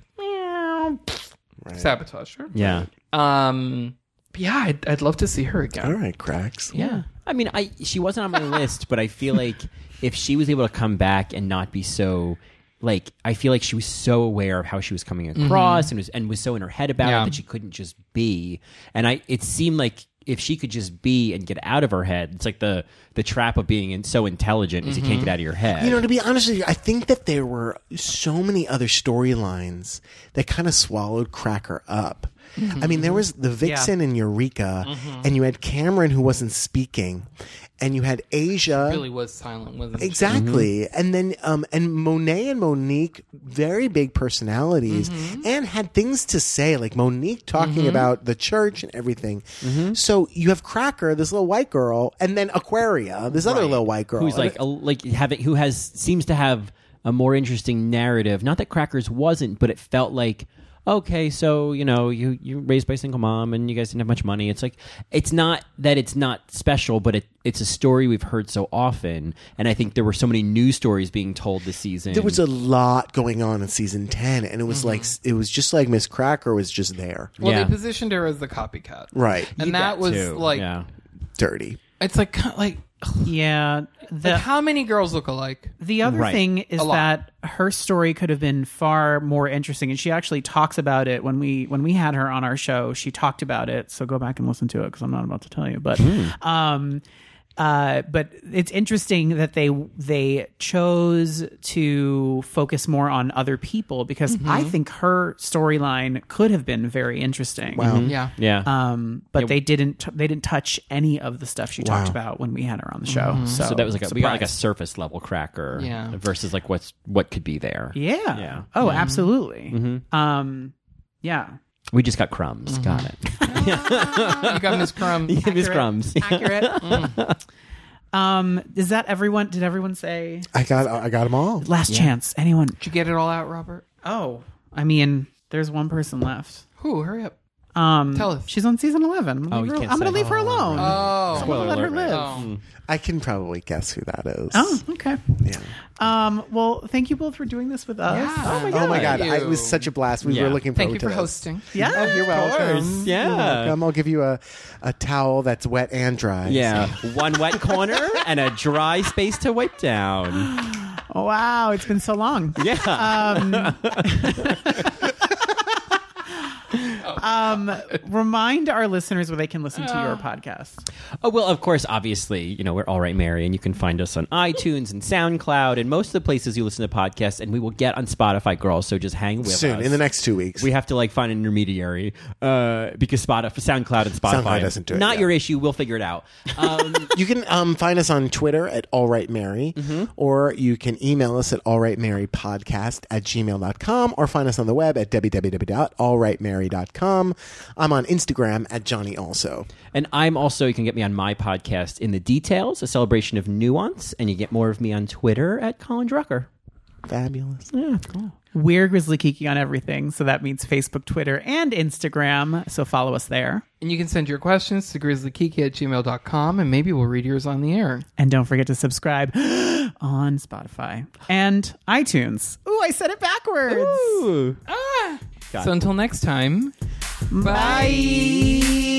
S1: sabotaged her
S4: yeah.
S1: um but yeah I'd, I'd love to see her again
S3: All right, cracks.
S4: Yeah. I mean, I she wasn't on my list, but I feel like if she was able to come back and not be so like I feel like she was so aware of how she was coming across and was and was so in her head about
S1: Yeah.
S4: it that she couldn't just be. And I it seemed like if she could just be and get out of her head, it's like the the trap of being in, so intelligent is you can't get out of your head.
S3: You know, to be honest with you, I think that there were so many other storylines that kind of swallowed Cracker up. I mean, there was the Vixen and Eureka, and you had Cameron who wasn't speaking, and you had Asia.
S1: really was silent wasn't she?
S3: Exactly, and then um, and Monet and Monique, very big personalities, and had things to say, like Monique talking about the church and everything. So you have Cracker, this little white girl, and then Aquaria, this other little white girl,
S4: who's
S3: And
S4: like a, like having who has seems to have a more interesting narrative. Not that Crackers wasn't, but it felt like okay, so you know you you were raised by a single mom and you guys didn't have much money. It's like it's not that it's not special, but it it's a story we've heard so often, and I think there were so many news stories being told this season.
S3: there was a lot going on in season 10 and it was like it was just like miss cracker was just there
S1: Well,
S4: Yeah.
S1: they positioned her as the copycat,
S3: right
S1: And that, was
S4: too.
S1: like,
S4: yeah.
S3: dirty
S1: it's like kind- like,
S2: Yeah.
S1: like,
S2: The,
S1: how many girls look alike?
S2: the other
S4: Right.
S2: thing is
S1: lot.
S2: that her story could have been far more interesting, and she actually talks about it when we when we had her on our show. She talked about it, so go back and listen to it because I'm not about to tell you. But um, uh, but it's interesting that they they chose to focus more on other people because I think her storyline could have been very interesting. Wow.
S4: Mm-hmm.
S1: Yeah,
S4: Yeah.
S2: Um, but they didn't. They didn't touch any of the stuff she talked about when we had her on the show. So,
S4: Mm-hmm. so that was like a, we got like a
S2: surprise.
S4: surface level cracker
S1: Yeah.
S4: versus like what's what could be there.
S2: yeah.
S4: Yeah. Mm-hmm.
S2: Oh, absolutely. Um, yeah.
S4: We just got crumbs. Got it.
S1: you got Miss Crumb.
S4: Miss Crumbs.
S2: Accurate.
S4: Mm.
S2: Um, is that everyone? Did everyone say
S3: i got i got them all
S2: last chance? Anyone?
S1: Did you get it all out, Robert?
S2: Oh, I mean, there's one person left.
S1: Who? Hurry up!
S2: Um,
S1: Tell us.
S2: She's on season eleven. I'm gonna
S4: Oh,
S2: leave
S4: you
S2: her,
S4: can't
S2: I'm gonna
S4: say.
S2: leave her alone.
S3: Mm-hmm.
S1: Oh,
S2: I'm gonna let her
S4: alert.
S2: live.
S1: Oh.
S3: i can probably guess who that is
S2: Oh, okay. Yeah. Um, well, thank you both for doing this with us.
S1: Yeah.
S2: Oh my
S3: Oh
S2: god.
S3: my god!
S1: Thank
S3: I,
S1: you.
S3: it was such a blast. We
S4: Yeah.
S3: were looking
S1: Thank
S3: forward
S1: you
S3: to
S1: for
S3: this.
S1: hosting.
S2: Yeah.
S3: Oh, you're welcome.
S4: Yeah.
S3: You're welcome. I'll give you a, a towel that's wet and dry.
S4: Yeah, one wet corner and a dry space to wipe down.
S2: Wow, it's been Um, so long.
S4: Yeah,
S2: Um, Um, remind our listeners where they can listen to your podcast.
S4: Oh well, of course, obviously, you know we're all right, Mary, and you can find us on iTunes and SoundCloud and most of the places you listen to podcasts, and we will get on Spotify, girls. So just hang with
S3: Soon,
S4: us
S3: in the next two weeks.
S4: We have to like find an intermediary uh, because Spotify, SoundCloud, and Spotify
S3: SoundCloud doesn't do it,
S4: Not
S3: yeah.
S4: your issue. We'll figure it out. Um,
S3: you can um, find us on Twitter at All Right Mary, or you can email us at allrightmarypodcast at gmail.com, or find us on the web at www.allrightmary.com. I'm on Instagram at Johnny Also.
S4: and I'm also you can get me on my podcast in the details, a celebration of nuance, and you get more of me on Twitter at Colin Drucker.
S3: Fabulous.
S4: Yeah, cool.
S2: We're Grizzly Kiki on everything, so that means Facebook, Twitter, and Instagram. So follow us there.
S1: And you can send your questions to grizzlykiki at gmail.com and maybe we'll read yours on the air.
S2: And don't forget to subscribe on Spotify and iTunes. Ooh, I said it backwards.
S1: So until next time, bye.
S2: Bye.